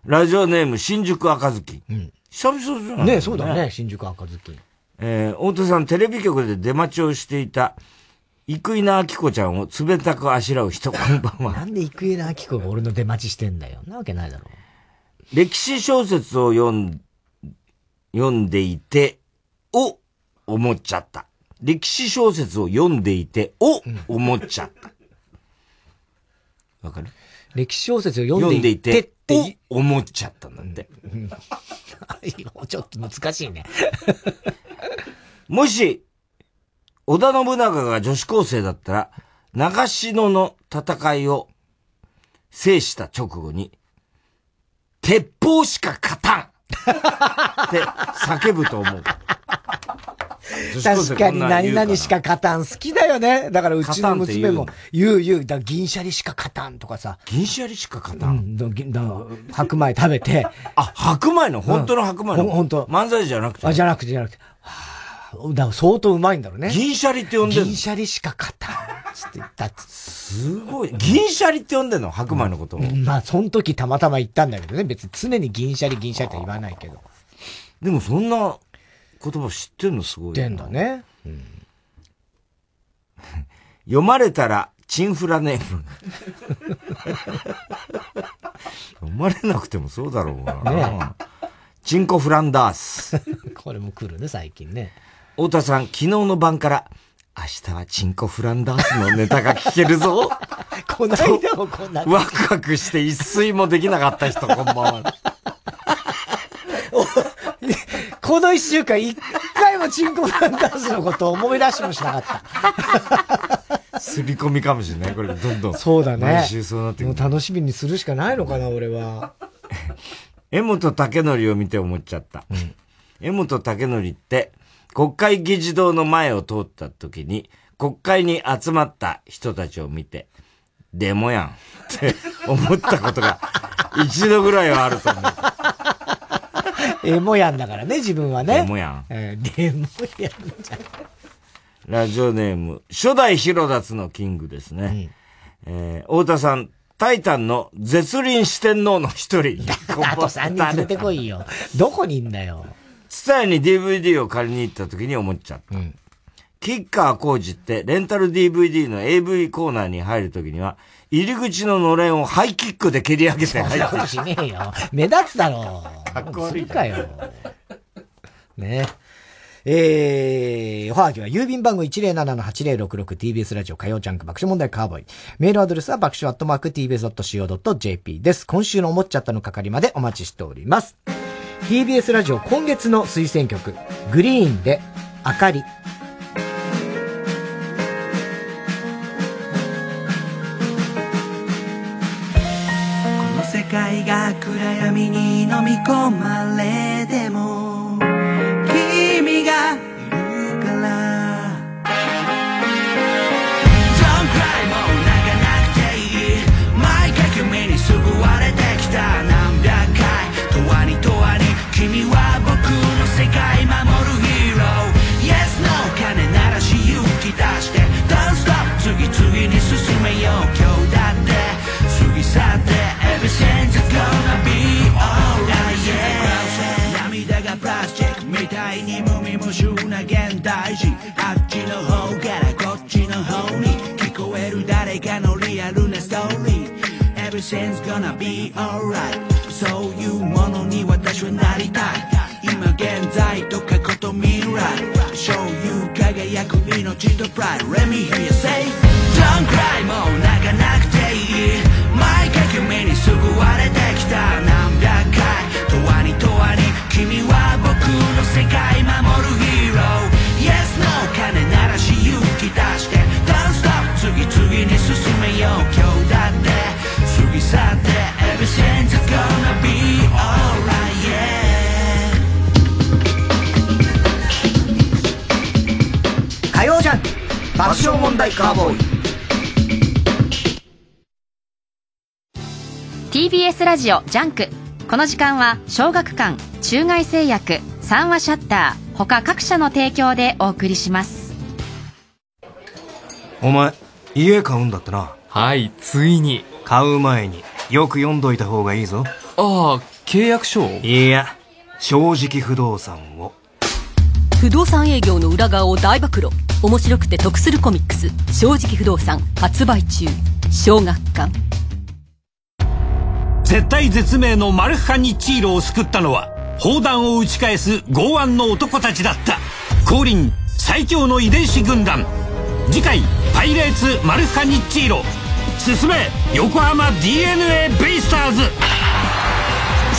S2: ラジオネーム、新宿赤ずきん。久々じゃない
S1: ねえそうだね、新宿赤ずきん。
S2: えー、大手さん、テレビ局で出待ちをしていた、生稲晃子ちゃんを冷たくあしらう人、こんばん は。
S1: なんで生稲晃子が俺の出待ちしてんだよ。なわけないだろ。
S2: 歴史小説を読ん、読んでいて、を思っちゃった。歴史小説を読んでいて、を思っちゃった。 わかる
S1: 歴史小説を読
S2: 読
S1: ん
S2: んで
S1: でい
S2: い
S1: てってて、
S2: を思っちゃったんだって。
S1: ちょっと難し いね。
S2: もし、織田信長が女子高生だったら、長篠の戦いを制した直後に、鉄砲しか勝たんって叫ぶと思う。
S1: 確かに何々しか勝たん好きだよね。だからうち
S2: 勝た
S1: の
S2: んって言
S1: 娘
S2: う
S1: も
S2: の、
S1: 言う言う、だから銀シャリしか勝たんとかさ。
S2: 銀シャリしか勝
S1: たん、だだ白米食べて。
S2: あ、白米の本当の白米の
S1: うんほん本当。
S2: 漫才じゃなくて。
S1: あ、じゃなくてじゃなくて。はあだから相当うまいんだろうね。
S2: 銀シャリって呼んでる
S1: 銀シャリしか勝たん。つって言ったっつって
S2: すごい。銀シャリって呼んでんの白米のことを。
S1: まあ、その時たまたま言ったんだけどね。別に常に銀シャリ銀シャリとは言わないけど。
S2: でもそんな言葉知ってんのすごい。
S1: 言ってんだね。
S2: 読まれたら、チンフラネーム。読まれなくてもそうだろうな。チンコフランダース。
S1: これも来るね、最近ね。
S2: 太田さん、昨日の晩から、明日はチンコフランダースのネタが聞けるぞ。
S1: こないだもこんな。
S2: ワクワクして一睡もできなかった人、こんばんは。
S1: この一週間、一回もチンコフランダースのことを思い出しもしなかった。
S2: すり込みかもしれない。これ、どんどん。
S1: そうだね。
S2: 毎週そうなってく
S1: も
S2: る
S1: う。楽しみにするしかないのかな、俺は。
S2: 江本武則を見て思っちゃった。江本武則って、国会議事堂の前を通った時に、国会に集まった人たちを見て、デモやんって思ったことが、一度ぐらいはあると思う。
S1: エモやんだからね、自分はね。
S2: デモやん。
S1: えーデモやんじゃん。
S2: ラジオネーム、初代広立のキングですね。えー、太田さん、タイタンの絶倫四天王の一人。
S1: あと3人連れてこいよ。どこにいんだよ。
S2: ツタヤに DVD を借りに行った時に思っちゃった。キッカー工事って、レンタル DVD の AV コーナーに入る時には、入り口ののれんをハイキックで蹴り上げて
S1: そん
S2: 入
S1: な
S2: っ
S1: こ
S2: て
S1: としねえよ。目立つだろう。
S2: かっこ悪い
S1: するかよ。ねえー、おはぎは郵便番号 107-8066TBS ラジオ火曜ジャンク爆笑問題カーボーイ。メールアドレスは爆笑アットマーク TBS.CO.JP です。今週の思っちゃったの係までお待ちしております。TBS ラジオ今月の推薦曲、グリーンで、明かり。
S23: この世界が暗闇に飲み込まれても君がいるからどんくらいもう泣かなくていい毎回君に救われてきた何百回永遠に永遠に君は僕の世界守るヒーロー Yes, no 金ならし勇気出して Don't stop 次々に進めよう今日だって過ぎ去って Everything's gonna be alright yeah 涙がプラスチックみたいに無味無臭な現代人あっちの方からこっちの方に聞こえる誰かのリアルなストーリー Everything's gonna be alright そういうものに私はなりたい今現在と過去と未来そういう輝く命とプライド Let me hear you say Don't cry もう泣かなくていい毎回君に救われてきた何百回永遠に永遠に君は僕の世界守るヒーロー Yes no 金ならし勇気出して Don't stop 次々に進めよう今日だって過ぎ去って Everything's gonna be alright yeah
S22: 火曜ジャンク爆笑問題カーボーイ
S5: TBS ラジオジャンクこの時間は小学館中外製薬三話シャッター他各社の提供でお送りします
S3: お前家買うんだってなはいついに買う前によく読んどいた方がいいぞ
S6: ああ
S3: 契約書をいや、正直不動産を。
S6: 不動産営業の裏側を大暴露面白くて得するコミックス「正直不動産」発売中小学館
S7: 絶体絶命のマルハニチーロを救ったのは砲弾を打ち返す剛腕の男たちだった降臨最強の遺伝子軍団次回「パイレーツマルハニチーロ」進め横浜 d n a ベイスターズ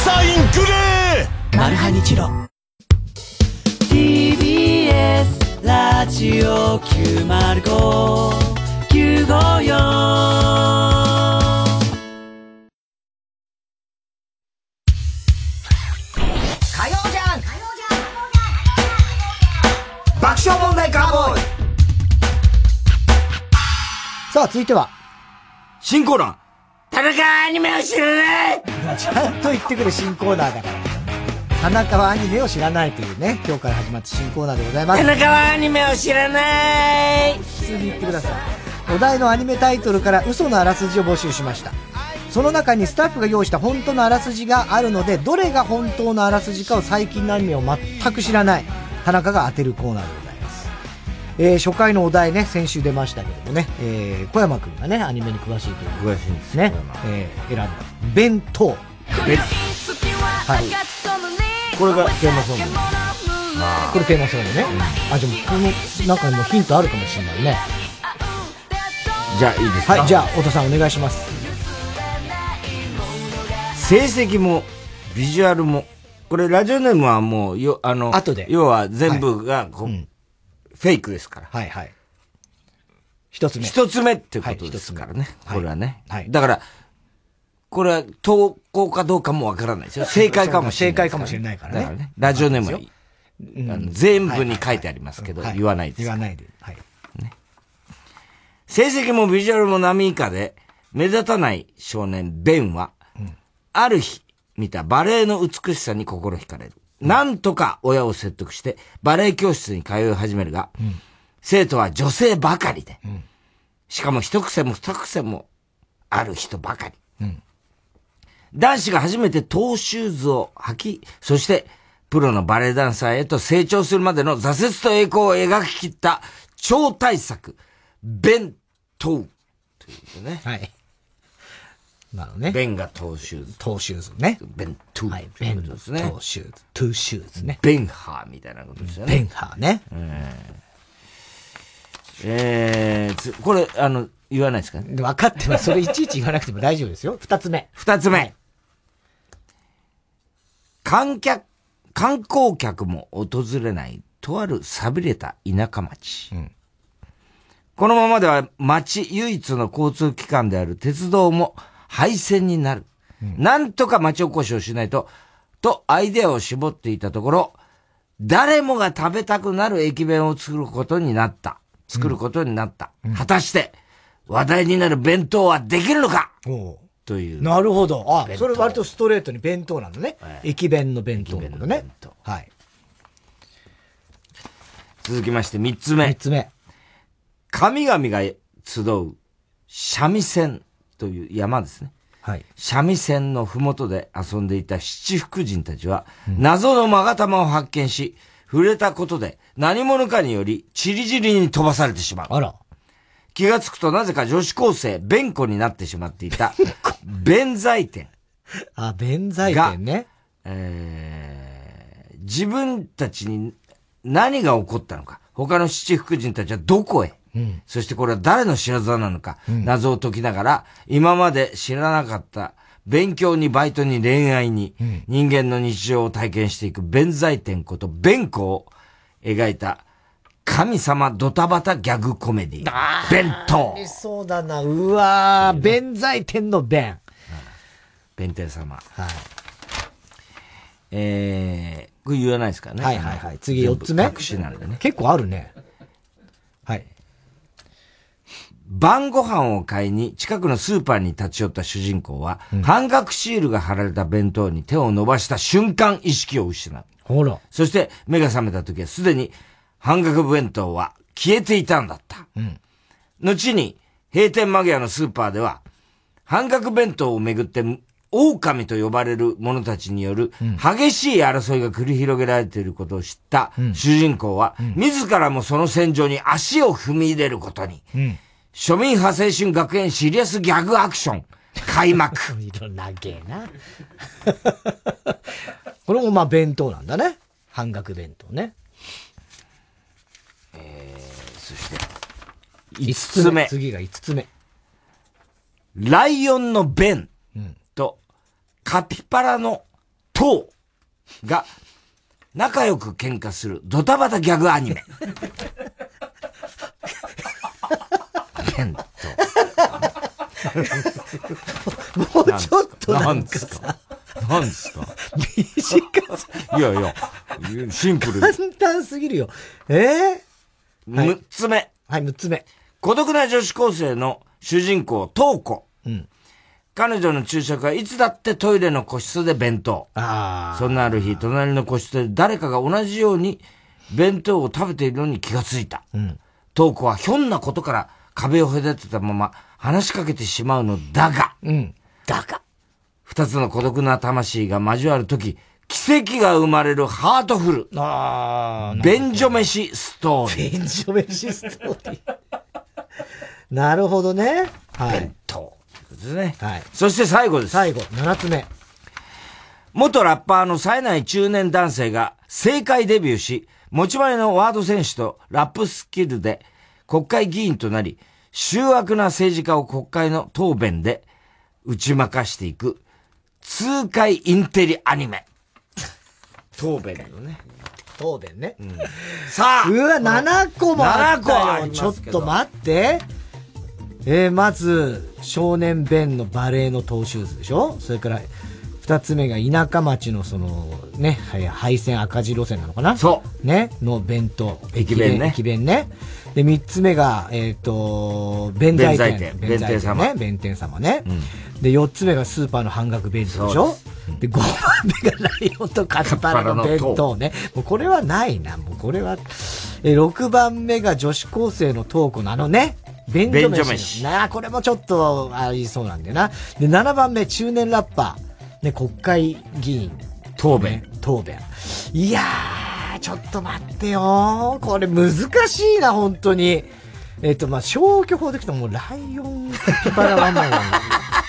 S7: サインくれマルハニチロ
S12: TBS ラジオ905954
S22: 火曜じゃん爆笑問題カーボーイ
S1: さあ、続いては。
S2: 新コーナー。田中アニメを知らない
S1: ちゃんと言ってくる新コーナーだから。田中はアニメを知らないというね、今日から始まった新コーナーでございます。
S2: 田中はアニメを知らない
S1: 普通に言ってください。お題のアニメタイトルから嘘のあらすじを募集しました。その中にスタッフが用意した本当のあらすじがあるので、どれが本当のあらすじかを最近のアニメを全く知らない、田中が当てるコーナーでございます。えー初回のお題ね、先週出ましたけどもね、えー小山くんがね、アニメに詳しいという詳しいんですね、えー選んだ。弁当。はい。
S24: これがテーマソング
S1: これテーマソングね。あ、じゃあもうこの中にもヒントあるかもしれないね。
S24: じゃあいいですか
S1: はい、じゃあ、太田さんお願いします。
S2: 成績もビジュアルもこれラジオネームはもうよあの
S1: 後で
S2: 要は全部がこう、フェイクですから
S1: はいはい一つ目
S2: 一つ目っていうことですからね、これはね、だからこれは投稿かどうかもわからないですよ正解かもしれない
S1: 正解かもしれないからね
S2: だラジオネームは
S1: そう
S2: あの全部に書いてありますけど、言わないです
S1: 言わないで。はい。
S2: 成績もビジュアルも波以下で、目立たない少年、ベンは、ある日、見たバレエの美しさに心惹かれる。なんとか親を説得して、バレエ教室に通い始めるが、生徒は女性ばかりで、しかも一癖も二癖もある人ばかり。
S1: うん
S2: 男子が初めてトーシューズを履き、そしてプロのバレエダンサーへと成長するまでの挫折と栄光を描き切った超大作、弁当。ということね。
S1: はい。なのね。
S2: 弁がトーシューズ。
S1: トーシューズね。
S2: 弁当。はい、弁当ですね。トー
S1: シューズ。トゥーシューズね。
S2: 弁ハーみたいなことですよね。
S1: ベンハーね。
S2: えー、つこれ、あの、言わないですかね。
S1: で分かってます。それいちいち言わなくても大丈夫ですよ。二つ目。
S2: 二つ目。観客、観光客も訪れない、とある寂れた田舎町。このままでは町唯一の交通機関である鉄道も廃線になる。なんとか町おこしをしないと、とアイデアを絞っていたところ、誰もが食べたくなる駅弁を作ることになった。作ることになった。果たして、話題になる弁当はできるのかという。
S1: なるほど。あ
S2: 弁、当
S1: それ割とストレートに弁当なのね。駅弁の弁当のことね。はい。
S2: 続きまして三つ目。三
S1: つ目。
S2: 神々が集う三味線という山ですね。
S1: はい。
S2: 三味線のふもとで遊んでいた七福神たちは、謎の勾玉を発見し、触れたことで何者かによりチリジリに飛ばされてしまう。気がつくとなぜか女子高生、弁子になってしまっていた、弁財天。
S1: あ、弁財天ね。
S2: えー自分たちに何が起こったのか、他の七福神たちはどこへ、
S1: うん
S2: そしてこれは誰の仕業なのか、
S1: うん
S2: 謎を解きながら、今まで知らなかった、勉強にバイトに恋愛に、
S1: うん
S2: 人間の日常を体験していく弁財天こと弁子を描いた、神様ドタバタギャグコメディ、弁当
S1: あ。りそうだな。うわー、弁財天の弁。
S2: 弁天様。はい。えー、これ言わないですからね。
S1: はいはいはい次四つ目
S2: 全部隠しなんでね。
S1: 結構あるね。はい。
S2: 晩ご飯を買いに近くのスーパーに立ち寄った主人公は、半額シールが貼られた弁当に手を伸ばした瞬間意識を失う。
S1: ほら。
S2: そして目が覚めた時はすでに半額弁当は消えていたんだった。
S1: うん
S2: 後に閉店間際のスーパーでは、半額弁当をめぐって狼と呼ばれる者たちによる激しい争いが繰り広げられていることを知った主人公は、自らもその戦場に足を踏み入れることに、
S1: うん。
S2: 庶民派青春学園シリアスギャグアクション、開 幕。
S1: いろんなげえな。 これもまあ弁当なんだね。半額弁当ね。
S2: そして、
S1: 5
S2: 5
S1: つ
S2: つ
S1: 目
S2: 目。
S1: 次が5つ目。
S2: ライオンのベンとカピパラのトウが仲良く喧嘩するドタバタギャグアニメ。ベンと。
S1: もうちょっとな
S2: なんん
S1: か
S2: です
S1: さ
S2: かなんですか
S1: 短さ。
S2: いやいや、シンプルで
S1: 簡単すぎるよ。え
S2: え6つ目。
S1: はい、6つ目。
S2: 孤独な女子高生の主人公、トウコ。
S1: うん。
S2: 彼女の昼食はいつだってトイレの個室で弁当。そんなある日、隣の個室で誰かが同じように弁当を食べているのに気がついた。
S1: うん。
S2: トウコはひょんなことから壁を隔てたまま話しかけてしまうのだが、
S1: うん。
S2: 二つの孤独な魂が交わるとき、奇跡が生まれるハートフル。
S1: あ
S2: 便所飯ストーリー。
S1: 便所飯ストーリー。 なるほどね。はい。弁
S2: 当。ですね。
S1: はい。
S2: そして最後です。
S1: 最後、7つ目。
S2: 元ラッパーの冴えない中年男性が政界デビューし、持ち前のワード選手とラップスキルで国会議員となり、醜悪な政治家を国会の答弁で打ち負かしていく、痛快インテリアニメ。答弁のね。
S1: 答弁ね。
S2: さ
S1: あうわ、7個もあったよ
S2: 7個あり
S1: ちょ
S2: ま
S1: っ
S2: すけど
S1: と待って。えー、まず、少年弁のバレエのトーシューズでしょそれから、二つ目が田舎町のその、ね、はい廃線赤字路線なのかなそう。ね、の弁当。
S2: 駅弁ね
S1: 駅弁ね。で、三つ目が、えっ、と、弁財天。
S2: 弁財天
S1: ね。弁天様ね。で、四つ目がスーパーの半額弁当でしょで、5番目がライオンとカピバラの弁当ね。もうこれはないな。もうこれは。え、6番目が女子高生のトーコのあのね。便所
S2: 便
S1: 飯。
S2: 所飯
S1: なあ、これもちょっとありそうなんだよな。で、7番目、中年ラッパー。ね、国会議員。
S2: 答弁。
S1: 答弁。いやー、ちょっと待ってよー。これ難しいな、本当に。えっ、と、まあ、消去法できたらもうライオン、カピバラはもう、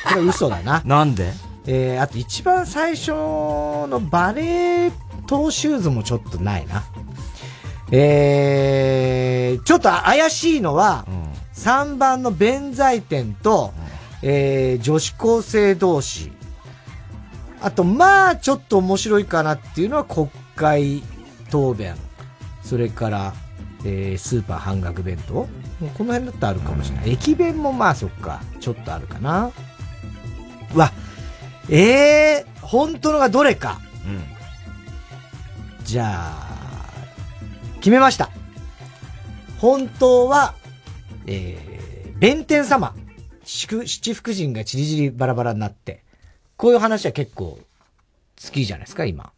S1: これ嘘だな。
S2: なんで
S1: えー、あと一番最初のバレートーシューズもちょっとないな。えー、ちょっと怪しいのは、3番の弁財天と、えー、女子高生同士。あと、まあ、ちょっと面白いかなっていうのは国会答弁。それから、えー、スーパー半額弁当。もうこの辺だったらあるかもしれない。駅弁もまあそっか、ちょっとあるかな。うわ、ええー、本当のがどれか。じゃあ、決めました。本当は、えー、弁天様。祝七福神がちりぢりバラバラになって。こういう話は結構好きじゃないですか、今。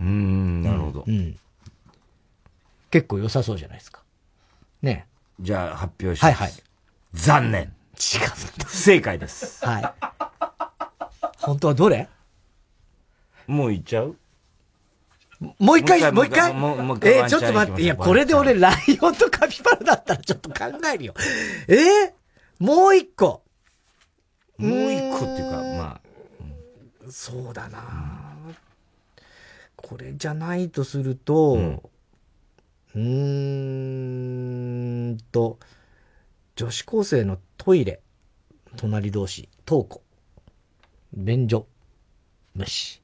S2: うーん、なるほど。
S1: うん。結構良さそうじゃないですか。ね
S2: じゃあ発表します。はいはい。残念。違
S1: う。
S2: 不正解です。
S1: はい。本当はどれ
S2: もういっちゃう
S1: もう一回、も
S2: も
S1: う
S2: う一
S1: 一回
S2: 回もう一回
S1: えーちょっと待って、いや、
S2: ワンチャン
S1: これで俺、ライオンとカピバラだったらちょっと考えるよ。えーもう一個。
S2: もう一個っていうか、ま
S1: あ。そうだな、これじゃないとすると、うん、ーんと、女子高生のトイレ、隣同士、トーコ、便所、虫。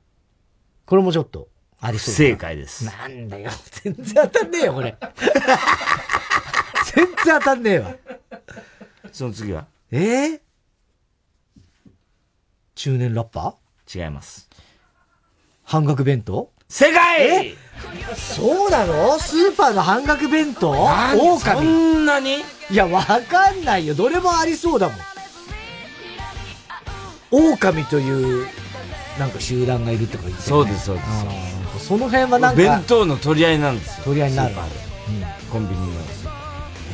S1: これもちょっと、ありそうだな。
S2: 不正解です
S1: なんだよ、 全然当たんねえよ、これ。 全然当たんねえわ。
S2: その次は
S1: えー、中年ラッパ
S2: 違います。
S1: ー半額弁当
S2: 正解
S1: えそうなのスーパーの半額弁当狼
S2: そんなに
S1: いや、わかんないよ。どれもありそうだもん。狼という、なんか集団がいるとか言って、ね、
S2: そうです、そうで
S1: です。その辺はなん
S2: す。弁
S1: か、
S2: 当の取り合いなんですよ。
S1: 取り合いになる
S2: スーパーでコンビニの。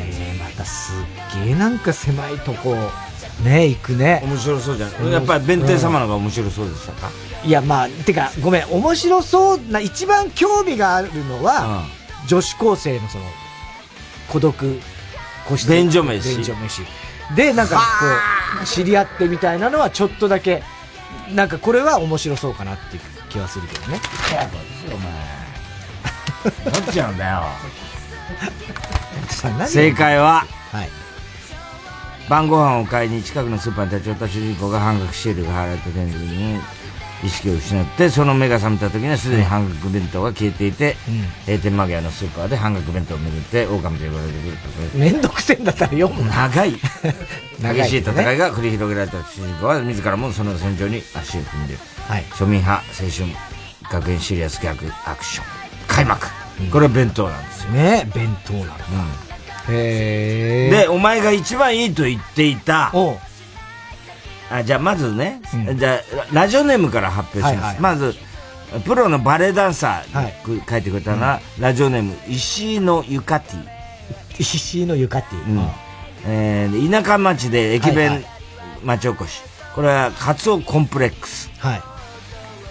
S1: えー、またすっげえなんか狭いとこ、ね行くね
S2: 面白そうじゃないやっぱり弁天様の方が面白そうでしたか、
S1: いやまあてかごめん面白そうな一番興味があるのは、女子高生のその孤独個室
S2: 便所飯
S1: 便所飯でなんかこう知り合ってみたいなのはちょっとだけなんかこれは面白そうかなっていう気はするけどね
S2: どっちなんだよ
S1: さ何
S2: 正解は、
S1: はい
S2: 晩ご飯を買いに近くのスーパーに立ち寄った主人公が半額シールが貼られた店に意識を失ってその目が覚めた時にはすでに半額弁当が消えていて、閉店間際のスーパーで半額弁当を巡って狼と呼ばれてくると
S1: めんどくせえんだったら読むな
S2: 長い
S1: 長い
S2: 激しい戦いが繰り広げられた主人公は自らもその戦場に足を踏んでいる、庶民派青春学園シリアスギャグアクション開幕、これは弁当なんですよ
S1: ね弁当なんだ、へえ
S2: でお前が一番いいと言っていたあじゃあまずね、じゃあラジオネームから発表します、
S1: はいはい
S2: まずプロのバレエダンサー、
S1: はい
S2: く書いてくれたのは、ラジオネーム石井のゆかティ
S1: 石井のゆかティ、
S2: うんえー田舎町で駅
S1: は
S2: 弁
S1: い
S2: 町おこし、これはカツオコンプレックス、
S1: はい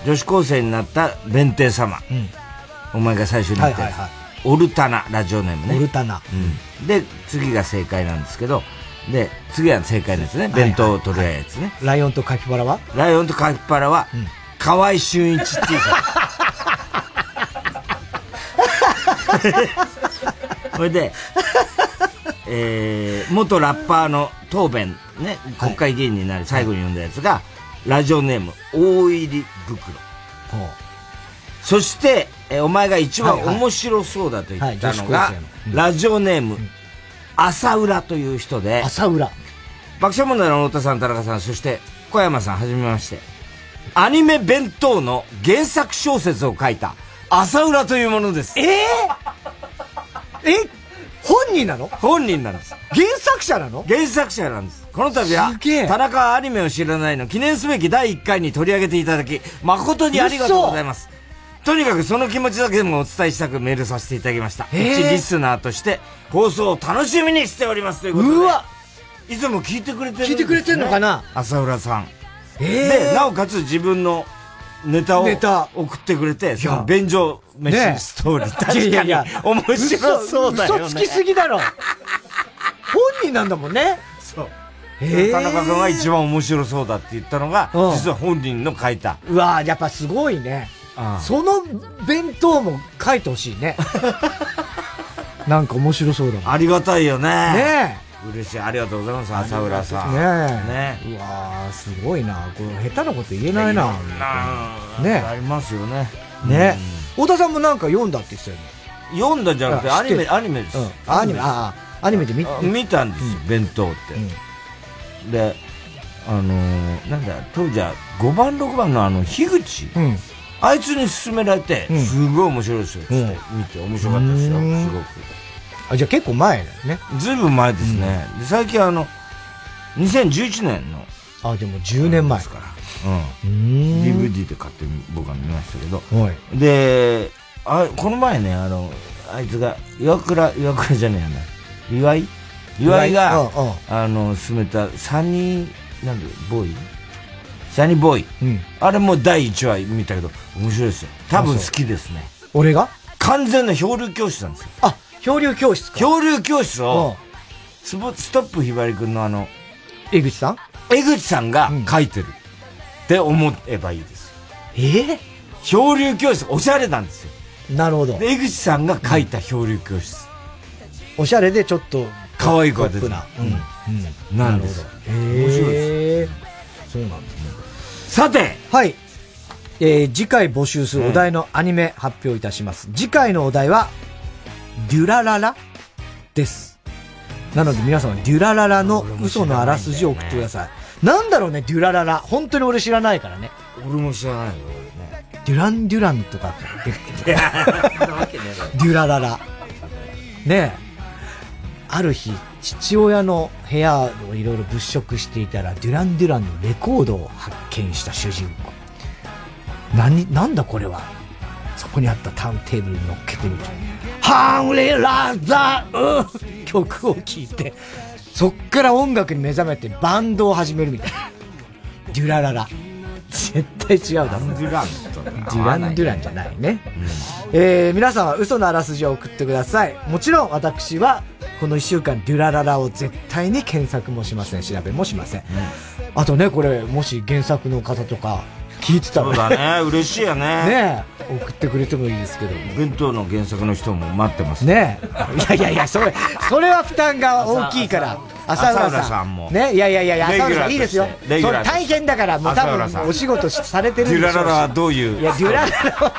S2: 女子高生になった弁天様、
S1: うん
S2: お前が最初に言ったやつ、
S1: はいはい
S2: オルタナラジオネームね
S1: オルタナ
S2: うんで次が正解なんですけどで次は正解ですね弁当を取り合うやつね、
S1: ライオンとカピバラは
S2: ライオンとカピバラは、河合俊一 T シャツ。 それで、えー元ラッパーの答弁、ね、国会議員になり最後に読んだやつが、ラジオネーム、大入り袋。そして、えーお前が一番
S1: はいはい
S2: 面白そうだと言ったのが
S1: はい女子高、
S2: ラジオネーム、朝浦という人で、
S1: 朝浦。
S2: 爆笑問題の太田さん、田中さん、そして小山さん、はじめまして。アニメ弁当の原作小説を書いた、朝浦というものです。え
S1: え本人なの
S2: 本人なんです。
S1: 原作者なの
S2: 原作者なんです。この度は、
S1: す
S2: 田中はアニメを知らないの記念すべき第1回に取り上げていただき、誠にありがとうございます。とにかくその気持ちだけでもお伝えしたくメールさせていただきました。
S1: えー
S2: 一リスナーとして放送を楽しみにしておりますということで。うわいつも聞いてくれてるんですね
S1: 聞いてくれてんのかな
S2: 朝浦さん。
S1: えー
S2: で、なおかつ自分のネタを
S1: ネ
S2: 送ってくれて、その便所
S1: ね
S2: 飯
S1: え
S2: ストーリー。
S1: いやいやいや
S2: 確かに面白そうだよね。
S1: 嘘嘘つきすぎだろ 本人なんだもんね
S2: そう
S1: へえ
S2: 田中君が一番面白そうだって言ったのが、
S1: うん
S2: 実は本人の書いた。
S1: うわやっぱすごいね
S2: うん
S1: その弁当も書いてほしい ねなんか面白そうだもん
S2: ありがたいよね。
S1: ね
S2: 嬉しい。ありがとうございます、朝浦さん。
S1: ねえうわーすごいなこれ下手なこと言えないなね
S2: ありますよね。
S1: ね太田さんもなんか読んだって言ってたよね
S2: 読んだんじゃなくて、
S1: あ
S2: ア
S1: 知
S2: ニ
S1: って
S2: メ、
S1: る
S2: アニメです。
S1: うんあアニメああアニメで見
S2: あ見たんですよ、弁当って。で、あのーなんだ、当時は5番、6番のあの、樋口。あいつに勧められて、すごい面白いですよ、つって見て、面白かったですよ、
S1: うん
S2: すごく。
S1: あじゃあ結構前だよね
S2: ずいぶん前ですね、で最近あの2011年の
S1: あでも10年前
S2: から
S1: うーん
S2: DVD で買ってみ僕は見ましたけど
S1: はい
S2: であこの前ねあのあいつが岩倉岩倉じゃねえやな岩井岩井が
S1: 岩井うんうん
S2: あの勧めたサニーなんだボーイサニーボーイ、あれも第1話見たけど面白いですよ多分好きですね
S1: 俺が
S2: 完全な漂流教室なんですよ
S1: あ漂流教室か
S2: 漂流教室をスポストップひばりくんのあの
S1: 江口さん
S2: 江口さんが書いてるって思えばいいです
S1: ええ
S2: 漂流教室おしゃれなんですよ
S1: なるほど
S2: で江口さんが書いた漂流教室
S1: おしゃれでちょっと
S2: 可愛い子が出て
S1: ポ
S2: る
S1: ップ
S2: うんなんです
S1: な面白いですそうなんですね
S2: さて
S1: はいえー次回募集するお題のアニメ発表いたします、次回のお題は「デュラララ」ですなので皆様デュラララの嘘のあらすじを送ってくださいなんだろうねデュラララ本当に俺知らないからね
S2: 俺も知らないよ
S1: デュラン・デュランと か出てきてデュラララ。ねえ。ある日、父親の部屋をいろいろ物色していたら、デュラン・デュランのレコードを発見した主人公。何、なんだこれは。そこにあったターンテーブルに乗っけてみて、ハンレラザー曲を聴いて、そっから音楽に目覚めてバンドを始めるみたいな。デュラララ。絶対違うだろ。デュランと。デュラン・デュランじゃないね。えー、皆さんは嘘のあらすじを送ってください。もちろん私は、この一週間、デュラララを絶対に検索もしません。調べもしません。あとね、これ、もし原作の方とか、聞いてたら
S2: そうだね嬉しいよね
S1: ねえ送ってくれてもいいですけど
S2: 弁当の原作の人も待ってます
S1: ねいやいやいやそれそれは負担が大きいから
S2: 朝浦さん朝
S1: 朝浦
S2: 浦さ
S1: さ
S2: ん
S1: ん
S2: も
S1: ねいやいやいやいや
S2: レギュ
S1: 朝
S2: ラーと
S1: 浦さ
S2: し
S1: ん
S2: て
S1: いいですよそ
S2: レ
S1: れ
S2: ギュラーとして
S1: 大変だからもう多
S2: 朝浦さん
S1: 分お仕事されてるんでしょうし
S2: デュラララはどういう
S1: いやデュラララは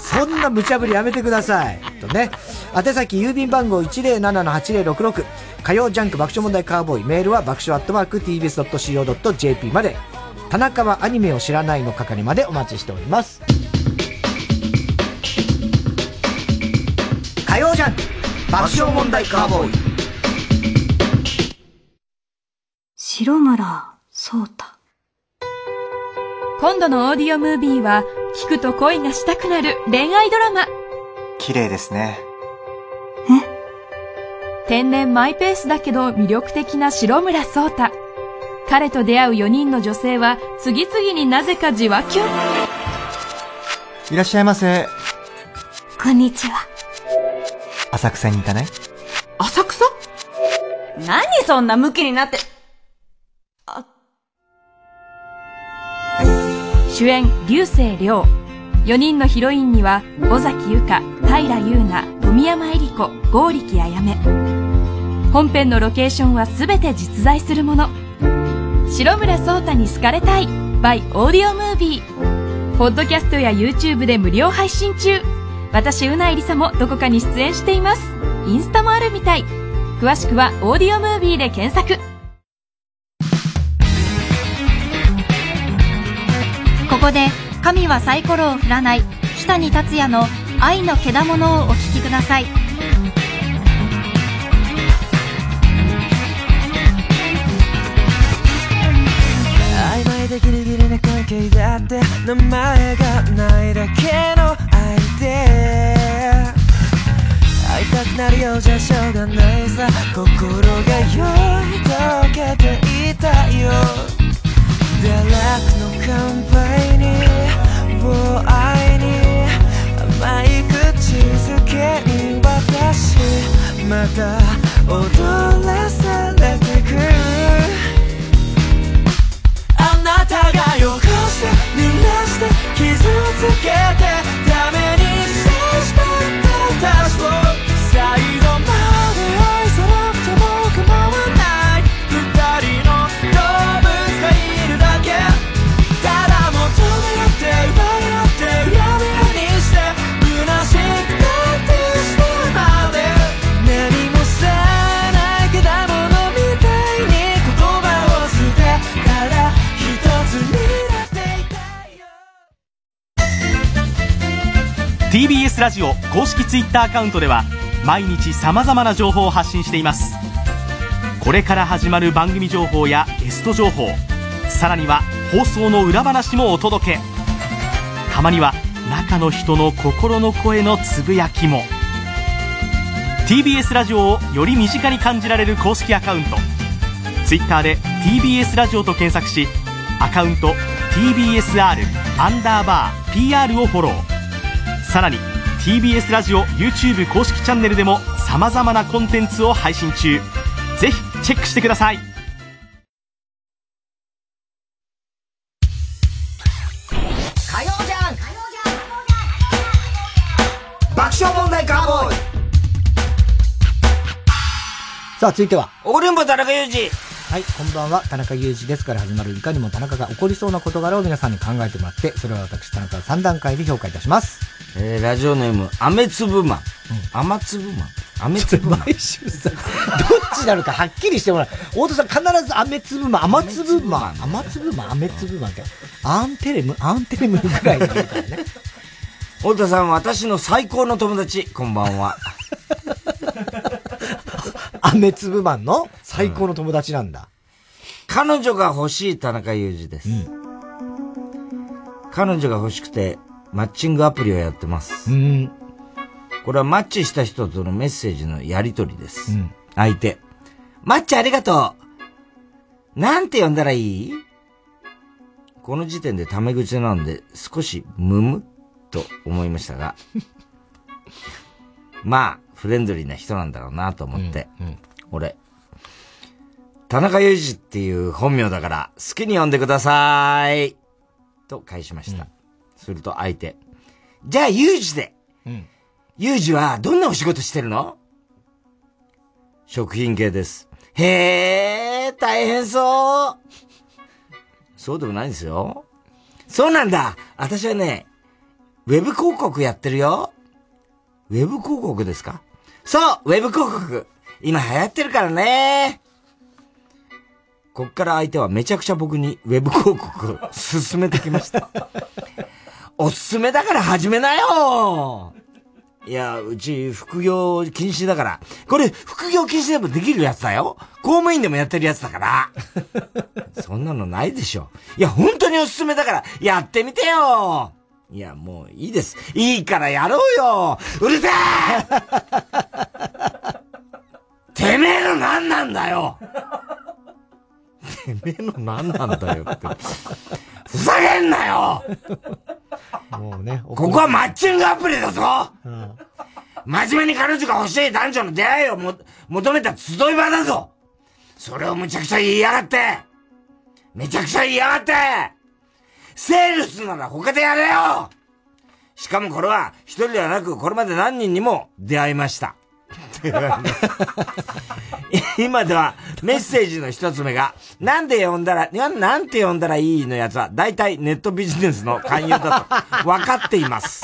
S1: そんな無茶ぶりやめてくださいとね宛先郵便番号107-8066火曜ジャンク爆笑問題カーボーイメールは爆笑アットマーク TBS.CO.JP まで田中はアニメを知らないの係までお待ちしております火曜ジャンク爆笑問題カーボーイ
S19: 白村聡太
S4: 今度のオーディオムービーは、聞くと恋がしたくなる恋愛ドラマ。
S21: 綺麗ですね。
S4: 天然マイペースだけど魅力的な白村聡太。彼と出会う4人の女性は、次々になぜかじわキュン。
S8: いらっしゃいませ。
S19: こんにちは
S8: 浅草に行かない
S9: 浅草何そんなムキになって。
S4: 主演、流星涼。4人のヒロインには、尾崎由香、平優奈、富山恵里子、剛力あやめ。本編のロケーションは全て実在するもの。白村聡太に好かれたい by オーディオムービー。ポッドキャストや YouTube で無料配信中。私、うないりさもどこかに出演しています。インスタもあるみたい。詳しくはオーディオムービーで検索。ここで神はサイコロを振らない日谷達也の愛のけだものをお聞きください
S12: 曖昧でギリギリな関係だって名前がないだけの相手会いたくなるようじゃしょうがないさ心が酔い溶けていたよ堕落の乾杯に某愛に甘い口づけに私また踊らされてくあなたが汚して濡らして傷つけてダメにしてしまった私を最後まで愛さなくても構わない二人の動物がいるだけただ求め合って奪い合ってやめにして虚しくなってしまう何も知らないけどものみたいに言葉を捨てただ一つになっていた
S10: TBS ラジオ公式 Twitter アカウントでは毎日さまざまな情報を発信していますこれから始まる番組情報やゲスト情報さらには放送の裏話もお届けたまには中の人の心の声のつぶやきも TBS ラジオをより身近に感じられる公式アカウント Twitter で TBS ラジオと検索しアカウント TBSR アンダーバー PR をフォローさらに TBS ラジオ YouTube 公式チャンネルでも様々なコンテンツを配信中ぜひチェックしてください
S22: 火曜ジャンク爆笑問題カーボーイ
S1: さあ続いては
S2: おりんぼ田中裕二
S1: はい、こんばんは、田中裕二ですから始まるいかにも田中が起こりそうな事柄を皆さんに考えてもらって、それを私、田中が3段階で評価いたします。
S2: えー、ラジオネーム、アメツブマン。アマツ ブマン。アメツブマン。
S1: 毎週さ、どっちなのかはっきりしてもらう。太田さん必ず雨粒マン、雨粒マン、雨粒マン、雨粒マンって、アンテレム、アンテレムぐらいの言うからね。
S2: 太田さん、私の最高の友達、こんばんは。
S1: 雨粒マンの最高の友達なんだ。
S2: 彼女が欲しい田中裕二です。彼女が欲しくて、マッチングアプリをやってます。これはマッチした人とのメッセージのやりとりです。相手。マッチありがとう。なんて呼んだらいいこの時点でタメ口なので少しムムッと思いました が、まあ、フレンドリーな人なんだろうなと思って、俺、田中裕二っていう本名だから好きに呼んでください。と返しました。すると相手、じゃあ裕二で。
S11: うん
S2: 裕二はどんなお仕事してるの食品系です。へえ、大変そう。そうでもないですよ。そうなんだ私はね、ウェブ広告やってるよ。ウェブ広告ですかそうウェブ広告今流行ってるからねこっから相手はめちゃくちゃ僕にウェブ広告を勧めてきま した。おすすめだから始めなよいや、うち副業禁止だから。これ副業禁止でもできるやつだよ。公務員でもやってるやつだ から。そんなのないでしょ。いや、本当におすすめだから、やってみてよいや、もういいです。いいからやろうよう るせえてめえの何なんだよてめえの何なんだよって。ふざけんなよ
S1: もうね、
S2: ここはマッチングアプリだぞ、真面目に彼女が欲しい男女の出会いをも求めた集い場だぞそれをむちゃくちゃ言いやがってめちゃくちゃ言いやがってセールスなら他でやれよしかもこれは一人ではなくこれまで何人にも出会いました。 今ではメッセージの一つ目が、なんで呼んだら、ななんて呼んだらいいのやつは、大体ネットビジネスの勧誘だと分かっています。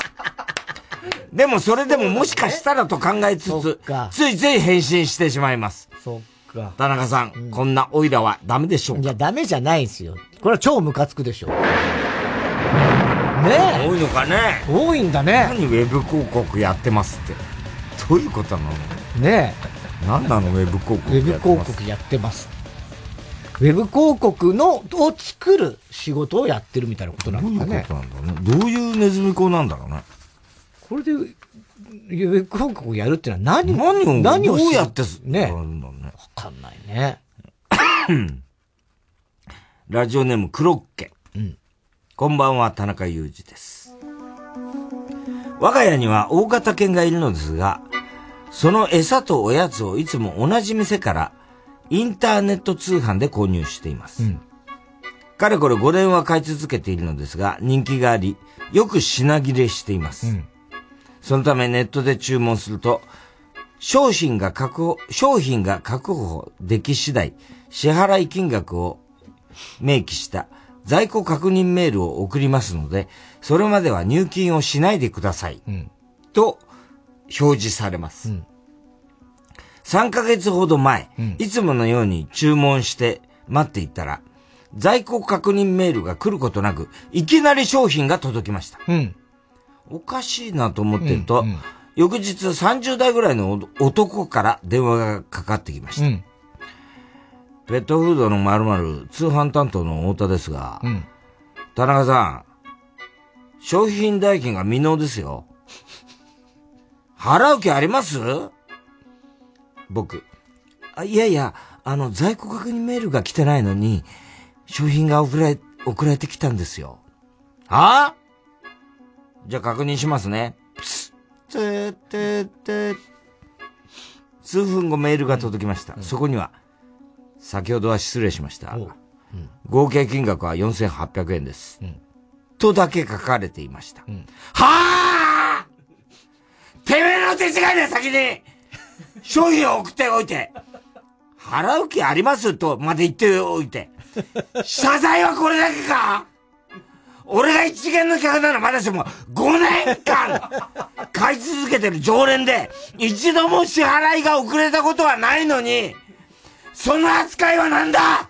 S2: でもそれでももしかしたらと考えつつ、ついつい返信してしまいます。
S1: そっか。
S2: 田中さん、こんなオイラはダメでしょうか
S1: いや、ダメじゃないですよ。これは超ムカつくでしょ。ねえ。
S2: 多いのかね
S1: 多いんだね。
S2: 何ウェブ広告やってますって。どういうことなの
S1: ね
S2: 何なのウェブ広告
S1: ウェブ広告やってます。ウェブ広告の、を作る仕事をやってるみたいなことなのか
S2: どういう
S1: ね
S2: こ。となんだろうね。どういうネズミ講なんだろうね。
S1: これで、ウェブ広告をやるってのは何
S2: 何を、
S1: 何を
S2: どうや
S1: し
S2: ってす、ね。わ
S1: かんないね。
S2: ラジオネームクロッケ。
S1: うん
S2: こんばんは、田中裕二です。我が家には大型犬がいるのですが、その餌とおやつをいつも同じ店からインターネット通販で購入しています。かれこれ5年は買い続けているのですが、人気があり、よく品切れしています。そのためネットで注文すると、商品が確保、商品が確保でき次第、支払い金額を明記した在庫確認メールを送りますので、それまでは入金をしないでください。と、表示されます。3ヶ月ほど前、いつものように注文して待っていたら、在庫確認メールが来ることなく、いきなり商品が届きました。おかしいなと思ってると、翌日30代ぐらいの男から電話がかかってきました。ペットフードの〇〇通販担当の太田ですが、田中さん、商品代金が未納ですよ。払う気あります僕、あいやいや、あの、在庫確認メールが来てないのに、商品が送られ、送られてきたんですよ。はぁじゃあ確認しますね。プスッ、てーてーてー数分後メールが届きました。そこには、先ほどは失礼しました。合計金額は4800円です。とだけ書かれていました。はあてめえの手違いで先に商品を送っておいて払う気ありますとまで言っておいて謝罪はこれだけか俺が一元の客ならまだしも5年間買い続けてる常連で一度も支払いが遅れたことはないのにその扱いはなんだ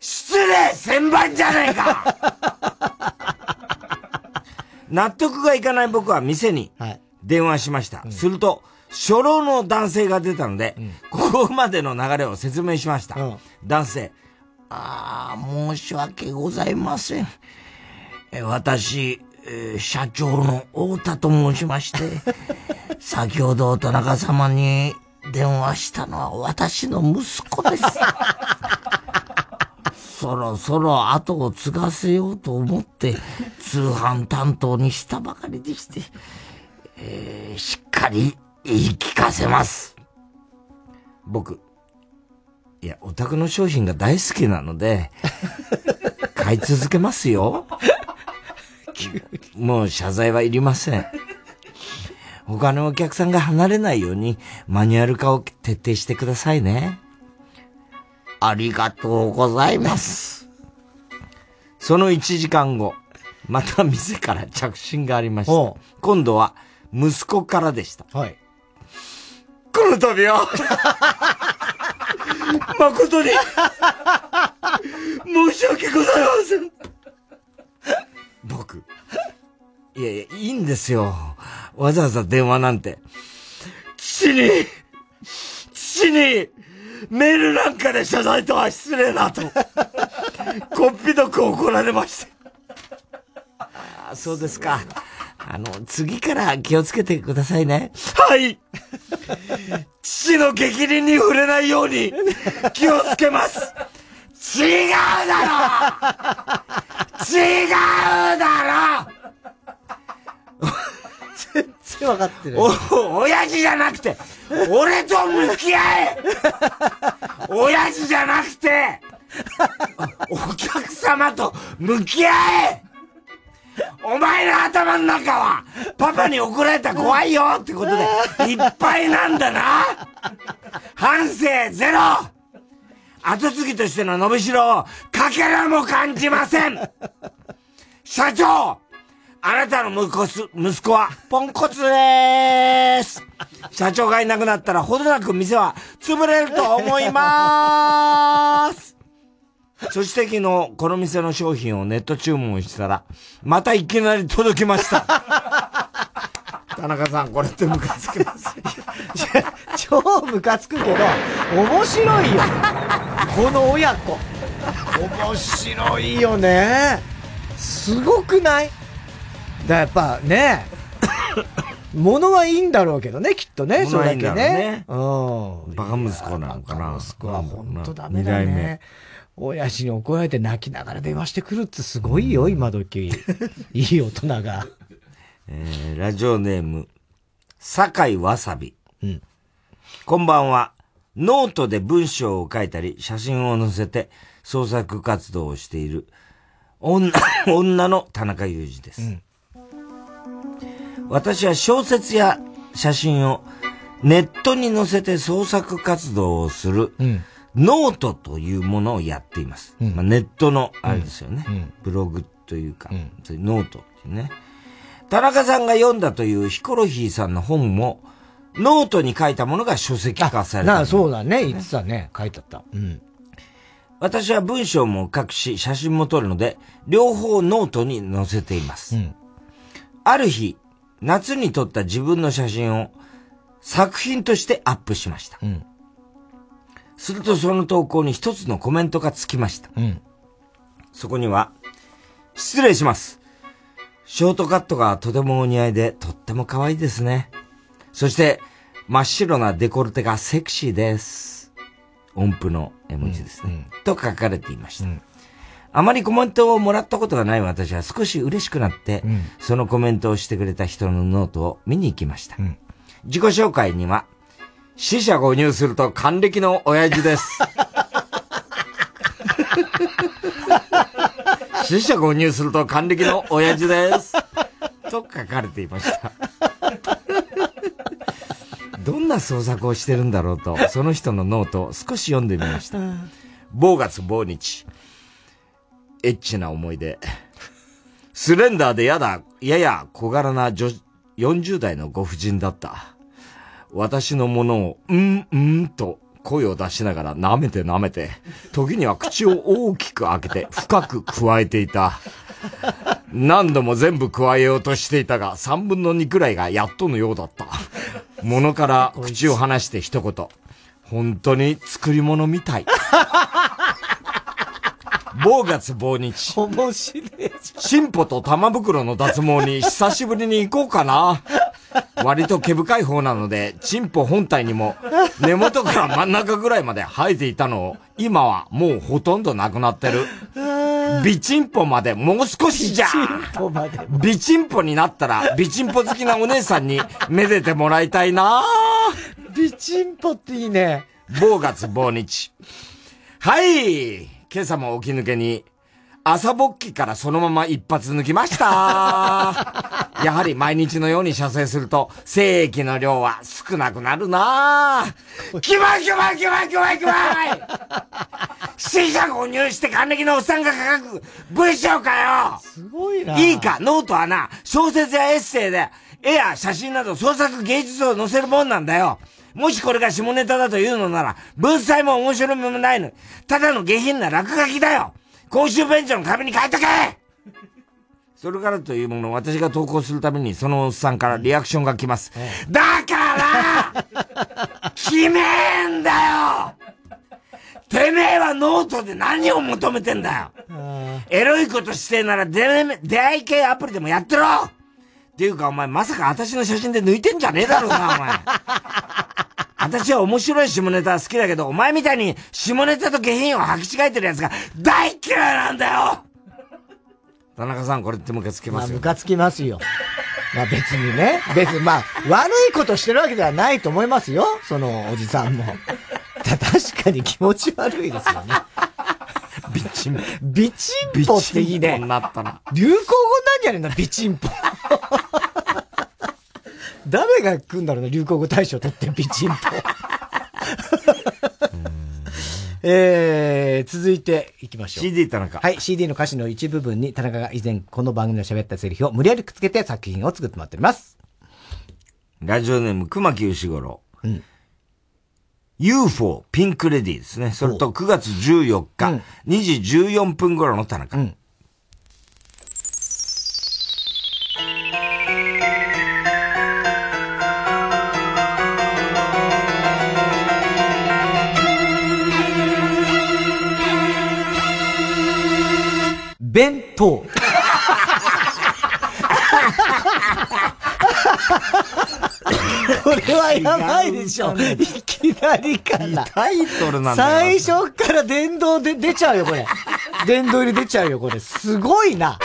S2: 失礼千番じゃねえか納得がいかない僕は店に電話しました。すると、初老の男性が出たので、ここまでの流れを説明しました。男性、ああ、申し訳ございません。え私、えー社長の太田と申しまして、先ほど田中様に電話したのは私の息子 です。そろそろ後を継がせようと思って、通販担当にしたばかりでして、えーしっかり言い聞かせます。僕、いや、お宅の商品が大好きなので、買い続けます よ。もう謝罪はいりません。他のお客さんが離れないようにマニュアル化を徹底してくださいね。ありがとうございます。その1時間後、また店から着信がありました。今度は息子からでした。はい。この度は、誠に、 申し訳ございません。僕、いやいや、いいんですよ。わざわざ電話なんて。父に、父に、メールなんかで謝罪とは失礼なと。こっぴどく怒られました。ああ、そうですか。あの、次から気をつけてくださいね。はい父の逆鱗に触れないように気をつけます違うだろ違うだろ
S1: 全然わかってない。
S2: お、親父じゃなくて、俺と向き合え親父じゃなくて、お客様と向き合えお前の頭の中は、パパに怒られたら怖いよってことで、いっぱいなんだな反省ゼロ後継ぎとしての伸びしろを、かけらも感じません社長あなたの息子す息子はポンコツでー す社長がいなくなったらほどなく店は潰れると思いまーす そして昨日、この店の商品をネット注文したら、またいきなり届きま した。田中さん、これってムカつきます。
S1: 超ムカつくけど、面白いよ。この親子。面白いよね。すごくないだからやっぱ ね、物はいいんだろうけどね、きっとね、それだけね。
S2: うん。バカ息子なんかな。息子は本
S1: 当ダメだね。。親父に怒られて泣きながら電話してくるってすごいよ、今 時。いい大人が。
S2: えーラジオネーム、酒井わさび。こんばんは。ノートで文章を書いたり、写真を載せて創作活動をしている、女、 女の田中裕二です。私は小説や写真をネットに載せて創作活動をする、ノートというものをやっています。まあ、ネットの、あれですよね、ブログというか、そういうノートっていうね。田中さんが読んだというヒコロヒーさんの本も、ノートに書いたものが書籍化された。
S1: なあ、そうだね、言ってたね、書いてあった。うん。
S2: 私は文章も書くし、写真も撮るので、両方ノートに載せています。ある日、夏に撮った自分の写真を作品としてアップしました。するとその投稿に一つのコメントがつきました。そこには、失礼します。ショートカットがとてもお似合いで、とっても可愛いですね。そして、真っ白なデコルテがセクシーです。音符の絵文字ですね。と書かれていました。あまりコメントをもらったことがない私は少し嬉しくなって、そのコメントをしてくれた人のノートを見に行きました。自己紹介には、死者誤入すると還暦の親父です。死者誤入すると還暦の親父です。と書かれていました。 どんな創作をしてるんだろうと、その人のノートを少し読んでみました。某月某日。エッチな思い出。スレンダーでやだ、やや小柄な女、40代のご婦人だった。私のものを、うん、うんと声を出しながら舐めて舐めて、時には口を大きく開けて深く加えていた。何度も全部加えようとしていたが、3分の2くらいがやっとのようだった。ものから口を離して一言。本当に作り物みたい。某月某日。面白い。進歩と玉袋の脱毛に久しぶりに行こうかな。割と毛深い方なので、チンポ本体にも根元から真ん中ぐらいまで生えていたのを、今はもうほとんどなくなってる。ビチンポまでもう少しじゃビチンポになったら、ビチンポ好きなお姉さんにめでてもらいたいな
S1: ビチンポっていいね。
S2: 某月某日。はい今朝も起き抜けに、朝勃起からそのまま一発抜きました やはり毎日のように射精すると、精液の量は少なくなる なキモいキモいキモいキモいキモい死者購入して還暦のおっさんが書く文章かよ
S1: すごいな。
S2: いいか、ノートはな、小説やエッセイで、絵や写真など創作芸術を載せるもんなんだよ。もしこれが下ネタだというのなら、文才も面白みもないの。ただの下品な落書きだよ公衆便所の壁に書 いとけそれからというもの、私が投稿するために、そのおっさんからリアクションが来ます。だから、決めえんだよてめえはノートで何を求めてんだよエロいことしてえなら出め出会い系アプリでもやってろっていうかお前まさか私の写真で抜いてんじゃねえだろうな、お 前。私は面白い下ネタは好きだけど、お前みたいに下ネタと下品を履き違えてる奴が大嫌いなんだよ田中さん、これってムカつきま
S1: まあ、
S2: すよ
S1: ム。カつきますよ。まあ別にね。別に、まあ、悪いことしてるわけではないと思いますよ。そのおじさんも。た確かに気持ち悪いですよね。
S2: ビチンポ。
S1: ビチンポっていいね。
S2: になったな。
S1: 流行語なんじゃねえな、ビチンポ。誰が来んだろうね、流行語大賞取ってビチンポ。えー、続いていきましょう。
S2: CD 田中。
S1: はい、CD の歌詞の一部分に田中が以前この番組の喋ったセリフを無理やりくっつけて作品を作ってもらっております。
S2: ラジオネーム、熊木牛五郎。
S1: ん
S2: UFO ピンクレディーですね。それと9月14日、2時14分頃の田中。
S1: 弁 当。これはやばいでしょ。いきなりから。
S2: タイトルなんだ
S1: 最初から電動で出ちゃうよ、これ。電動入り出ちゃうよ、これ。すごいな。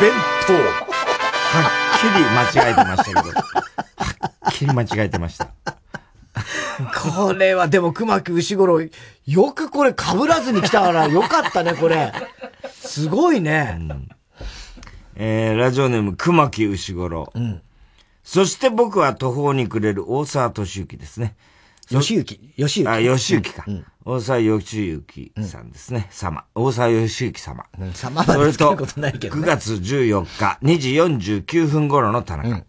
S2: 弁当。はっきり間違えてましたけど。はっきり間違えてました。
S1: これはでも熊木牛五郎、よくこれ被らずに来たからよかったね、これ。すごいね。
S2: えー、ラジオネーム、熊木牛五郎。そして僕は途方に暮れる大沢敏之ですね。
S1: 義行。義行。
S2: あ、義行か。大沢義行さんですね。様。大沢義行様。
S1: 様ま
S2: そ
S1: で
S2: れ
S1: つける
S2: と、
S1: ことないけど
S2: 9
S1: ね。
S2: 月14日、2時49分頃の田中。
S12: ない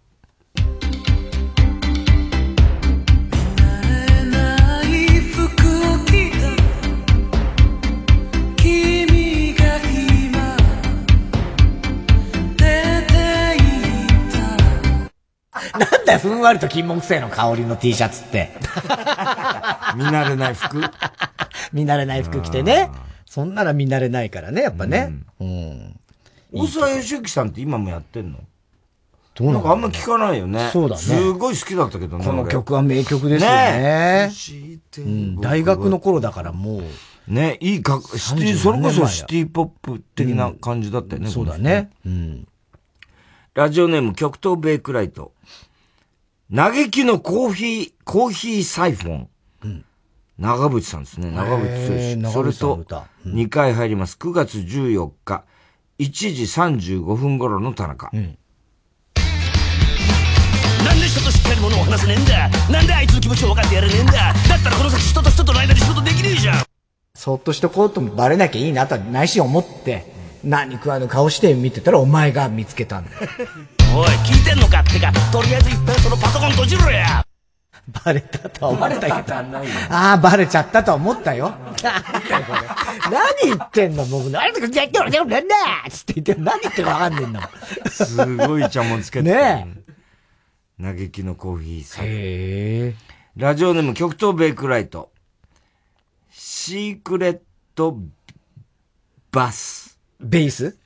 S12: 服着た君が今出ていた
S1: なんだよ、ふんわりと金木犀の香りの T シャツって。
S2: 見慣れない 服
S1: 見慣れない服着てね。そんなら見慣れないからね、やっぱね。
S2: 大沢義行さんって今もやってんの
S1: どう
S2: な
S1: なんん
S2: かあんま聞かないよね。
S1: そうだね
S2: すごい好きだったけどね。
S1: この
S2: 俺
S1: 曲は名曲ですよね。うん大学の頃だからもう。
S2: ね、いいか、シティ、それこそシティポップ的な感じだったよね。
S1: うん
S2: この人
S1: そうだね。
S2: ラジオネーム、極東ベイクライト。嘆きのコーヒー、コーヒーサイフォン。長渕さんですね。長渕
S1: へー
S2: 剛。
S1: 長
S2: それ
S1: 渕さんの
S2: と
S1: 歌、
S2: 2回入ります。9月14日、1時35分頃の田中。
S11: なんで人としっかりものを話せねえんだなんであいつの気持ちを分かってやれねえんだだったらこの先人と人との間に仕事できねえじゃん
S1: そっとしとこうともバレなきゃいいなとはないし思って、何食わぬ顔して見てたらお前が見つけたんだよ。
S11: おい聞いてんのかってかとりあえずいっぺんそのパソコン閉じろや
S1: バレたとは思ったけど。
S11: ないよ
S1: ああ、バレちゃったとは思ったよ。何言ってんの僕、何とか言ってんのでもなんだつって言って、何言ってるかわかんねえんだもん。
S2: すごいちゃもんつけて。
S1: ね
S2: 嘆きのコーヒーサイフォン。ラジオネーム、極東ベイクライト。シークレットバス。
S1: ベース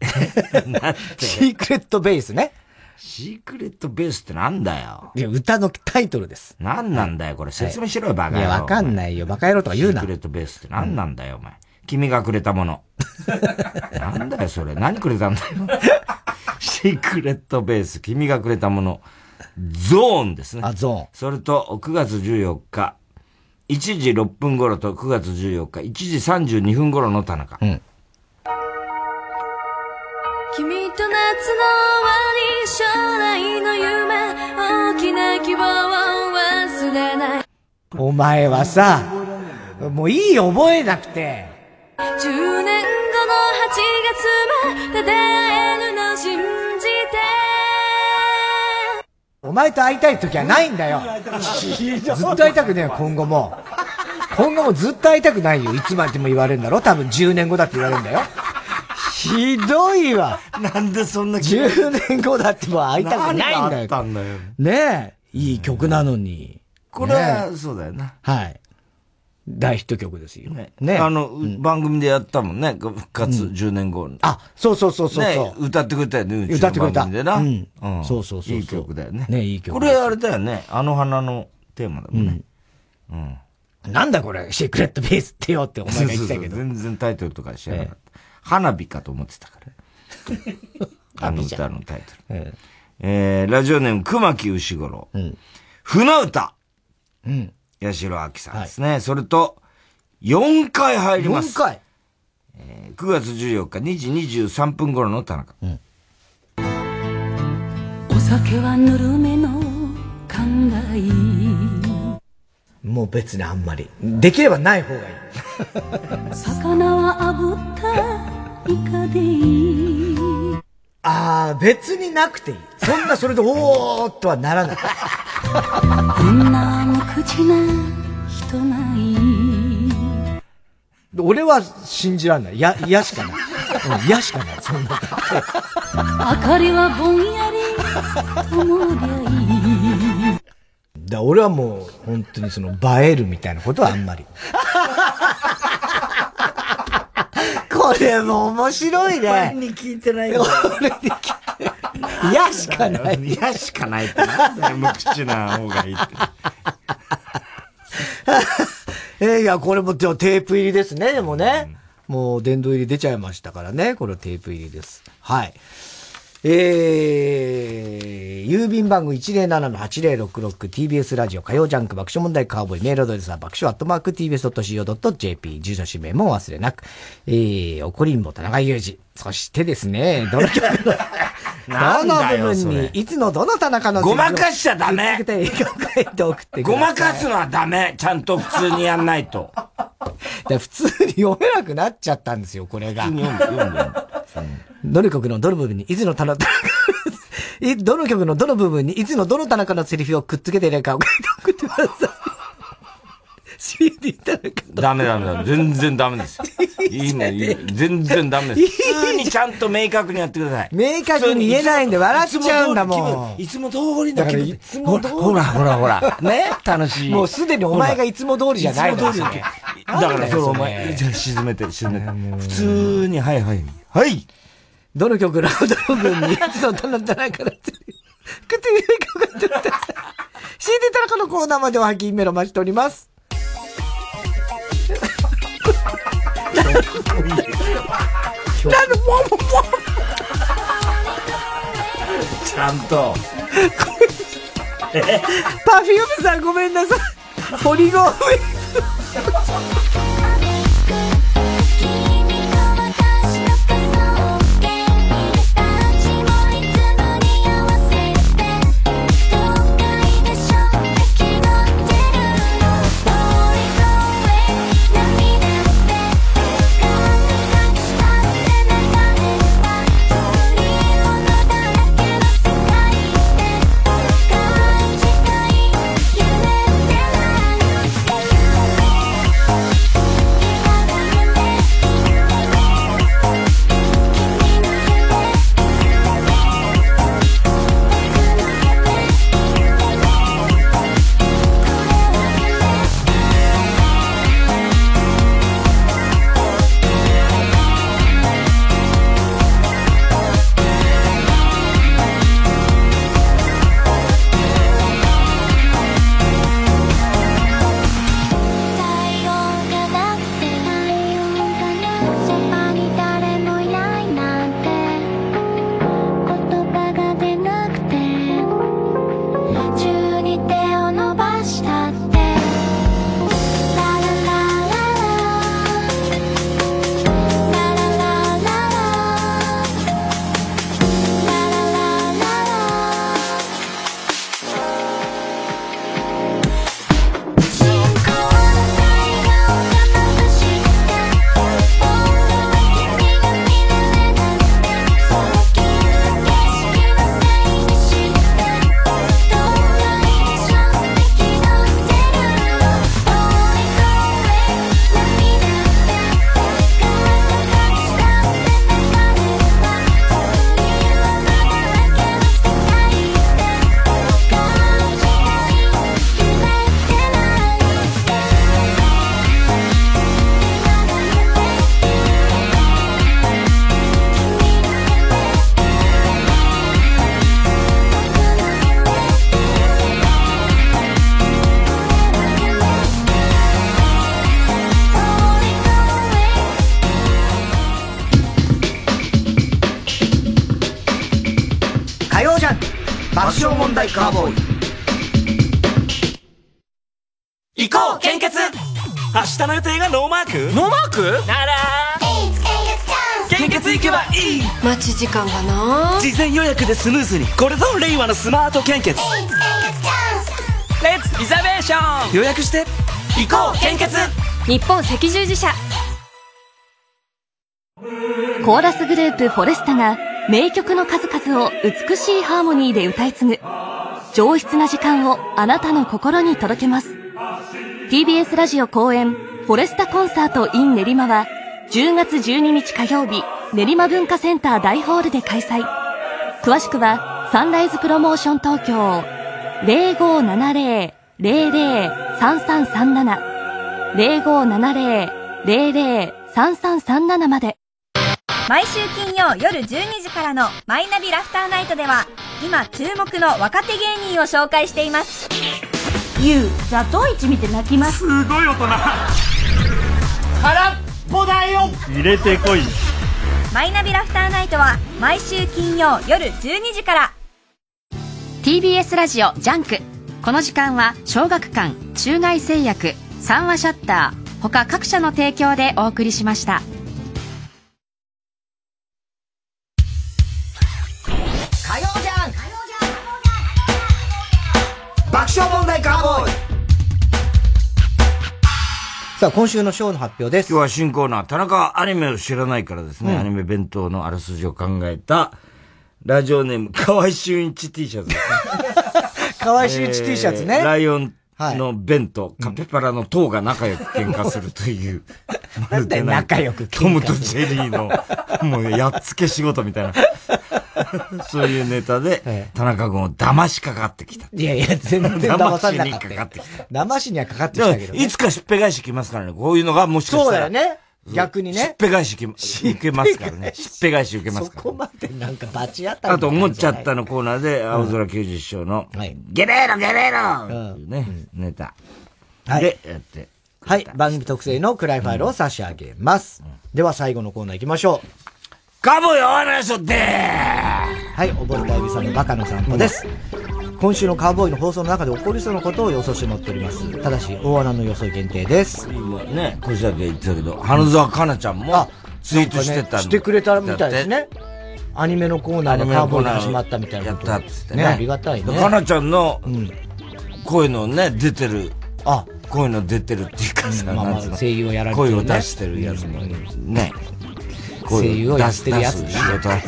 S2: なんて。
S1: シークレットベースね。
S2: シークレットベースってなんだよ。
S1: いや、歌のタイトルです。
S2: なんなんだよ、これ。説明しろよ、バカ
S1: い
S2: 野
S1: や、
S2: 郎。
S1: わかんないよ。バカ野郎とか言うな。
S2: シークレットベースって何なんだよ、お前。君がくれたもの。 なんだよ、それ。何くれたんだよ。 シークレットベース、君がくれたもの。ゾーンですね。あ、
S1: ゾーン。
S2: それと、9月14日、1時6分頃と9月14日、1時32分頃の田中。うん。
S24: 君と夏の終わり将来の夢大きな希望を忘れない
S1: お前はさ、もういいよ覚えなくて。
S24: 10年後の8月まで出会えるの信じて
S1: お前と会いたい時はないんだよ。ずっと会いたくねえよ、今後も。今後もずっと会いたくないよ。いつまでも言われるんだろ多分10年後だって言われるんだよ。ひどいわ。
S2: なんでそんな
S1: 10年後だってもう会いたくないんだよ。
S2: んだよ。
S1: ねえ、いい曲なのに。
S2: これは、
S1: ね
S2: そうだよな。
S1: えはい。大ヒット曲ですよ。ねえ
S2: あの、番組でやったもんね。復活10年後。
S1: あ、そうそうそうそうそう
S2: ね、歌ってくれたよね。
S1: 歌ってくれた
S2: うちの番組でな。
S1: うんそうそうそうそう
S2: いい曲だよね。
S1: ねいい曲
S2: これあれだよね。あの花のテーマだもんね。うん。
S1: なんだこれ、シークレットベースってよってお前が言ってたけど。
S2: 全然タイトルとか知らなかった。花火かと思ってた から。あの歌のタイトル。えーラジオネーム、熊木牛五郎。船歌。
S1: うん。
S2: 八代亜紀さんですね。それと、4回入ります。
S1: 4回。
S2: えー9月14日、2時23分頃の田中。
S12: お酒はぬるめの感慨
S1: もう別にあんまり。できればない方がいい。
S12: 魚は炙ったイカでいい
S1: あー、別になくていい。そんなそれで、おーっとはならない。
S12: 変な無口な人ない
S1: 俺は信じられない。や、嫌しかない。うん嫌しかない、そんなの。
S12: 明かりはぼんやりともりゃいい
S1: だ俺はもう、本当にその、映えるみたいなことはあんまり。これも面白いね。
S2: に聞いてない
S1: 嫌しかない。
S2: 嫌しかないってなんだよ、無口な方がいいって。
S1: えーいや、これもでもテープ入りですね、でもね。もう、殿堂入り出ちゃいましたからね。これはテープ入りです。はい。えー、郵便番号 107-8066TBS ラジオ火曜ジャンク爆笑問題カーボーイメールアドレスは爆笑アットマーク TBS.CO.JP 住所氏名もお忘れなく、えー、怒りんぼ田中裕二。そしてですね、どの曲の、
S2: な
S1: ど
S2: んだ
S1: の部
S2: よ
S1: 分
S2: そ
S1: に
S2: れ、
S1: いつのどの田中の
S2: ごまかしちゃダメ
S1: 送って書いて送って
S2: ご
S1: ください。
S2: まかすのはダメ。ちゃんと普通にやんない と。
S1: で普通に読めなくなっちゃったんですよ、これが。どの曲のどの部分に、いつのたな、 いどの曲のどの部分に、いつのどの田中のセリフをくっつけているかを 書いて送ってください。CD 田中。
S2: ダメダメダメ。全然ダメです。い いね。いい全然ダメです。普通にちゃんと明確にやってください。
S1: 明確に言えないんで笑っちゃうんだもん。
S2: いつも通りの
S1: だから
S2: 気
S1: い
S2: 分。
S1: つも通り。
S2: ほらほらほら。ね楽しい。
S1: もうすでにお前がいつも通りじゃない
S2: いつも通りの気分だからそれお前、じゃあ沈めて、沈めて。普通に、はいはい。はい
S1: どの曲のどの分に、いつのどの田中のセリフくっつけているかを書いてください。CD 田中のコーナーまでおはぎメロ待ちしております。
S2: なんでポンポンポンちゃんと。
S1: パフュームさんごめんな さい。ポリゴンウェ
S24: 「
S22: 爆笑問題カーボーイ
S13: 行こう献血明日の予定がノーマーク
S14: ノーマーク
S13: なら献血行けばいい
S14: 待ち時間がな
S13: 事前予約でスムーズにこれぞ令和のスマート献血
S14: レッツリザベーショ
S13: ン予約して行こう献血
S24: 日本赤十字社
S25: コーラスグループフォレスタが名曲の数々を美しいハーモニーで歌い継ぐ上質な時間をあなたの心に届けます TBS ラジオ公演フォレスタコンサート in 練馬は10月12日火曜日練馬文化センター大ホールで開催詳しくはサンライズプロモーション東京0570-003337 0570-003337まで
S26: 毎週金曜夜12時からの「マイナビラフターナイト」では今注目の若手芸人を紹介していますゆうザトウイチ見て泣きます
S14: すごい大人
S26: 空っぽだよ
S14: 入れてこい
S26: マイナビラフターナイトは毎週金曜夜12時から
S5: TBS ラジオジャンクこの時間は小学館中外製薬三話シャッター他各社の提供でお送りしました
S22: 火曜じゃん爆笑問題カーボーイ
S1: さあ、今週のショーの発表です。
S2: 今日は新コーナー、田中はアニメを知らないからですね、
S1: うん
S2: アニメ弁当のあらすじを考えた、ラジオネーム、河合俊一 T シャツですね。
S1: 河合俊一 T シャツね。
S2: えーライオンの弁と、カペパラの塔が仲良く喧嘩するという。なんで仲良くトムとジェリーの、もうやっつけ仕事み たいな。そういうネタで、田中君を騙しかかってきた。
S1: いやいや、全然騙されな
S2: 騙しに
S1: かった
S2: か
S1: よ。
S2: かってきた。
S1: 騙しにはかかってきたけど、
S2: いつかしっぺ返し来ますからね。こういうのがもしかしたら。
S1: そうだよね逆にね
S2: しっぺ返し来ま受けますから ね。しっぺ返し受けますから。
S1: ここまでなんか罰当たり
S2: あと、思っちゃったのコーナーで、青空90章の、ゲレーロゲレーロっていうね、ネタ。
S1: はい
S2: で、やって。
S1: はい。番組特製のクライファイルを差し上げます。では最後のコーナー行きましょう。。
S2: かもよわないしょではい
S1: 溺れたエビさんのバカの散歩です。今週のカウボーイの放送の中で起こりそうなことを予想して載っております。ただし、大穴の予想限定です。
S2: 今ね、小石だけ言ってたけど、花澤香菜ちゃんもツイートしてた
S1: なんかねしてくれたみたいですね。アニメのコーナーのカウボーイが始まったみたいな
S2: やっ
S1: こと。
S2: たっつってね。
S1: ねありがたいね
S2: かなちゃんの、声のね、出てる。
S1: あ
S2: 声の出てるっていうかさ、
S1: まあまあ
S2: なんつうの
S1: 声優をやられてる
S2: 声
S1: ね
S2: を出してるやつもね。
S1: 声優をやってるやつ
S2: 出
S1: ね
S2: す仕事だろ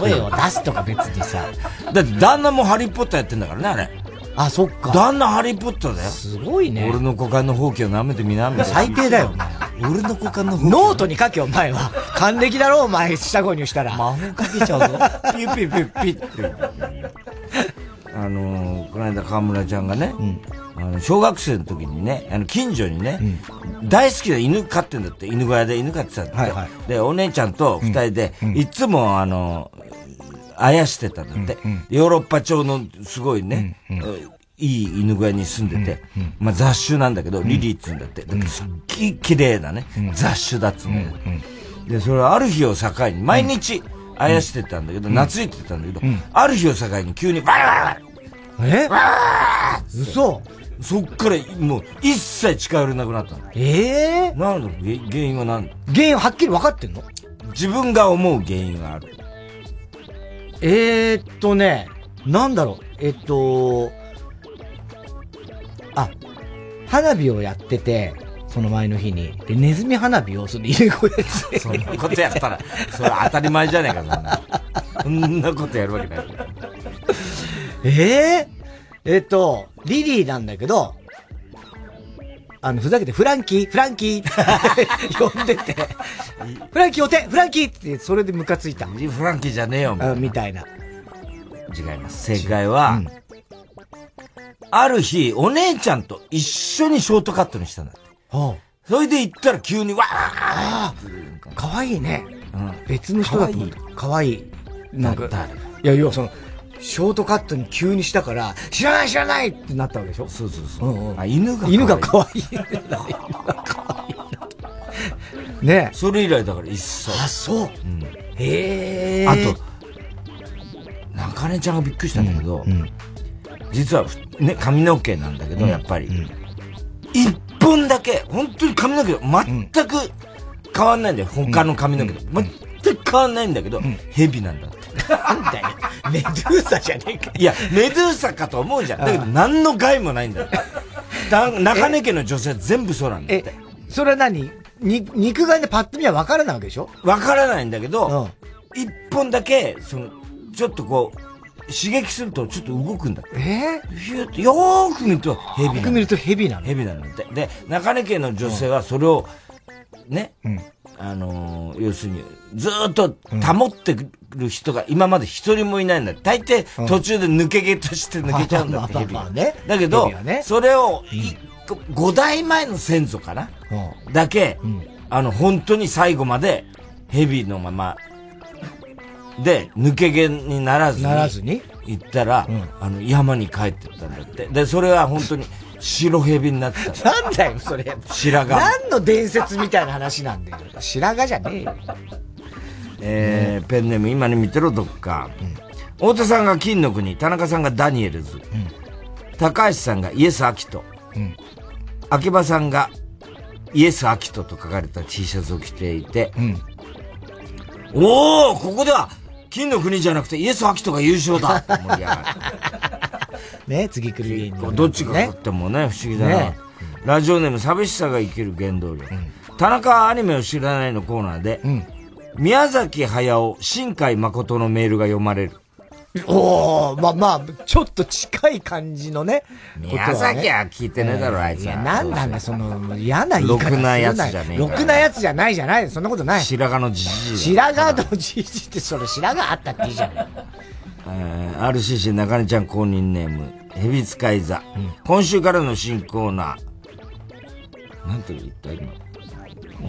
S1: 声を出すとか別にさ。
S2: だって旦那もハリーポッターやってんだからね、あれ。
S1: あ、そっか。
S2: 旦那ハリーポッターだよ。す
S1: ごいね
S2: 俺の股間の放棄を舐めてみな、みたいな
S1: 最低だよ。
S2: 俺の股間の
S1: ノートに書け、お前は。還暦だろ、お前、下購入したら。魔
S2: 法かけちゃうぞ。ピュピュピュピュって。あのーこの間河村ちゃんがね、あの小学生の時にね、あの近所にね、大好きな犬飼ってんだって、犬小屋で犬飼ってたんだって、
S1: はいは
S2: で、お姉ちゃんと二人で、いつもあのあやしてたんだって、ヨーロッパ調のすごいね、いい犬小屋に住んでて、まあ雑種なんだけど、リリーっつうんだって、だからすっげえ綺麗なね、雑種だっつうんだよ、で、それはある日を境に、毎日、あやしてたんだけど、
S1: うん
S2: 懐いてたんだけど、
S1: うん
S2: ある日を境に急に、バラバラ
S1: バ ラえ
S2: バラ
S1: 嘘
S2: そっから、もう、一切近寄れなくなったの。
S1: ええ
S2: なんだろうげ原因は何
S1: 原因ははっきり分かってんの
S2: 自分が思う原因がある。
S1: えー、っとね、なんだろう、えっと、あ、花火をやってて、その前の日に。で、ネズミ花火をその入れ子で。そん
S2: なことやったら、それ当たり前じゃねえか、そんな。そんなことやるわけない。
S1: えええっと、リリーなんだけど、あの、ふざけて、フランキー、フランキー呼んでて、 フランキーお手、フランキーって、それでムカついた。
S2: フランキーじゃねえよ、
S1: みたいな。
S2: 違います。正解は、ある日、お姉ちゃんと一緒にショートカットにしたんだって。それで行ったら急に、わあ
S1: かわいいね。
S2: うん
S1: 別の人だと思った。かわいい。なんか、いや、要はその、ショートカットに急にしたから、知らない知らないってなったわけでしょ。
S2: そうそうそう
S1: んうん、
S2: あ犬が
S1: 犬がかわいい。ね
S2: それ以来だから一切。あ、
S1: そう。
S2: うん、
S1: へえ。
S2: あと、中根ちゃんがびっくりしたんだけど、実は、ね、髪の毛なんだけど、やっぱり。一本だけ、本当に髪の毛、全く変わんないんだよ。他の髪の毛と。全く変わんないんだけど、蛇なんだって。なんだよ。メドゥーサじゃねえか。いや、メドゥーサかと思うじゃん。だけど、何の害もないんだよ。だ中根家の女性は全部そうなんだって。
S1: それは何に肉眼でパッと見は分からないわけでしょ
S2: わからないんだけど、一本だけ、その、ちょっとこう、刺激するとちょっと動くんだって。
S1: え
S2: ヒューって、よーく見ると蛇なんだ
S1: よく見ると蛇なの
S2: 蛇なんだって。で、中根家の女性はそれを、ね、あのー要するに、ずーっと保ってくる人が今まで一人もいないんだって大抵
S1: うん
S2: 途中で抜け毛として抜けちゃうんだって、
S1: まあ
S2: 蛇
S1: まあ
S2: が
S1: まあね
S2: だけど
S1: 蛇は、ね
S2: それを一個、5代前の先祖かなだけ、あの、本当に最後まで、ヘビのまま、で、抜け毛にならずに、
S1: ならずに
S2: 行ったら、あの、山に帰ってったんだって。で、それは本当に、白ヘビになってた。
S1: なんだよ、それ。
S2: 白髪。
S1: 何の伝説みたいな話なんだよ。白髪じゃねえよ。
S2: えーペンネーム今に見てろどっか、太田さんが金の国田中さんがダニエルズ、高橋さんがイエス・アキト、
S21: うん
S2: 秋葉さんがイエス・アキトと書かれた T シャツを着ていて、おおここでは金の国じゃなくてイエス・アキトが優勝だと思いやがって
S1: ね、次来る芸人。
S2: どっちが勝ってもね、不思議だな。
S1: ね
S2: ラジオネーム、寂しさが生きる原動力。田中はアニメを知らないのコーナーで、宮崎駿、新海誠のメールが読まれる。
S1: おおまあまあ、ちょっと近い感じのね。
S2: 宮崎は聞いてねえだろあいつ
S1: い
S2: は
S1: や、なんなんだ、その、嫌な言い方する。
S2: ろくなやつじゃねえから
S1: ろくなやつじゃないじゃない。そんなことない。
S2: 白髪のじじいだ。
S1: 白髪のじじいって、それ白髪あったっていいじゃない。
S2: えー RCC 中根ちゃん公認ネーム、ヘビ使い座。今週からの新コーナー。なんて言った今。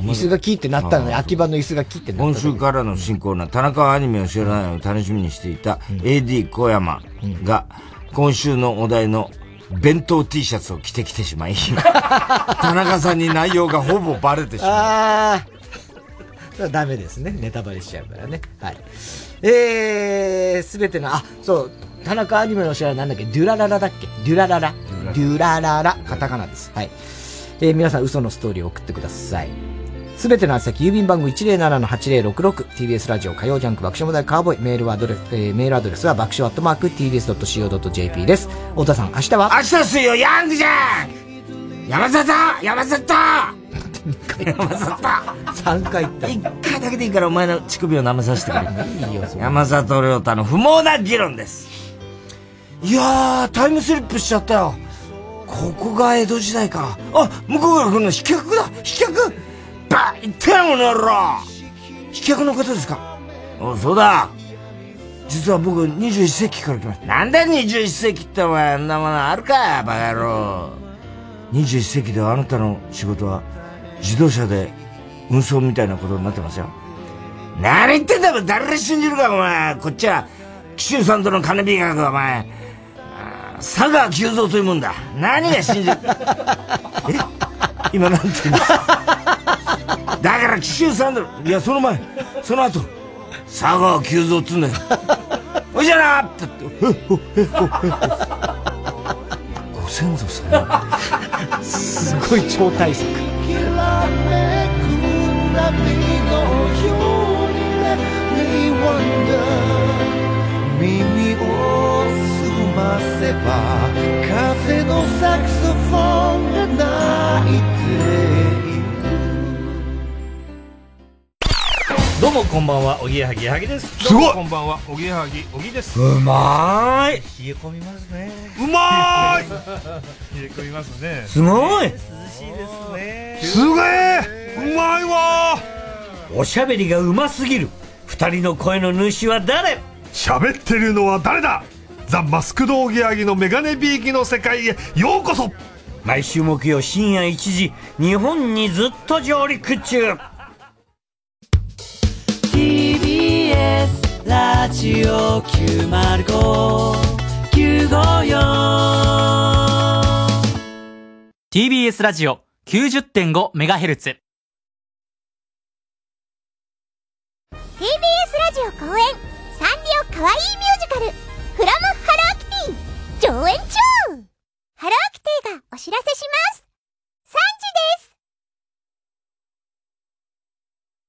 S1: 椅子がキーってなったのに、
S2: あー
S1: 秋葉の椅子がキーってなったの
S2: 今
S1: に。
S2: 週からの新コーナー、田中はアニメを知らないのを楽しみにしていた AD 小山が、今週のお題の弁当 T シャツを着てきてしまい、田中さんに内容がほぼバレてしまう。
S1: ああ。ダメですね。ネタバレしちゃうからね。はい。えー、すべての、あ、そう、田中アニメの試合なんだっけデュラララだっけデュラララ。デュラララ。カタカナです。はい。えー、皆さん嘘のストーリーを送ってください。すべての宛先、郵便番号 107-8066TBS ラジオ火曜ジャンク爆笑問題カーボーイメールアドレス、えーメールアドレスは爆笑アットマーク TBS.CO.JP です。太田さん、明日は
S2: 明日水曜、ヤングジャン山里山里山里
S1: !3 回言った。
S2: 一回だけでいいからお前の乳首を舐めさせてくれ。
S1: いいよ、それ
S2: 山里亮太の不毛な議論です。いやー、タイムスリップしちゃったよ。ここが江戸時代か。あ、向こうから来るの飛脚だ飛脚バーイってやろ、この野郎飛脚のことですかおそうだ。実は僕、21世紀から来ました。なんだ21世紀ってお前、あんなものあるか、バカ野郎。21世紀ではあなたの仕事は、自動車で運送みたいなことになってますよ。何言ってんだお前誰が信じるかお前こっちは紀州さんとの金火学はお前あー佐川久蔵というもんだ何が信じるえ今なんて言うんだだから紀州さんといやその前その後佐川久蔵っつうんだよおいじゃなって言ってえっほえっほえっほご先祖様
S1: すごい超大作
S12: きらめく波のように Let me wonder 耳を澄ませば風のサクソフォンが鳴いている
S23: どうもこんばんはおぎやはぎやはぎです
S2: すごい
S23: どうもこんばんはおぎやはぎおぎです
S2: うまーい
S23: 冷え込みますね
S2: うまーい
S23: 冷え込みますね
S2: すご
S23: 涼
S2: い
S23: しいですね
S2: すげえうまいわ
S15: おしゃべりがうますぎる二人の声の主は誰
S18: 喋ってるのは誰だザ・マスクドーギアギのメガネビーキの世界へようこそ
S15: 毎週木曜深夜1時日本にずっと上陸中
S12: TBS ラジオ905954
S20: TBS ラジオ 90.5MHz TBS ラジオ公演サンリオ
S12: 可愛いミュージカル、フラムハローキティ、上演中ハローキティがお知らせします